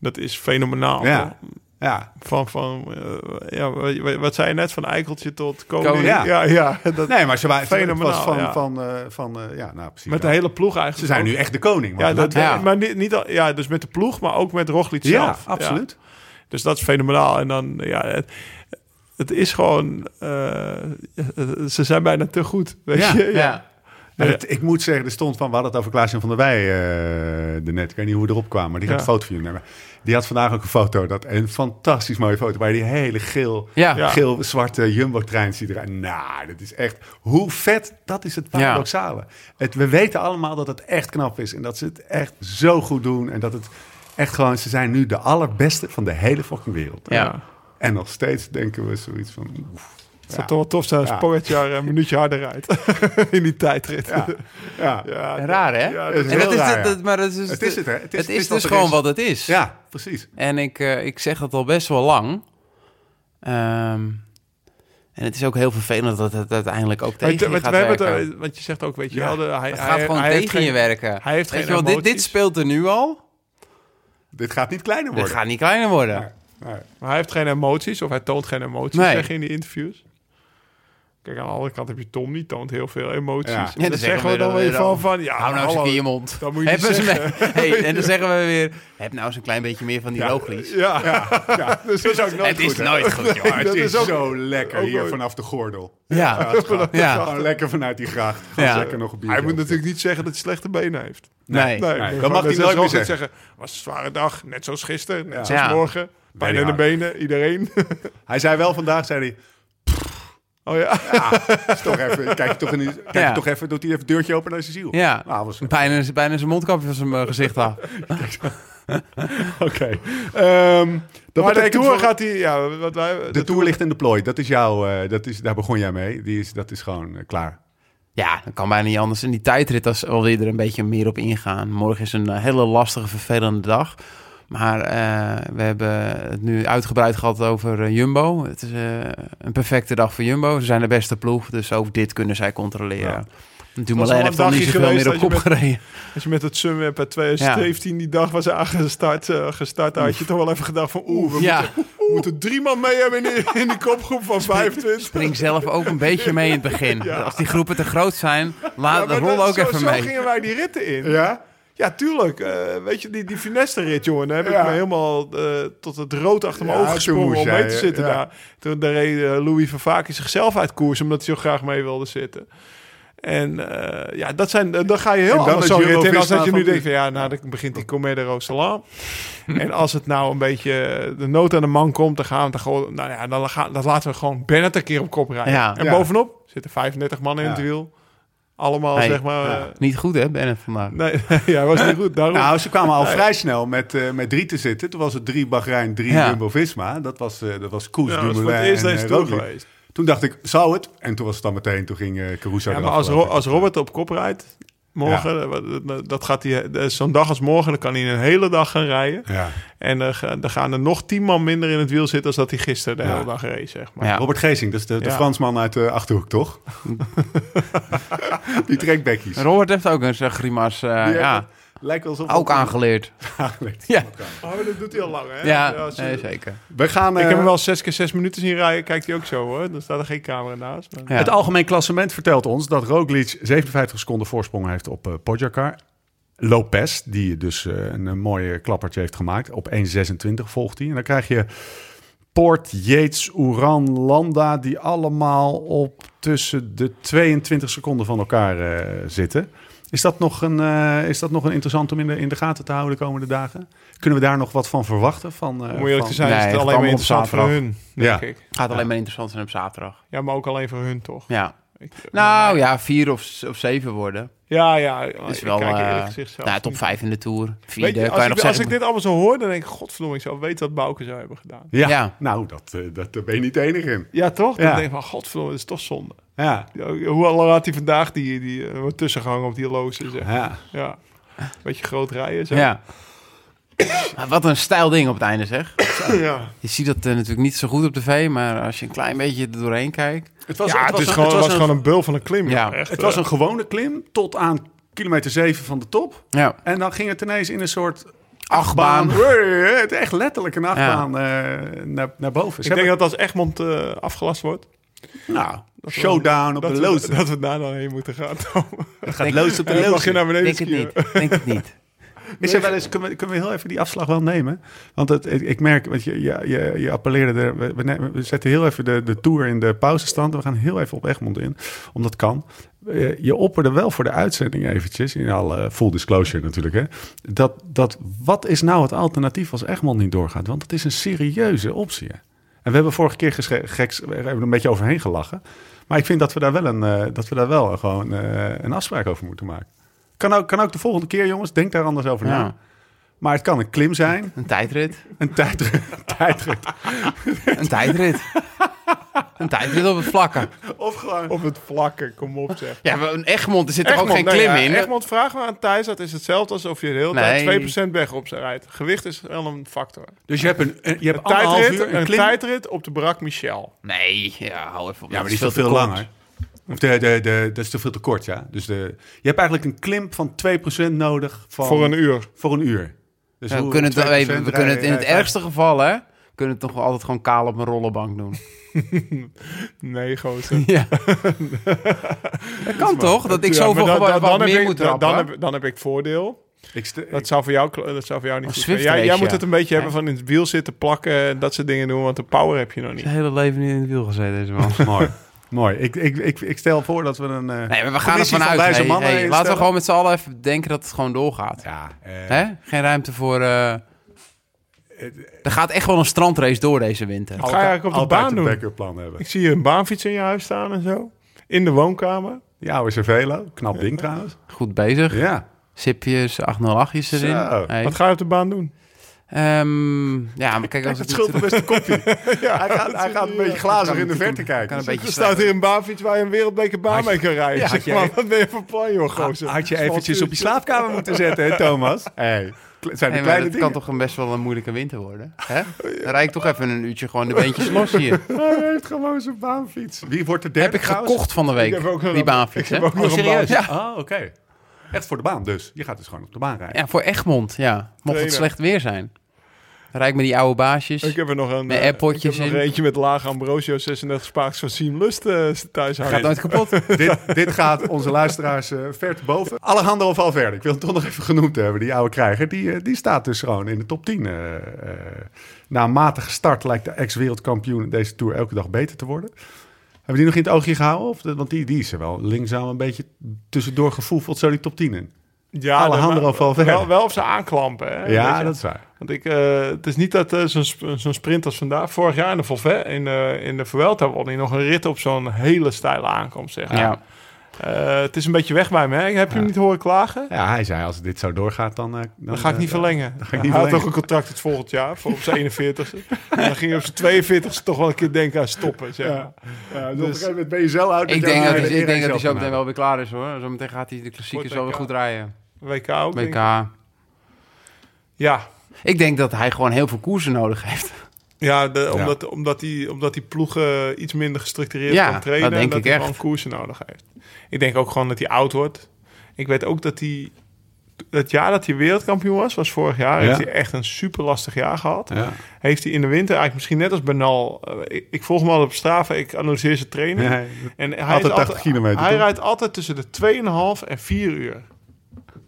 C: dat is fenomenaal.
A: Ja. *laughs* Ja,
C: Van, van eh, ja, wat- wat zei je net, van eikeltje tot koning.
D: Koning.
C: Ja, ja, dat,
A: nee, maar ze waren het was
C: Fenomenaal,
A: van,
C: ja.
A: van, eh, van eh, ja, nou precies.
C: met de
A: dat.
C: hele ploeg eigenlijk.
A: Ze zijn
C: ook.
A: nu echt de koning.
C: Ja,
A: want
C: dat, eh,
D: Ja.
C: Maar niet, niet al, ja, dus met de ploeg, maar ook met Roglic
A: Ja,
C: zelf.
A: absoluut.
C: Dus dat is fenomenaal. En dan, ja, het, het is gewoon, eh, ze zijn bijna te goed, weet
A: Ja,
C: je.
D: Ja.
A: Maar
C: Ja.
A: het- ik moet zeggen, er stond van, we hadden het over Klaas-Jan van der Wij eh de net. Ik weet niet hoe we erop kwamen, maar die gaat
C: Ja.
A: een foto van jullie nemen. Die had vandaag ook een foto, dat, een fantastisch mooie foto, waar die hele geel,
D: Ja.
C: Ja.
A: geel-zwarte jumbo-trein ziet eruit. Nou, dat is echt, hoe vet, dat is het paradoxale. Het, we weten allemaal dat het echt knap is en dat ze het echt zo goed doen. En dat het echt gewoon, ze zijn nu de allerbeste van de hele fucking wereld.
D: Ja.
A: En nog steeds denken we zoiets van, oef,
C: Het zou toch wel tof zijn als
A: Ja.
C: Pogacar een minuutje harder
A: *laughs*
C: rijdt in die tijdrit.
A: ja, ja.
C: Ja,
D: Raar, hè?
C: Ja,
A: dat is
D: En
A: heel
D: dat is
A: raar,
D: het-
A: ja.
D: dat- maar dat is dus
A: Het
D: de-
A: is het, hè? Het is-
D: Het
A: het
D: is
A: is wat
D: dus
A: er
D: gewoon
A: is.
D: wat het is.
A: ja, precies.
D: En ik, eh, ik zeg dat al best wel lang. Ehm, en het is ook heel vervelend dat het uiteindelijk ook
C: Maar
D: tegen je
C: want
D: gaat
C: we hebben het,
D: werken.
C: eh, want je zegt ook, weet je
A: Ja.
C: wel, de- hij,
D: het
C: hij,
D: gaat gewoon
C: hij
D: tegen
C: heeft geen-
D: je werken.
C: hij heeft
D: Weet je
C: geen
D: wel, dit, dit
C: emoties.
D: speelt er nu al.
A: Dit gaat niet kleiner
D: Dit
A: worden.
D: gaat niet kleiner worden.
A: Ja. Nee.
C: Maar hij heeft geen emoties, of hij toont geen emoties,
D: Nee.
C: zeg je in die interviews. Kijk, aan de andere kant heb je Tom, die toont heel veel emoties.
A: Ja.
C: En
A: Ja,
D: dan
C: dan
D: zeggen
C: zeggen we
D: we
C: dan
D: dan
C: weer
D: weer
C: van,
D: dan,
C: van, ja,
D: Hou nou eens een
C: Ah, hallo,
D: keer je mond.
C: dat moet je
D: Heb
C: niet
D: eens een
C: zeggen.
D: be- *laughs* hey, en dan zeggen we weer... Heb nou eens een klein beetje meer van die Roglic.
C: Ja, ja. dus dat is ook nooit
D: het is
C: goed, hè?
A: *laughs*
D: nooit
C: *laughs*
D: Oh, goed, joh.
A: Maar het
C: Dat
A: is,
C: is ook-
A: zo lekker
C: ook
A: hier
C: mooi.
A: vanaf de *laughs* gordel.
D: Ja.
A: Gewoon
D: Ja.
A: lekker vanuit die gracht. Gewoon
D: Ja.
A: lekker nog een biertje.
C: Hij moet natuurlijk niet zeggen dat hij slechte benen heeft.
D: Nee.
C: Nee,
A: dat
C: gewoon
A: mag hij
C: net
A: nooit
C: zoals
A: meer
C: Roglic Was een zware dag, net zoals gisteren, net
A: Ja.
C: zoals
D: Ja.
C: morgen. Pijn in de
A: hard.
C: benen, iedereen. *laughs*
A: Hij zei wel vandaag, zei hij,
C: Oh ja.
A: is toch even, kijk je toch, in die, kijk je
D: Ja.
A: toch even, doet hij even het deurtje open naar zijn ziel.
D: Ja.
A: Nou, was,
D: *laughs*
A: oké.
D: Bijna, bijna zijn mondkapje van zijn eh, gezicht af.
A: Ehm, dat
C: maar de
A: betekent
C: Tour
A: voor-
C: gaat hij... Ja, wat wij, de,
A: de tour ligt in de plooi. Dat is jouw, eh, dat is, daar begon jij mee. Die is, dat is gewoon eh, klaar.
D: Ja, dat kan bijna niet anders. En die tijdrit, als wel weer er een beetje meer op ingaan. Morgen is een eh, hele lastige, vervelende dag. Maar eh, we hebben het nu uitgebreid gehad over eh, Jumbo. Het is eh, een perfecte dag voor Jumbo. Ze zijn de beste ploeg, dus ook dit kunnen zij controleren.
C: wel
D: Dumoulin
C: een
D: heeft al niet
C: dagje
D: zoveel
C: geweest
D: meer op
C: dat
D: kop
C: je met-
D: gereden.
C: Als je met het Sunweb uit 2017 die dag was aangestart, eh, gestart, had je toch wel even gedacht van oeh, we
D: Ja,
C: moeten- moeten drie man mee hebben in de, in de kopgroep van 25.
D: spring zelf ook een beetje mee in het begin. Als die groepen te groot zijn,
C: Ja,
D: laat
C: maar
D: rol
C: dat-
D: ook
C: zo,
D: even
C: zo
D: mee.
C: gingen wij die ritten in.
A: Ja?
C: Ja, tuurlijk. Eh, weet je, die, die finesse-rit, jongen. Daar heb
A: Ja.
C: ik me helemaal eh, tot het rood achter mijn
A: Ja,
C: ogen
A: toen
C: gesprongen
A: moest
C: om mee
A: jij,
C: te zitten
A: ja.
C: daar. Toen daar reed eh, Louis Vervaak zichzelf uit koers, omdat hij zo graag mee wilde zitten. En eh, ja, dat zijn, eh, dan ga je
A: En
C: heel
A: dan
C: anders
A: het
C: zo'n rit in
A: Eurovisie
C: als dat je
A: van
C: nu
A: nu.
C: denkt van ja, nou dan begint die Comédie de Roseland. *laughs* en als het nou een beetje de nood aan de man komt, dan gaan we het gewoon, nou ja, dan, gaan, dan laten we gewoon Bennett een keer op kop rijden.
D: Ja.
C: En
A: Ja.
C: bovenop zitten 35 mannen in
A: Ja.
C: het wiel. Allemaal
D: Hey,
C: zeg maar...
D: ja.
C: eh,
D: Niet goed hè, Bennett vandaag.
C: Nee, *laughs* ja, was niet goed. Daarom.
A: Nou, ze kwamen al vrij snel met, eh, met drie te zitten. Toen was het drie Bahrein, drie
D: Ja.
A: Jumbo-Visma. Dat was, eh dat was Koes,
C: Ja, dat was
A: Dumoulin
C: voor het eerst
A: en
C: deze
A: eh,
C: Tour
A: Roglic.
C: geweest.
A: Toen dacht ik, zou het? En toen was het dan meteen, toen ging eh Caruso
C: ja, maar
A: eraf,
C: als,
A: geloof
C: Ro-
A: ik.
C: als Robert op kop rijdt, morgen, eh, wat- dat- dat gaat hij, eh, zo'n dag als morgen, dan kan hij een hele dag gaan rijden.
A: Ja.
C: En eh, ga- dan gaan er nog tien man minder in het wiel zitten als dat hij gisteren de
A: Ja.
C: hele dag reed, zeg maar.
D: Ja.
A: Robert Geesing, dat is de, de
C: Ja.
A: Fransman uit de Achterhoek,
C: *laughs*
A: toch? Die trekt bekjes.
D: Robert heeft ook een eh, grimas, eh,
A: Die
D: ja,
A: hebben- Lijkt wel alsof...
D: ook aangeleerd.
A: aangeleerd.
D: Ja,
C: Oh, maar dat doet hij al lang, hè?
D: ja
C: zo-
D: nee, zeker.
A: We gaan...
C: Ik
A: eh,
C: heb hem wel zes keer zes minuten zien rijden, kijkt hij ook zo, hoor. Dan staat er geen camera naast. maar-
D: Ja.
A: Het algemeen klassement vertelt ons dat Roglic 57 seconden voorsprong heeft op eh Pogacar. Lopez, die dus eh, een, een mooie klappertje heeft gemaakt. Op 1.26 volgt hij. En dan krijg je Poort, Yates, Oeran, Landa... die allemaal op tussen de 22 seconden van elkaar eh, zitten. Is dat, nog een, eh, is dat nog een interessant om in de, in de gaten te houden de komende dagen? Kunnen we daar nog wat van verwachten? Van, eh,
C: Om eerlijk
A: van-
C: te zijn,
D: Nee,
C: is
D: het
C: het alleen
D: kwam
C: maar
D: op
C: interessant voor
D: zaterdag.
C: hun,
A: Ja.
C: denk ik.
D: Gaat alleen maar interessant zijn op zaterdag.
C: Ja, maar ook alleen voor hun, toch?
D: Ja.
C: Ik-
D: Nou ja, vier of, of zeven worden.
C: Ja, ja. Nou, Ik
D: is
C: kijk
D: wel
C: er eerlijk
D: eh,
C: gezegd zelf
D: nou, top
C: niet.
D: vijf in de Tour. Vierde,
C: Weet je,
D: kan
C: als,
D: je
C: ik,
D: nog
C: als
D: zeggen.
C: ik dit allemaal zo hoor, dan denk ik, godverdomme, ik zou weten wat Bouke zou hebben gedaan.
A: Ja,
D: Ja.
A: nou, dat, eh, dat, daar ben je niet de enige in.
C: Ja, toch? Dan
A: Ja.
C: denk ik van, godverdomme, dat is toch zonde.
A: Ja,
C: Ja, Hoe al had hij vandaag die, die eh, tussengang op die loze, zeg.
A: ja.
C: Ja. Beetje groot rijden, zo. *coughs*
D: Ja. Maar wat een stijl ding op het einde, zeg.
C: ja.
D: Je ziet dat eh, natuurlijk niet zo goed op tv, maar als je een klein beetje er doorheen kijkt...
A: Het was,
C: Ja, het, is
A: een-
C: gewoon, het was
A: een-
C: gewoon een bul van een klim.
D: Ja.
C: Ja, echt.
A: Het was
C: eh.
A: een gewone klim tot aan kilometer 7 van de top.
D: Ja,
A: En dan ging het ineens in een soort
D: achtbaan.
A: Hey, Het echt letterlijk een achtbaan eh, naar, naar boven. Ze
C: Ik denk
A: hebben-
C: dat als Egmond eh, afgelast wordt,
A: nou, showdown op
C: dat
A: de
C: we,
A: loze.
C: dat we daar dan heen moeten gaan. *laughs* Tom.
A: Het gaat loze op de
C: Dan mag je
A: loze.
C: naar beneden
D: Denk het
C: skiën.
D: niet. Denk het niet.
A: Is er wel eens, kunnen, we, kunnen we heel even die afslag wel nemen? Want het, ik, ik merk, want je, je, je, je appelleerde, er, we, we, ne- we zetten heel even de, de tour in de pauzestand. We gaan heel even op Egmond in, omdat dat kan. Eh, Je opperde wel voor de uitzending eventjes, in alle full disclosure natuurlijk, hè, dat, dat wat is nou het alternatief als Egmond niet doorgaat? Want het is een serieuze optie. hè. En we hebben vorige keer gesche- geks, we hebben er een beetje overheen gelachen. Maar ik vind dat we daar wel, een, eh, dat we daar wel gewoon eh, een afspraak over moeten maken. Kan ook, kan ook de volgende keer, jongens. Denk daar anders over na.
D: *laughs* Ja.
A: Maar het kan een klim zijn,
D: Een tijdrit.
A: een tijdrit, *laughs* een tijdrit
D: Een tijdrit. Een tijdrit op het vlakken.
A: of gewoon...
C: Op het vlakken, kom op zeg.
D: Ja, maar een Egmond, er zit toch ook
C: Egmond,
D: geen
C: nou
D: klim
C: ja,
D: in?
C: Egmond, vraag maar aan Thijs. Dat is hetzelfde alsof je de hele
D: Nee.
C: tijd 2% weg op ze rijdt. Gewicht is wel een factor.
A: Dus je hebt een, een- je hebt
C: Een
A: anderhalf
C: tijdrit,
A: uur,
C: een,
A: een klim.
C: tijdrit op de Brak Michel.
D: Nee, ja, hou even
A: ja,
D: op.
A: maar
D: Dat
A: die is toch
D: te
A: veel
D: kort.
A: langer. Of de, de, de, dat is te veel te kort, ja. Dus de, je hebt eigenlijk een klim van 2% nodig van,
C: Voor een uur.
A: voor een uur. Dus
D: Ja, we
A: hoe-
D: kunnen het,
A: 2%
D: even, we kunnen het in het
A: rij- rij-
D: ergste geval, hè? Kunnen het toch altijd gewoon kaal op een rollenbank doen?
C: Nee, gozer.
D: Ja. *laughs* dat kan toch? Dat ik
C: Ja,
D: zoveel
C: maar dan-
D: gewoon
C: dan-
D: wat
C: dan heb
D: meer
C: ik-
D: moet
C: dan-
D: trappen.
C: Dan heb, dan heb ik voordeel.
A: Ik ste-
C: Dat zou voor jou, kl- dat zou voor jou niet
D: Een
C: goed zijn.
D: Zwift
C: Jij, jij
D: race,
C: moet
D: ja.
C: het een beetje hebben van in het wiel zitten plakken. en Dat soort dingen doen, want de power heb je nog niet.
D: Zijn hele leven niet in het wiel gezeten, deze man.
A: *laughs* mooi. mooi. Ik, ik, ik, ik stel voor dat we een... eh,
D: *laughs* Nee, maar we gaan
A: Commissie
D: ervan
A: van
D: uit.
A: wijze
D: Hey,
A: mannen
D: hey, laten we
A: instellen.
D: gewoon met z'n allen even denken dat het gewoon doorgaat.
A: Ja, eh,
D: Hè? Geen ruimte voor... eh, Er gaat echt wel een strandrace door deze winter.
C: Ga je eigenlijk op de
A: altijd
C: baan
A: een
C: doen?
A: backup plan hebben.
C: Ik zie hier een baanfiets in je huis staan en zo. In de woonkamer.
A: Ja, we zijn velo. Knap ding trouwens.
D: Goed bezig.
A: Ja.
D: Sipjes, 808jes erin.
A: Zo,
D: Hey.
C: Wat ga je op de baan doen?
D: Ehm, ja, maar kijk, als
A: Het
D: het
A: scheelt best een *laughs* koffie. hij gaat, hij gaat een beetje glazig in de verte kijken.
D: kan een beetje
C: Er staat hier een baanfiets waar je een wereldbeke baan
A: Had je-
C: mee kan rijden.
A: Ja, had
C: zeg
A: je- e-
C: maar, wat ben je voor plan, joh, gozer?
A: Had je
C: Dat is wel
A: eventjes op je
C: duur.
A: slaapkamer moeten zetten, hè, Thomas? *laughs* Hey, het zijn de
D: Nee, maar
A: kleine
D: dat
A: dingen.
D: kan toch een best wel een moeilijke winter
C: *laughs*
D: worden. Hè? Dan rijd ik toch even een uurtje gewoon de beentjes los hier.
A: Hij heeft gewoon zijn baanfiets. Wie wordt de derde
D: Heb ik
A: trouwens?
D: gekocht van de
C: Ik heb ook
D: week,
C: nog
D: die
C: een-
D: baanfiets.
C: ik heb
D: hè? Oh,
C: ook nog een
D: Ja.
A: Ah, oké. Echt voor de baan dus. Je gaat dus gewoon op de baan rijden.
D: Ja, voor Egmond, ja. Mocht het
C: Trainen.
D: slecht weer zijn. Dan rijd ik met die oude baasjes.
C: Ik heb er nog een,
D: Met
C: eh,
D: AirPodjes
C: ik heb nog
D: in.
C: eentje met laag Ambrosio 36 spaaks van Siem Lust eh, thuis
D: Gaat
C: hangen.
D: nooit
C: *laughs*
D: kapot.
A: dit, dit gaat onze luisteraars eh, ver te boven. Alejandro Valverde, ik wil hem toch nog even genoemd hebben, die oude krijger. Die, eh, die staat dus gewoon in de top 10. eh, eh. na een matige start lijkt de ex-wereldkampioen in deze Tour elke dag beter te worden. Hebben we die nog in het oogje gehouden? Of, de- want die, die is er wel linkzaam een beetje tussendoor gevoefeld zo die top 10 in.
C: Ja,
A: Alejandro
C: maar-
A: Valverde.
C: Wel, wel op ze aanklampen. Hè? Weet
A: Ja,
C: je.
A: dat is waar.
C: Want ik, eh, het is niet dat eh, zo'n sp- zo'n sprint als vandaag. Vorig jaar in de, Volve, in, de- in de Vuelta won hij nog een rit op zo'n hele steile aankomst. Zeg maar.
D: Ja.
C: Eh, het is een beetje weg bij me. Hè? Heb je hem niet horen klagen?
A: Ja, hij zei als dit zo doorgaat, dan... eh,
C: Dan ga ik
A: eh,
C: niet verlengen.
A: ga ik niet
C: hij had
A: verlengen.
C: toch een contract het volgend jaar voor op zijn
A: *laughs*
C: 41ste. En dan ging hij op zijn 42ste toch wel een keer denken aan stoppen. Zeg maar.
A: Ja, ja, dus op een gegeven moment ben je zo oud.
D: Ik
A: je
D: denk
A: al-
D: dat hij,
A: iedereen
D: ik denk dat hij
A: zelf
D: zo
A: kan
D: meteen
A: halen.
D: wel weer klaar is hoor. Zometeen gaat hij de klassiekers
C: Wordt
D: wel weer
C: WK.
D: goed rijden.
C: WK ook. denk ik.
D: WK.
C: Ja,
D: Ik denk dat hij gewoon heel veel koersen nodig heeft.
C: ja, de- Omdat, omdat, die, omdat die ploeg eh, iets minder gestructureerd
D: Ja,
C: kan trainen.
D: dat
C: en
D: denk
C: dat
D: ik
C: hij
D: echt.
C: gewoon koersen nodig heeft. Ik denk ook gewoon dat hij oud wordt. Ik weet ook dat hij... Het jaar dat hij wereldkampioen was, was vorig jaar.
A: Ja.
C: Heeft hij echt een super lastig jaar gehad.
A: Ja.
C: Heeft hij in de winter eigenlijk misschien net als Bernal... eh, ik, ik volg hem altijd op Strava, ik analyseer zijn training.
A: Nee,
C: en hij is
A: 80 kilometer,
C: Hij
A: toch?
C: rijdt altijd tussen de 2,5 en 4 uur.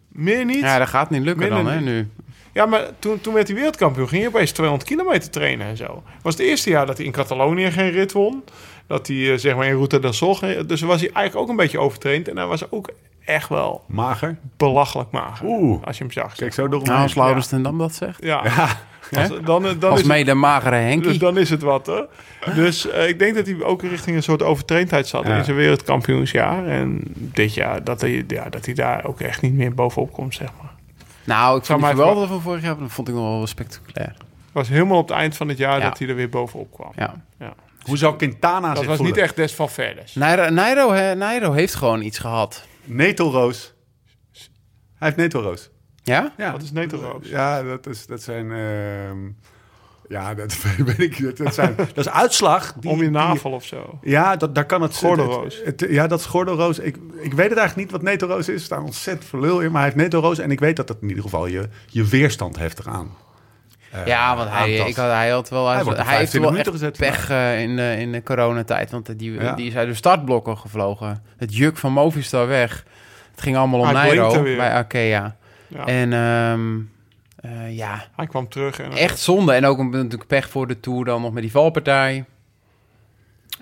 C: Meer niet.
D: Ja, dat gaat niet lukken
C: Minder
D: dan hè
C: niet.
D: nu.
C: Ja, maar toen, toen werd hij wereldkampioen, ging hij opeens 200 kilometer trainen en zo. was het eerste jaar dat hij in Catalonië geen rit won. Dat hij eh, zeg maar in Route del Sol... geen- Dus was hij eigenlijk ook een beetje overtraind. En hij was ook echt wel
A: *laughs* Mager.
C: belachelijk mager.
A: Oeh.
C: Als je hem zag.
A: Kijk, zo door
D: Nou, als Laurens ten Dam dat zegt.
C: Ja.
D: hè?
C: Als, dan, eh, dan,
D: als
C: is het,
D: mede magere Henkie.
C: dus dan is het wat, hè. Dus eh, ik denk dat hij ook richting een soort overtraindheid zat
A: Ja.
C: in zijn wereldkampioensjaar. En dit jaar, dat hij, ja, dat hij daar ook echt niet meer bovenop komt, zeg maar.
D: nou, ik vond
C: maar
D: het
C: even-
D: wel van vorig jaar. Dat vond ik nog wel spectaculair.
C: was helemaal op het eind van het jaar
D: Ja.
C: dat hij er weer bovenop kwam.
D: Ja.
A: Hoe zou Quintana
C: Dat
A: zich
C: was
A: voelen?
C: niet echt des van verders.
D: Nairo, Nairo, hè, Nairo heeft gewoon iets gehad.
A: Netelroos. Hij heeft netelroos.
D: Ja?
A: Ja.
C: Wat is netelroos?
A: Ja, dat, is, dat zijn... ehm, ja, dat *laughs* weet ik. Dat, dat,
C: *laughs*
A: zijn, dat is uitslag. Die,
C: Om je
A: die-
C: navel of zo.
A: Ja, dat, daar kan het...
C: Gordelroos.
A: het- het- ja, dat is gordelroos. Ik, ik weet het eigenlijk niet wat netelroos is. Er staan ontzettend veel lul in. Maar hij heeft netelroos. En ik weet dat dat in ieder geval je, je weerstand heftig aan.
D: ja, want hij,
A: aantast.
D: ik had, hij had wel. Hij,
A: Hij wordt op
D: hij heeft
A: 15
D: wel echt
A: minuten gezet
D: pech eh, in, de, in de coronatijd. Want die,
A: Ja.
D: die is uit de startblokken gevlogen. Het juk van Movistar weg. Het ging allemaal om
C: Hij
D: Nairo
C: blinkte weer.
D: bij Arkea.
C: Ja.
D: En ehm, eh, ja,
C: Hij kwam terug en
D: echt zonde. En ook een- natuurlijk pech voor de Tour dan nog met die valpartij.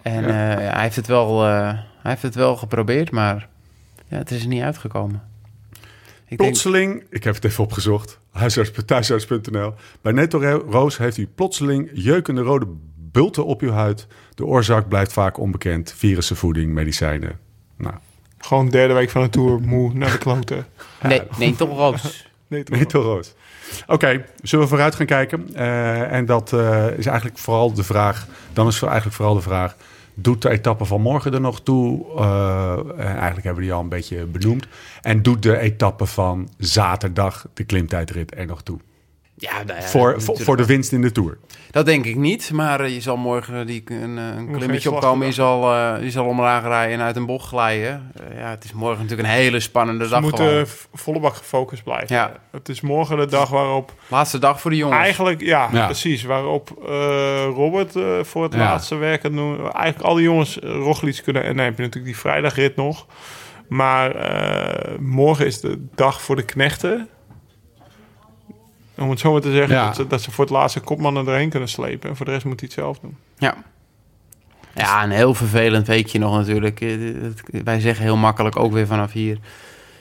D: En eh, hij, heeft het wel, eh, hij heeft het wel geprobeerd, maar ja, het is er niet uitgekomen. Ik denk,
A: Plotseling, ik heb het even opgezocht, huisarts, thuisarts.nl. Bij Netto Roos heeft u plotseling jeukende rode bulten op uw huid. De oorzaak blijft vaak onbekend. Virussen, voeding, medicijnen.
D: *laughs*
A: Nou,
C: gewoon derde week van de Tour, moe, naar de kloten.
D: nee, nee, toch
A: *laughs*
D: roos.
C: Netelroos.
A: Netto Roos. Oké, zullen we vooruit gaan kijken? Eh, en dat eh, is eigenlijk vooral de vraag, dan is eigenlijk vooral de vraag... Doet de etappe van morgen er nog toe? Eh, en eigenlijk hebben we die al een beetje benoemd. En doet de etappe van zaterdag, de klimtijdrit, er nog toe?
D: Ja, nou ja,
A: voor, voor,
D: natuurlijk.
A: voor de winst in de Tour.
D: Dat denk ik niet, maar eh, je zal morgen die, een, eh, een
C: geen
D: klimmetje
C: slag
D: opkomen. Je zal, eh, je zal omlaag rijden en uit een bocht glijden. Eh, ja, het is morgen natuurlijk een hele spannende
C: We
D: dag
C: moeten
D: gewoon.
C: v- volle bak gefocust blijven.
D: Ja. Oh.
C: Het is morgen de dag waarop
D: Laatste dag voor de jongens.
C: eigenlijk, ja,
A: Ja.
C: precies, waarop eh, Robert eh, voor het
A: Ja.
C: laatste werk doen. Eigenlijk al die jongens uh, Roglic kunnen, en dan heb je natuurlijk die vrijdagrit nog. Maar eh, morgen is de dag voor de knechten. Om het zo maar te zeggen,
A: Ja.
C: dat, ze, dat ze voor het laatste kopmannen erheen kunnen slepen. En voor de rest moet hij het zelf doen.
D: Ja. Ja, een heel vervelend weekje nog natuurlijk. Eh, het- Wij zeggen heel makkelijk ook weer vanaf hier.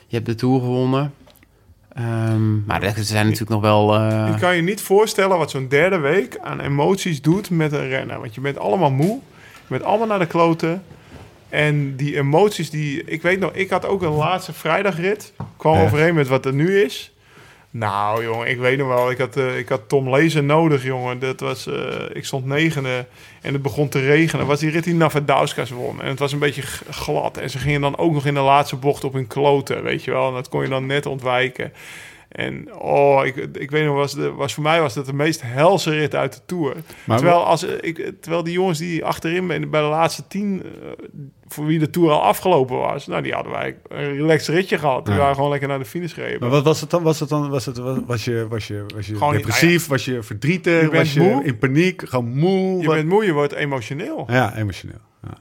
D: Je hebt de Tour gewonnen. Ehm, maar er zijn natuurlijk nog wel... eh,
C: Ik kan je niet voorstellen wat zo'n derde week aan emoties doet met een renner. Want je bent allemaal moe, je bent allemaal naar de kloten. En die emoties die... Ik weet nog, ik had ook een laatste vrijdagrit. Kwam
A: Ja.
C: overeen met wat er nu is. Nou, jongen, ik weet nog wel. Ik had, eh, ik had Tom Lezen nodig, jongen. Dat was, eh, ik stond negende en het begon te regenen. Was die rit die Navadauskas won. En het was een beetje g- glad. En ze gingen dan ook nog in de laatste bocht op hun kloten, weet je wel. En dat kon je dan net ontwijken. En oh, ik, ik weet nog, was de, was voor mij was dat de meest helse rit uit de Tour.
A: Maar
C: terwijl, als, eh, ik, terwijl die jongens die achterin bij de bij de laatste tien, eh, voor wie de Tour al afgelopen was... Nou, die hadden wij een relaxed ritje gehad. Die
A: Ja.
C: waren gewoon lekker naar de finish gereden.
A: Maar wat was het dan? Was het dan? Was het was, was je was je was je
C: Gewoon niet-
A: depressief? Was je verdrietig?
C: Je bent
A: was je
C: moe.
A: in paniek? Gewoon moe?
C: Je
A: Wat-
C: bent moe, je wordt emotioneel.
A: Ja, emotioneel. Ja.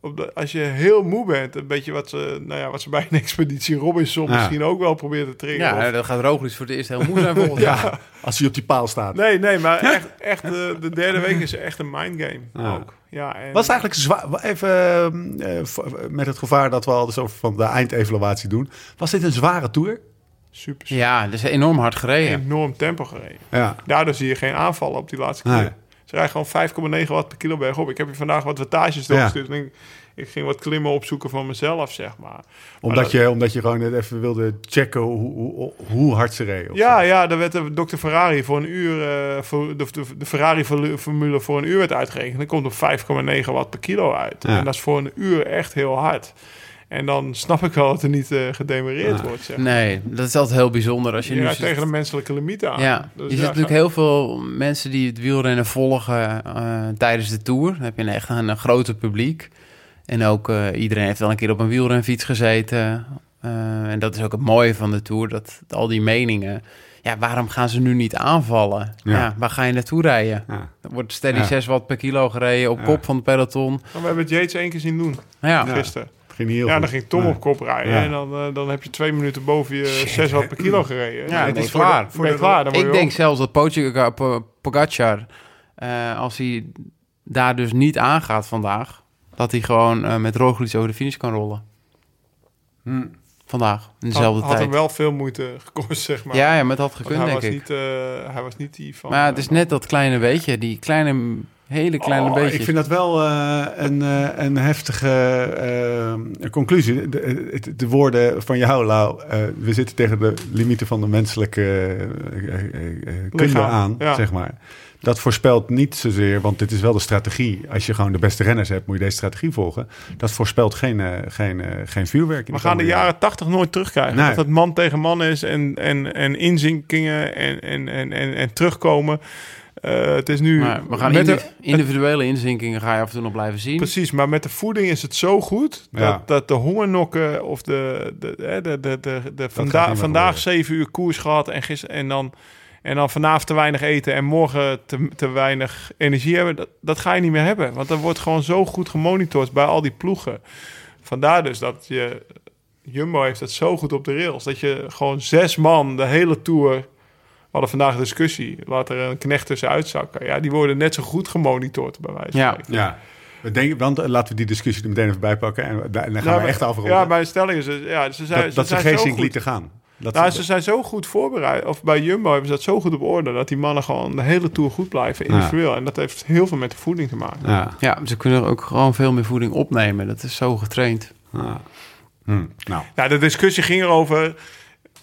C: Op de- als je heel moe bent, een beetje wat ze, nou ja, wat ze bij een expeditie Robinson
A: Ja.
C: misschien ook wel proberen te triggeren.
D: Ja,
C: Of-
D: dat gaat Roglic voor het eerst heel moe zijn volgens mij.
A: *laughs* Als hij op die paal staat.
C: Nee, nee, maar echt, echt eh, de, de derde week is echt een mindgame
A: Ja.
C: ook. Ja, en,
A: Was het eigenlijk zwaar, even eh, eh, v- met het gevaar dat we al zo van de eindevaluatie doen. Was dit een zware tour?
C: super, super
D: Ja, dat is enorm hard gereden.
C: enorm tempo gereden.
A: Ja.
C: Daardoor zie je geen aanvallen op die laatste keer.
A: Nee.
C: Ze rijden gewoon 5,9 watt per kilo berg op. Ik heb je vandaag wat wattages doorgestuurd. en Ik, ik ging wat klimmen opzoeken van mezelf, zeg maar.
A: Omdat,
C: dat-
A: je, omdat je gewoon net even wilde checken hoe, hoe, hoe hard ze reden. of
C: Ja,
A: zo.
C: ja, daar werd de Dr. Ferrari voor een uur, eh, voor de, de, de Ferrari-formule voor een uur werd uitgerekend. Dan komt er 5,9 watt per kilo uit.
A: Ja.
C: En dat is voor een uur echt heel hard. En dan snap ik wel dat er niet eh, gedemereerd
A: Ja.
C: wordt. Zeg.
D: Nee, dat is altijd heel bijzonder als je
C: Je
D: nu...
C: raakt
D: zit-
C: tegen de menselijke limieten aan.
D: Ja,
C: Dus
D: je
C: ja,
D: ziet natuurlijk
C: ga-
D: heel veel mensen die het wielrennen volgen eh, tijdens de Tour. Dan heb je een- echt een, een grote publiek. En ook eh, iedereen heeft wel een keer op een wielrenfiets gezeten. Eh, en dat is ook het mooie van de Tour, dat al die meningen... Ja, waarom gaan ze nu niet aanvallen? Ja.
A: Ja.
D: waar ga je naartoe rijden?
A: Ja.
D: Er wordt steady
A: Ja.
D: 6 watt per kilo gereden op
A: Ja.
D: kop van het peloton. Nou
C: Maar we hebben het Yates één keer zien doen
D: Ja,
A: Ja.
C: gisteren.
A: Het ging niet heel
C: Ja,
A: goed.
C: dan ging Tom
A: Ja.
C: op kop rijden.
A: Ja.
C: En dan, eh, dan heb je twee minuten boven je 6 watt per kilo gereden.
D: Ja,
C: het
D: nee,
C: is voor de-
D: klaar.
C: Voor de, klaar. Dan word je
D: Ik denk
C: ook-
D: zelfs dat Pogacar, Po- Pogacar, eh, als hij daar dus niet aangaat vandaag, dat hij gewoon eh, met Roglic over de finish kan rollen. Vandaag, in
C: Hmm. had,
D: dezelfde
C: had hem
D: tijd.
C: wel veel moeite gekost, zeg maar.
D: ja, ja, maar dat had
C: Want
D: gekund,
C: hij,
D: denk
C: was
D: ik.
C: Niet, eh, hij was niet die van...
D: maar het
C: eh,
D: is net dat kleine beetje, die kleine, hele kleine
A: Oh,
D: beetje.
A: Ik vind dat wel eh, een, eh, een heftige eh, conclusie. De, het- de woorden van jou, Lau. eh, we zitten tegen de limieten van de menselijke eh, eh, eh, kunde
C: Lichaam,
A: aan,
C: ja.
A: zeg maar. Dat voorspelt niet zozeer, want dit is wel de strategie. Als je gewoon de beste renners hebt, moet je deze strategie volgen. Dat voorspelt geen, eh, geen, eh, geen vuurwerk. in
C: We gaan de
A: komende
C: jaren 80 nooit terugkrijgen.
A: Nee.
C: Dat het man tegen man is en, en, en inzinkingen en, en, en, en, en terugkomen. Eh, het is nu...
D: maar we gaan
C: met
D: indi-
C: de-
D: individuele inzinkingen ga je af en toe nog blijven zien.
C: Precies, maar met de voeding is het zo goed dat,
A: Ja.
C: dat de hongernokken of de, de, hè, de, de, de, de vanda-
A: gaat niet meer
C: vandaag
A: gebeuren.
C: zeven uur koers gehad en, gister, en, dan, en dan vanavond te weinig eten en morgen te, te weinig energie hebben. Dat, dat ga je niet meer hebben, want dat wordt gewoon zo goed gemonitord bij al die ploegen. Vandaar dus dat je, Jumbo heeft dat zo goed op de rails, dat je gewoon zes man de hele tour we hadden vandaag een discussie. Laat er een knecht tussenuit zakken. Ja, die worden net zo goed gemonitord bij wijze van
D: Ja.
C: spreken.
A: Ja, we denken, want eh, laten we die discussie er meteen even bij pakken. En, we- en dan gaan
C: Nou,
A: we
C: maar-
A: echt afronden.
C: Ja, mijn stelling is... eh, Ja, ze zijn,
A: dat,
C: ze
A: dat ze
C: zijn
A: geen
C: zo
A: zink
C: goed,
A: lieten gaan. Dat
C: nou,
A: ze-
C: ze zijn zo goed voorbereid. Of bij Jumbo hebben ze dat zo goed op orde... dat die mannen gewoon de hele Tour goed blijven, individueel. En dat heeft heel veel met de voeding te maken.
A: ja.
D: Ja, ze kunnen ook gewoon veel meer voeding opnemen. Dat is zo getraind.
A: Ah. Hm, Nou,
C: Nou, de discussie ging erover...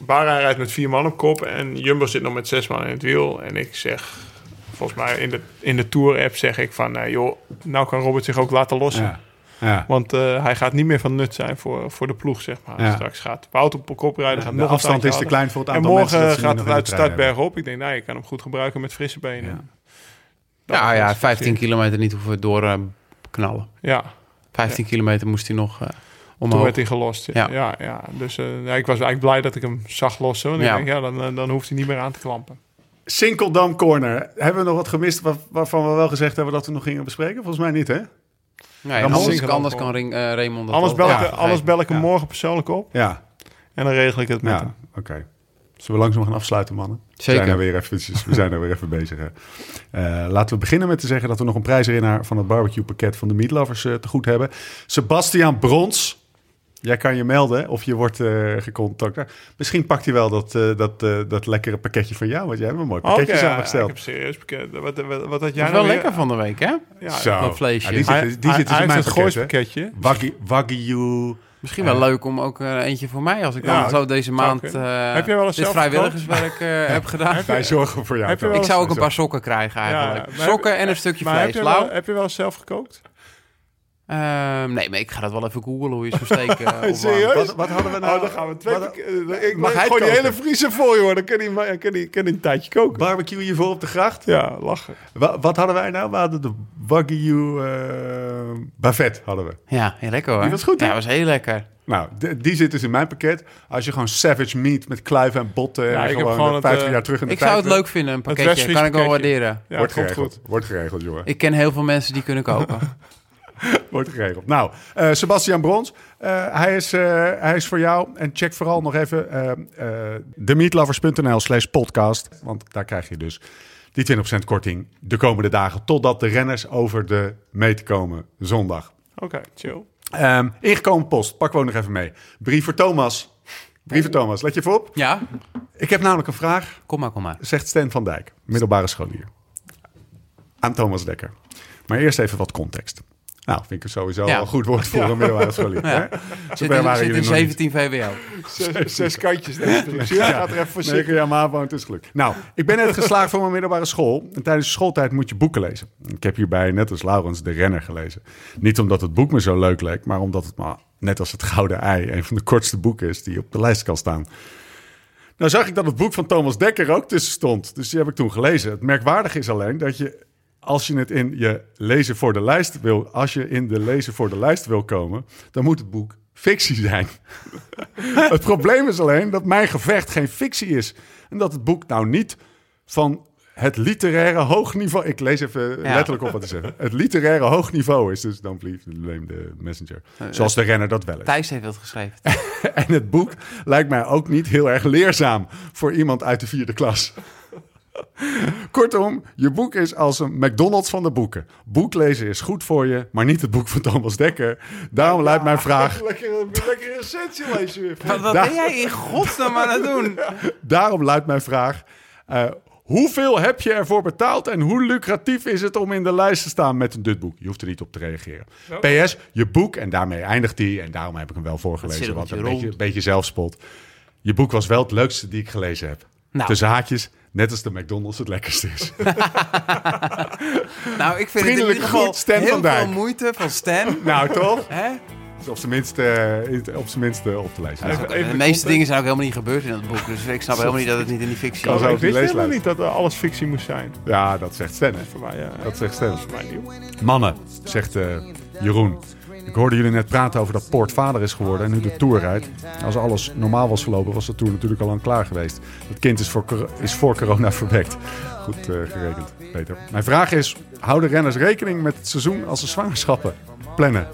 C: Bara rijdt met vier man op kop... en Jumbo zit nog met zes man in het wiel. En ik zeg... Volgens mij in de, in de Tour-app zeg ik van... eh, joh, nou kan Robert zich ook laten lossen.
A: ja. Ja.
C: Want eh, hij gaat niet meer van nut zijn voor, voor de ploeg, zeg maar.
A: Ja.
C: Straks gaat Wout op kop rijden. gaat
A: de
C: nog een
A: afstand
C: tijdje
A: is te klein
C: harder.
A: voor het
C: En
A: aantal mensen.
C: morgen
A: dat ze nu
C: gaat
A: nog
C: het
A: in
C: uit
A: de trein
C: Startberg op. Ik denk, nou, je kan hem goed gebruiken met frisse benen.
A: Ja.
C: Dat
D: Ja,
C: was
D: ja,
C: het
D: 15
C: verschil.
D: kilometer niet hoeven doorknallen. knallen.
C: Ja,
D: 15 kilometer moest hij nog eh
C: toen
D: omhoog.
C: werd hij gelost. Ja,
D: Ja.
C: ja. ja, Dus eh, ja, ik was eigenlijk blij dat ik hem zag lossen. Want
D: Ja.
C: ik denk, ja, dan, eh, dan hoeft hij niet meer aan te klampen.
A: hebben. Sinkeldam Corner. Hebben we nog wat gemist waar- waarvan we wel gezegd hebben dat we nog gingen bespreken? Volgens mij niet, hè?
D: Nee,
A: Dan
D: anders,
C: moet-
D: anders kan Ring, eh, Raymond dat
C: Anders
D: ook
C: bel, ik,
D: wel
C: eh, anders
D: vergeten.
C: bel ik hem
A: Ja.
C: morgen persoonlijk op.
A: Ja,
C: En dan regel ik het met
A: ja.
C: hem.
A: oké. Zullen we langzaam gaan afsluiten, mannen? We
D: Zeker.
C: nou,
A: zijn er weer eventjes- we zijn er weer even bezig. hè. Eh, laten we beginnen met te zeggen dat we nog een prijswinnaar van het barbecue pakket van de Meatlovers eh, te goed hebben. Sebastian Brons. Jij kan je melden of je wordt eh, gecontacteerd. Misschien pakt hij wel dat, eh, dat, eh, dat lekkere pakketje van jou, want jij hebt een mooi pakketje
C: Oké, ja,
A: samengesteld.
C: ik heb serieus bekend. Wat, wat, wat had
D: Dat
C: jij
D: is wel
C: nou weer?
D: lekker van de week, hè?
C: Ja,
A: Zo.
D: dat vleesje.
A: Ja, die zit, die zit dus in
C: hij
A: mijn
C: heeft het
A: pakket, hè?
C: gooispakketje.
A: Wagyu, wagyu
D: Misschien wel leuk om ook eh, eentje voor mij als ik
C: Ja,
D: dan zo deze
C: zou
D: maand
C: kunnen.
D: eh,
C: Heb jij wel eens
D: dit
C: zelf *laughs*
D: vrijwilligerswerk eh, heb gedaan.
A: Wij zorgen voor jou.
C: Heb je
A: Toon.
D: Ik zou ook een
A: Zo.
D: paar sokken krijgen eigenlijk.
C: maar heb-
D: sokken en een stukje
C: Maar heb
D: vlees.
C: je,
D: Lauw?
C: wel, heb je wel eens zelf gekookt?
D: Ehm, nee, maar ik ga dat wel even googlen hoe je zo'n
C: *laughs*
D: steek eh, opwarmt.
C: Serieus?
A: Wat, wat hadden we nou?
C: Oh, dan gaan we twee
A: wat-
C: keer- eh, Ik
A: mag
C: mag
A: hij
C: gewoon die
A: koken?
C: hele vriezer voor je hoor. Dan kan hij, ma- kan hij, kan hij een tijdje koken.
A: Barbecue hiervoor op de gracht?
C: Ja, lachen.
A: Wa- wat hadden wij nou? We hadden de Wagyu eh Bavet hadden we.
D: Ja, heel lekker hoor.
A: Die was goed, hè?
D: Ja, was heel lekker.
A: Nou, d- die zit dus in mijn pakket. Als je gewoon savage meat met kluiven en botten
C: Ja,
A: en
C: ik heb
A: gewoon,
C: gewoon het,
A: 50
C: eh,
A: jaar terug in de
D: Ik
A: tijd
D: zou het
A: wil,
D: leuk vinden, een pakketje.
C: Westfries
D: Kan ik wel
C: pakketje.
D: waarderen.
C: Ja,
A: wordt
C: komt
A: geregeld.
C: goed.
A: Wordt geregeld, jongen.
D: Ik ken heel veel mensen die kunnen kopen.
C: *laughs*
A: Wordt geregeld. Nou, eh, Sebastian Brons, eh, hij, is, eh, hij is voor jou. En check vooral nog even eh, eh, themeatlovers.nl slash podcast. Want daar krijg je dus die 20% korting de komende dagen. Totdat de renners over de meet komen zondag.
C: Oké, chill.
A: Ehm, ingekomen post, pak gewoon nog even mee. Brief voor Thomas. Brief voor Thomas, let je even op.
D: ja?
A: Ik heb namelijk een vraag
D: Kom maar, kom maar.
A: zegt Stan van Dijk, middelbare scholier. Aan Thomas Dekker. Maar eerst even wat context. Nou, vind ik het sowieso
D: Ja.
A: al een goed
D: *laughs*
A: woord voor een middelbare scholier.
D: Ja.
A: hè?
D: Zit
A: ver
D: in,
A: waren
D: zit
A: jullie
D: in
A: nog niet.
D: 17 VWO.
C: Zes, zes
A: *laughs*
C: kantjes. denk ik. Ja, gaat er even voor
A: Nee, ik-
C: zitten.
A: ja, maar gewoon, het is gelukt. Nou, ik ben net geslaagd voor mijn middelbare school. En tijdens de schooltijd moet je boeken lezen. Ik heb hierbij, net als Laurens, De Renner gelezen. Niet omdat het boek me zo leuk leek, maar omdat het me, net als Het Gouden Ei, een van de kortste boeken is die op de lijst kan staan. Nou zag ik dat het boek van Thomas Dekker ook tussen stond. Dus die heb ik toen gelezen. Het merkwaardige is alleen dat je, als je het in je lezen voor de lijst wil, als je in de lezen voor de lijst wil komen, dan moet het boek fictie zijn. *laughs* Het probleem is alleen dat mijn gevecht geen fictie is. En dat het boek nou niet van het literaire hoogniveau... Ik lees even letterlijk op wat te zeggen. Het literaire hoogniveau is dus... Don't believe the lame the messenger. Zoals de renner dat wel is.
D: Thijs heeft dat geschreven.
A: *laughs* En het boek lijkt mij ook niet heel erg leerzaam voor iemand uit de vierde klas. *laughs* Kortom, je boek is als een McDonald's van de boeken. Boeklezen is goed voor je, maar niet het boek van Thomas Dekker. Daarom lijkt mijn vraag
C: Lekker, lekker recensie lezen weer.
D: Wat, wat
A: Daar-
D: ben jij in godsnaam aan het doen?
A: Daarom luidt mijn vraag: eh, hoeveel heb je ervoor betaald en hoe lucratief is het om in de lijst te staan met een dutboek? Je hoeft er niet op te reageren. PS, je boek, en daarmee eindigt hij, en daarom heb ik hem wel voorgelezen, want
D: cirkeltje
A: een
D: rond.
A: beetje, beetje zelfspot. Je boek was wel het leukste die ik gelezen heb.
D: Nou.
A: Tussen haakjes, net als de McDonald's het lekkerste is.
D: Nou, ik vind het in
A: Vriendelijk
D: ieder geval
A: groet, Stan
D: heel
A: van Dijk.
D: veel moeite van Stan.
A: nou, toch?
D: Hè?
A: Is Op zijn minst, eh, op, zijn minst eh, op te lezen.
C: Even-
A: Nou,
C: even
D: de meeste dingen zijn ook helemaal niet gebeurd in dat boek. Dus ik snap helemaal niet dat het niet in die fictie
A: Kan
D: is.
A: zo.
C: Oh, Ik wist helemaal
A: leeslijst.
C: niet dat eh, alles fictie moest zijn.
A: ja, dat zegt Stan. hè?
C: Voor mij, ja.
A: Dat zegt Stan.
C: Voor mij nieuw.
A: Mannen, zegt eh, Jeroen. Ik hoorde jullie net praten over dat Poort vader is geworden en nu de Tour rijdt. Als alles normaal was verlopen, was de Tour natuurlijk al lang klaar geweest. Het kind is voor, cor- is voor corona verwekt. Goed eh, gerekend, Peter. Mijn vraag is, houden renners rekening met het seizoen als ze zwangerschappen plannen?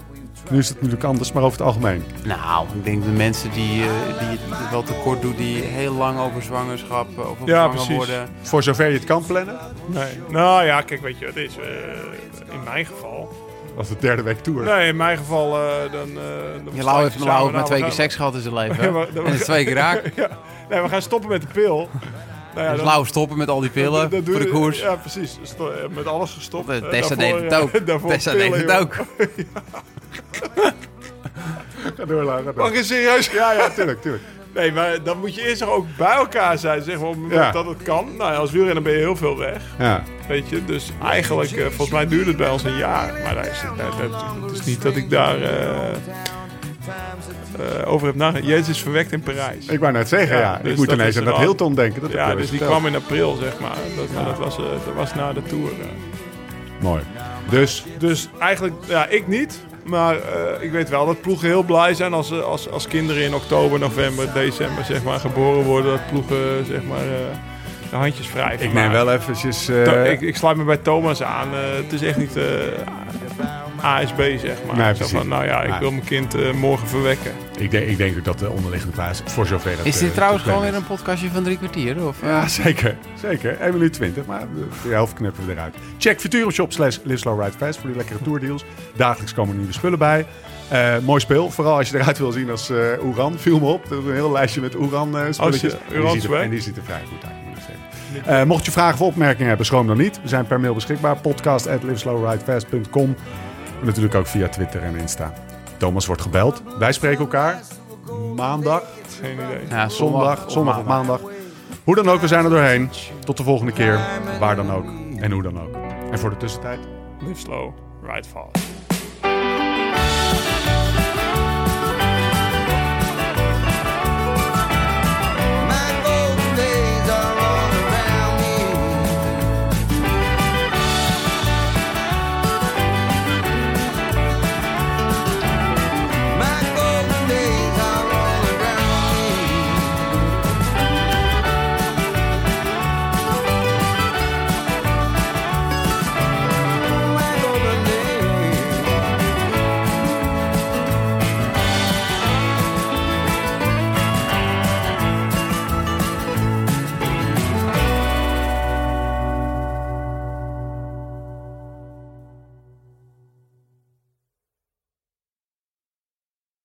A: Nu is het natuurlijk anders, maar over het algemeen.
D: Nou, ik denk de mensen die, eh, die het wel tekort doen, die heel lang over zwangerschap eh, of over
C: Ja,
D: zwanger
C: precies.
D: worden.
A: Voor zover je het kan plannen,
C: Nee. Nou ja, kijk, weet je, het is eh, in mijn geval.
A: als de derde week Tour.
C: Nee, in mijn geval eh, dan. eh, dan
D: Je
C: besluit
D: lauw heeft
C: samen,
D: een lauw
C: nou,
D: maar
C: we
D: twee
C: gaan-
D: keer seks gehad in zijn leven.
C: Ja, maar-
D: en het is twee keer raak.
C: Ja. Nee, we gaan stoppen met de
D: *laughs*
C: pil. Nou ja,
D: Dus
C: dan-
D: lauw stoppen met al die pillen
C: *laughs* dat- dat doe
D: voor de
C: je-
D: koers.
C: Ja, precies. Sto- eh, Met alles gestopt.
D: Eh,
C: Eh,
D: Tessa
C: daarvoor,
D: deed het
C: ja, *laughs*
D: ook.
C: daarvoor
D: Tessa
C: pillen,
D: deed het
C: joh.
D: ook.
A: Ga door, Lara, ga door.
C: Mag ik serieus?
A: Ja, ja, tuurlijk, tuurlijk.
C: Nee, maar dan moet je eerst nog ook bij elkaar zijn, zeg maar, op het moment
A: Ja.
C: dat het kan. Nou ja, als wielrenner ben je heel veel weg,
A: Ja.
C: weet je. Dus eigenlijk, eh, volgens mij duurde het bij ons een jaar. Maar daar is het, daar- daar- het is niet dat ik daar eh, eh, over heb nagedacht. Jezus is verwekt in Parijs.
A: Ik wou net zeggen, ja.
C: Ja, dus
A: ik moet
C: dat
A: ineens
C: is
A: aan
C: er
A: dat
C: al.
A: Hilton denken. Dat heb
C: ja,
A: je wel
C: dus
A: eens
C: die
A: verteld.
C: kwam in april, zeg maar. Dat, maar dat, was, eh, dat was na de Tour. eh.
A: Mooi. Dus
C: Dus eigenlijk, ja, ik niet. Maar eh, ik weet wel dat ploegen heel blij zijn als, eh, als, als kinderen in oktober, november, december zeg maar, geboren worden. Dat ploegen zeg maar, eh, de handjes vrij van
A: Ik neem
C: maken.
A: wel eventjes... eh,
C: To- ik, ik sluit me bij Thomas aan. Eh, het is echt niet eh, ASB, zeg maar.
A: Nee,
C: Zo
A: precies.
C: van, nou ja, ik
A: Nee.
C: wil mijn kind eh, morgen verwekken.
A: Ik denk, ik denk ook dat de onderliggende plaats voor zover dat...
D: Is dit
A: eh,
D: trouwens
A: te
D: gewoon
A: plannen
D: weer een podcastje van drie kwartier? Of, eh?
A: Ja, zeker. Zeker. 1 minuut 20, maar de helft knippen we eruit. Check Futuroshop slash Live Slow Ride Fast voor die lekkere tourdeals. Dagelijks komen er nieuwe spullen bij. Eh, mooi speel, vooral als je eruit wil zien als eh Oeran. Viel me op, er is een heel lijstje met Oeran eh spulletjes.
C: Als je-
A: en, die
C: Oeran
A: ziet er,
C: zweet.
A: en die ziet er vrij goed uit, moet ik zeggen. Eh, mocht je vragen of opmerkingen hebben, schroom dan niet. We zijn per mail beschikbaar. Podcast at liveslowridefast.com. En natuurlijk ook via Twitter en Insta. Thomas wordt gebeld. Wij spreken elkaar maandag,
F: Geen idee.
D: Ja,
A: zondag, zondag of maandag. Hoe dan ook, we zijn er doorheen. Tot de volgende keer, waar dan ook en hoe dan ook. En voor de tussentijd.
F: Live slow, ride fast.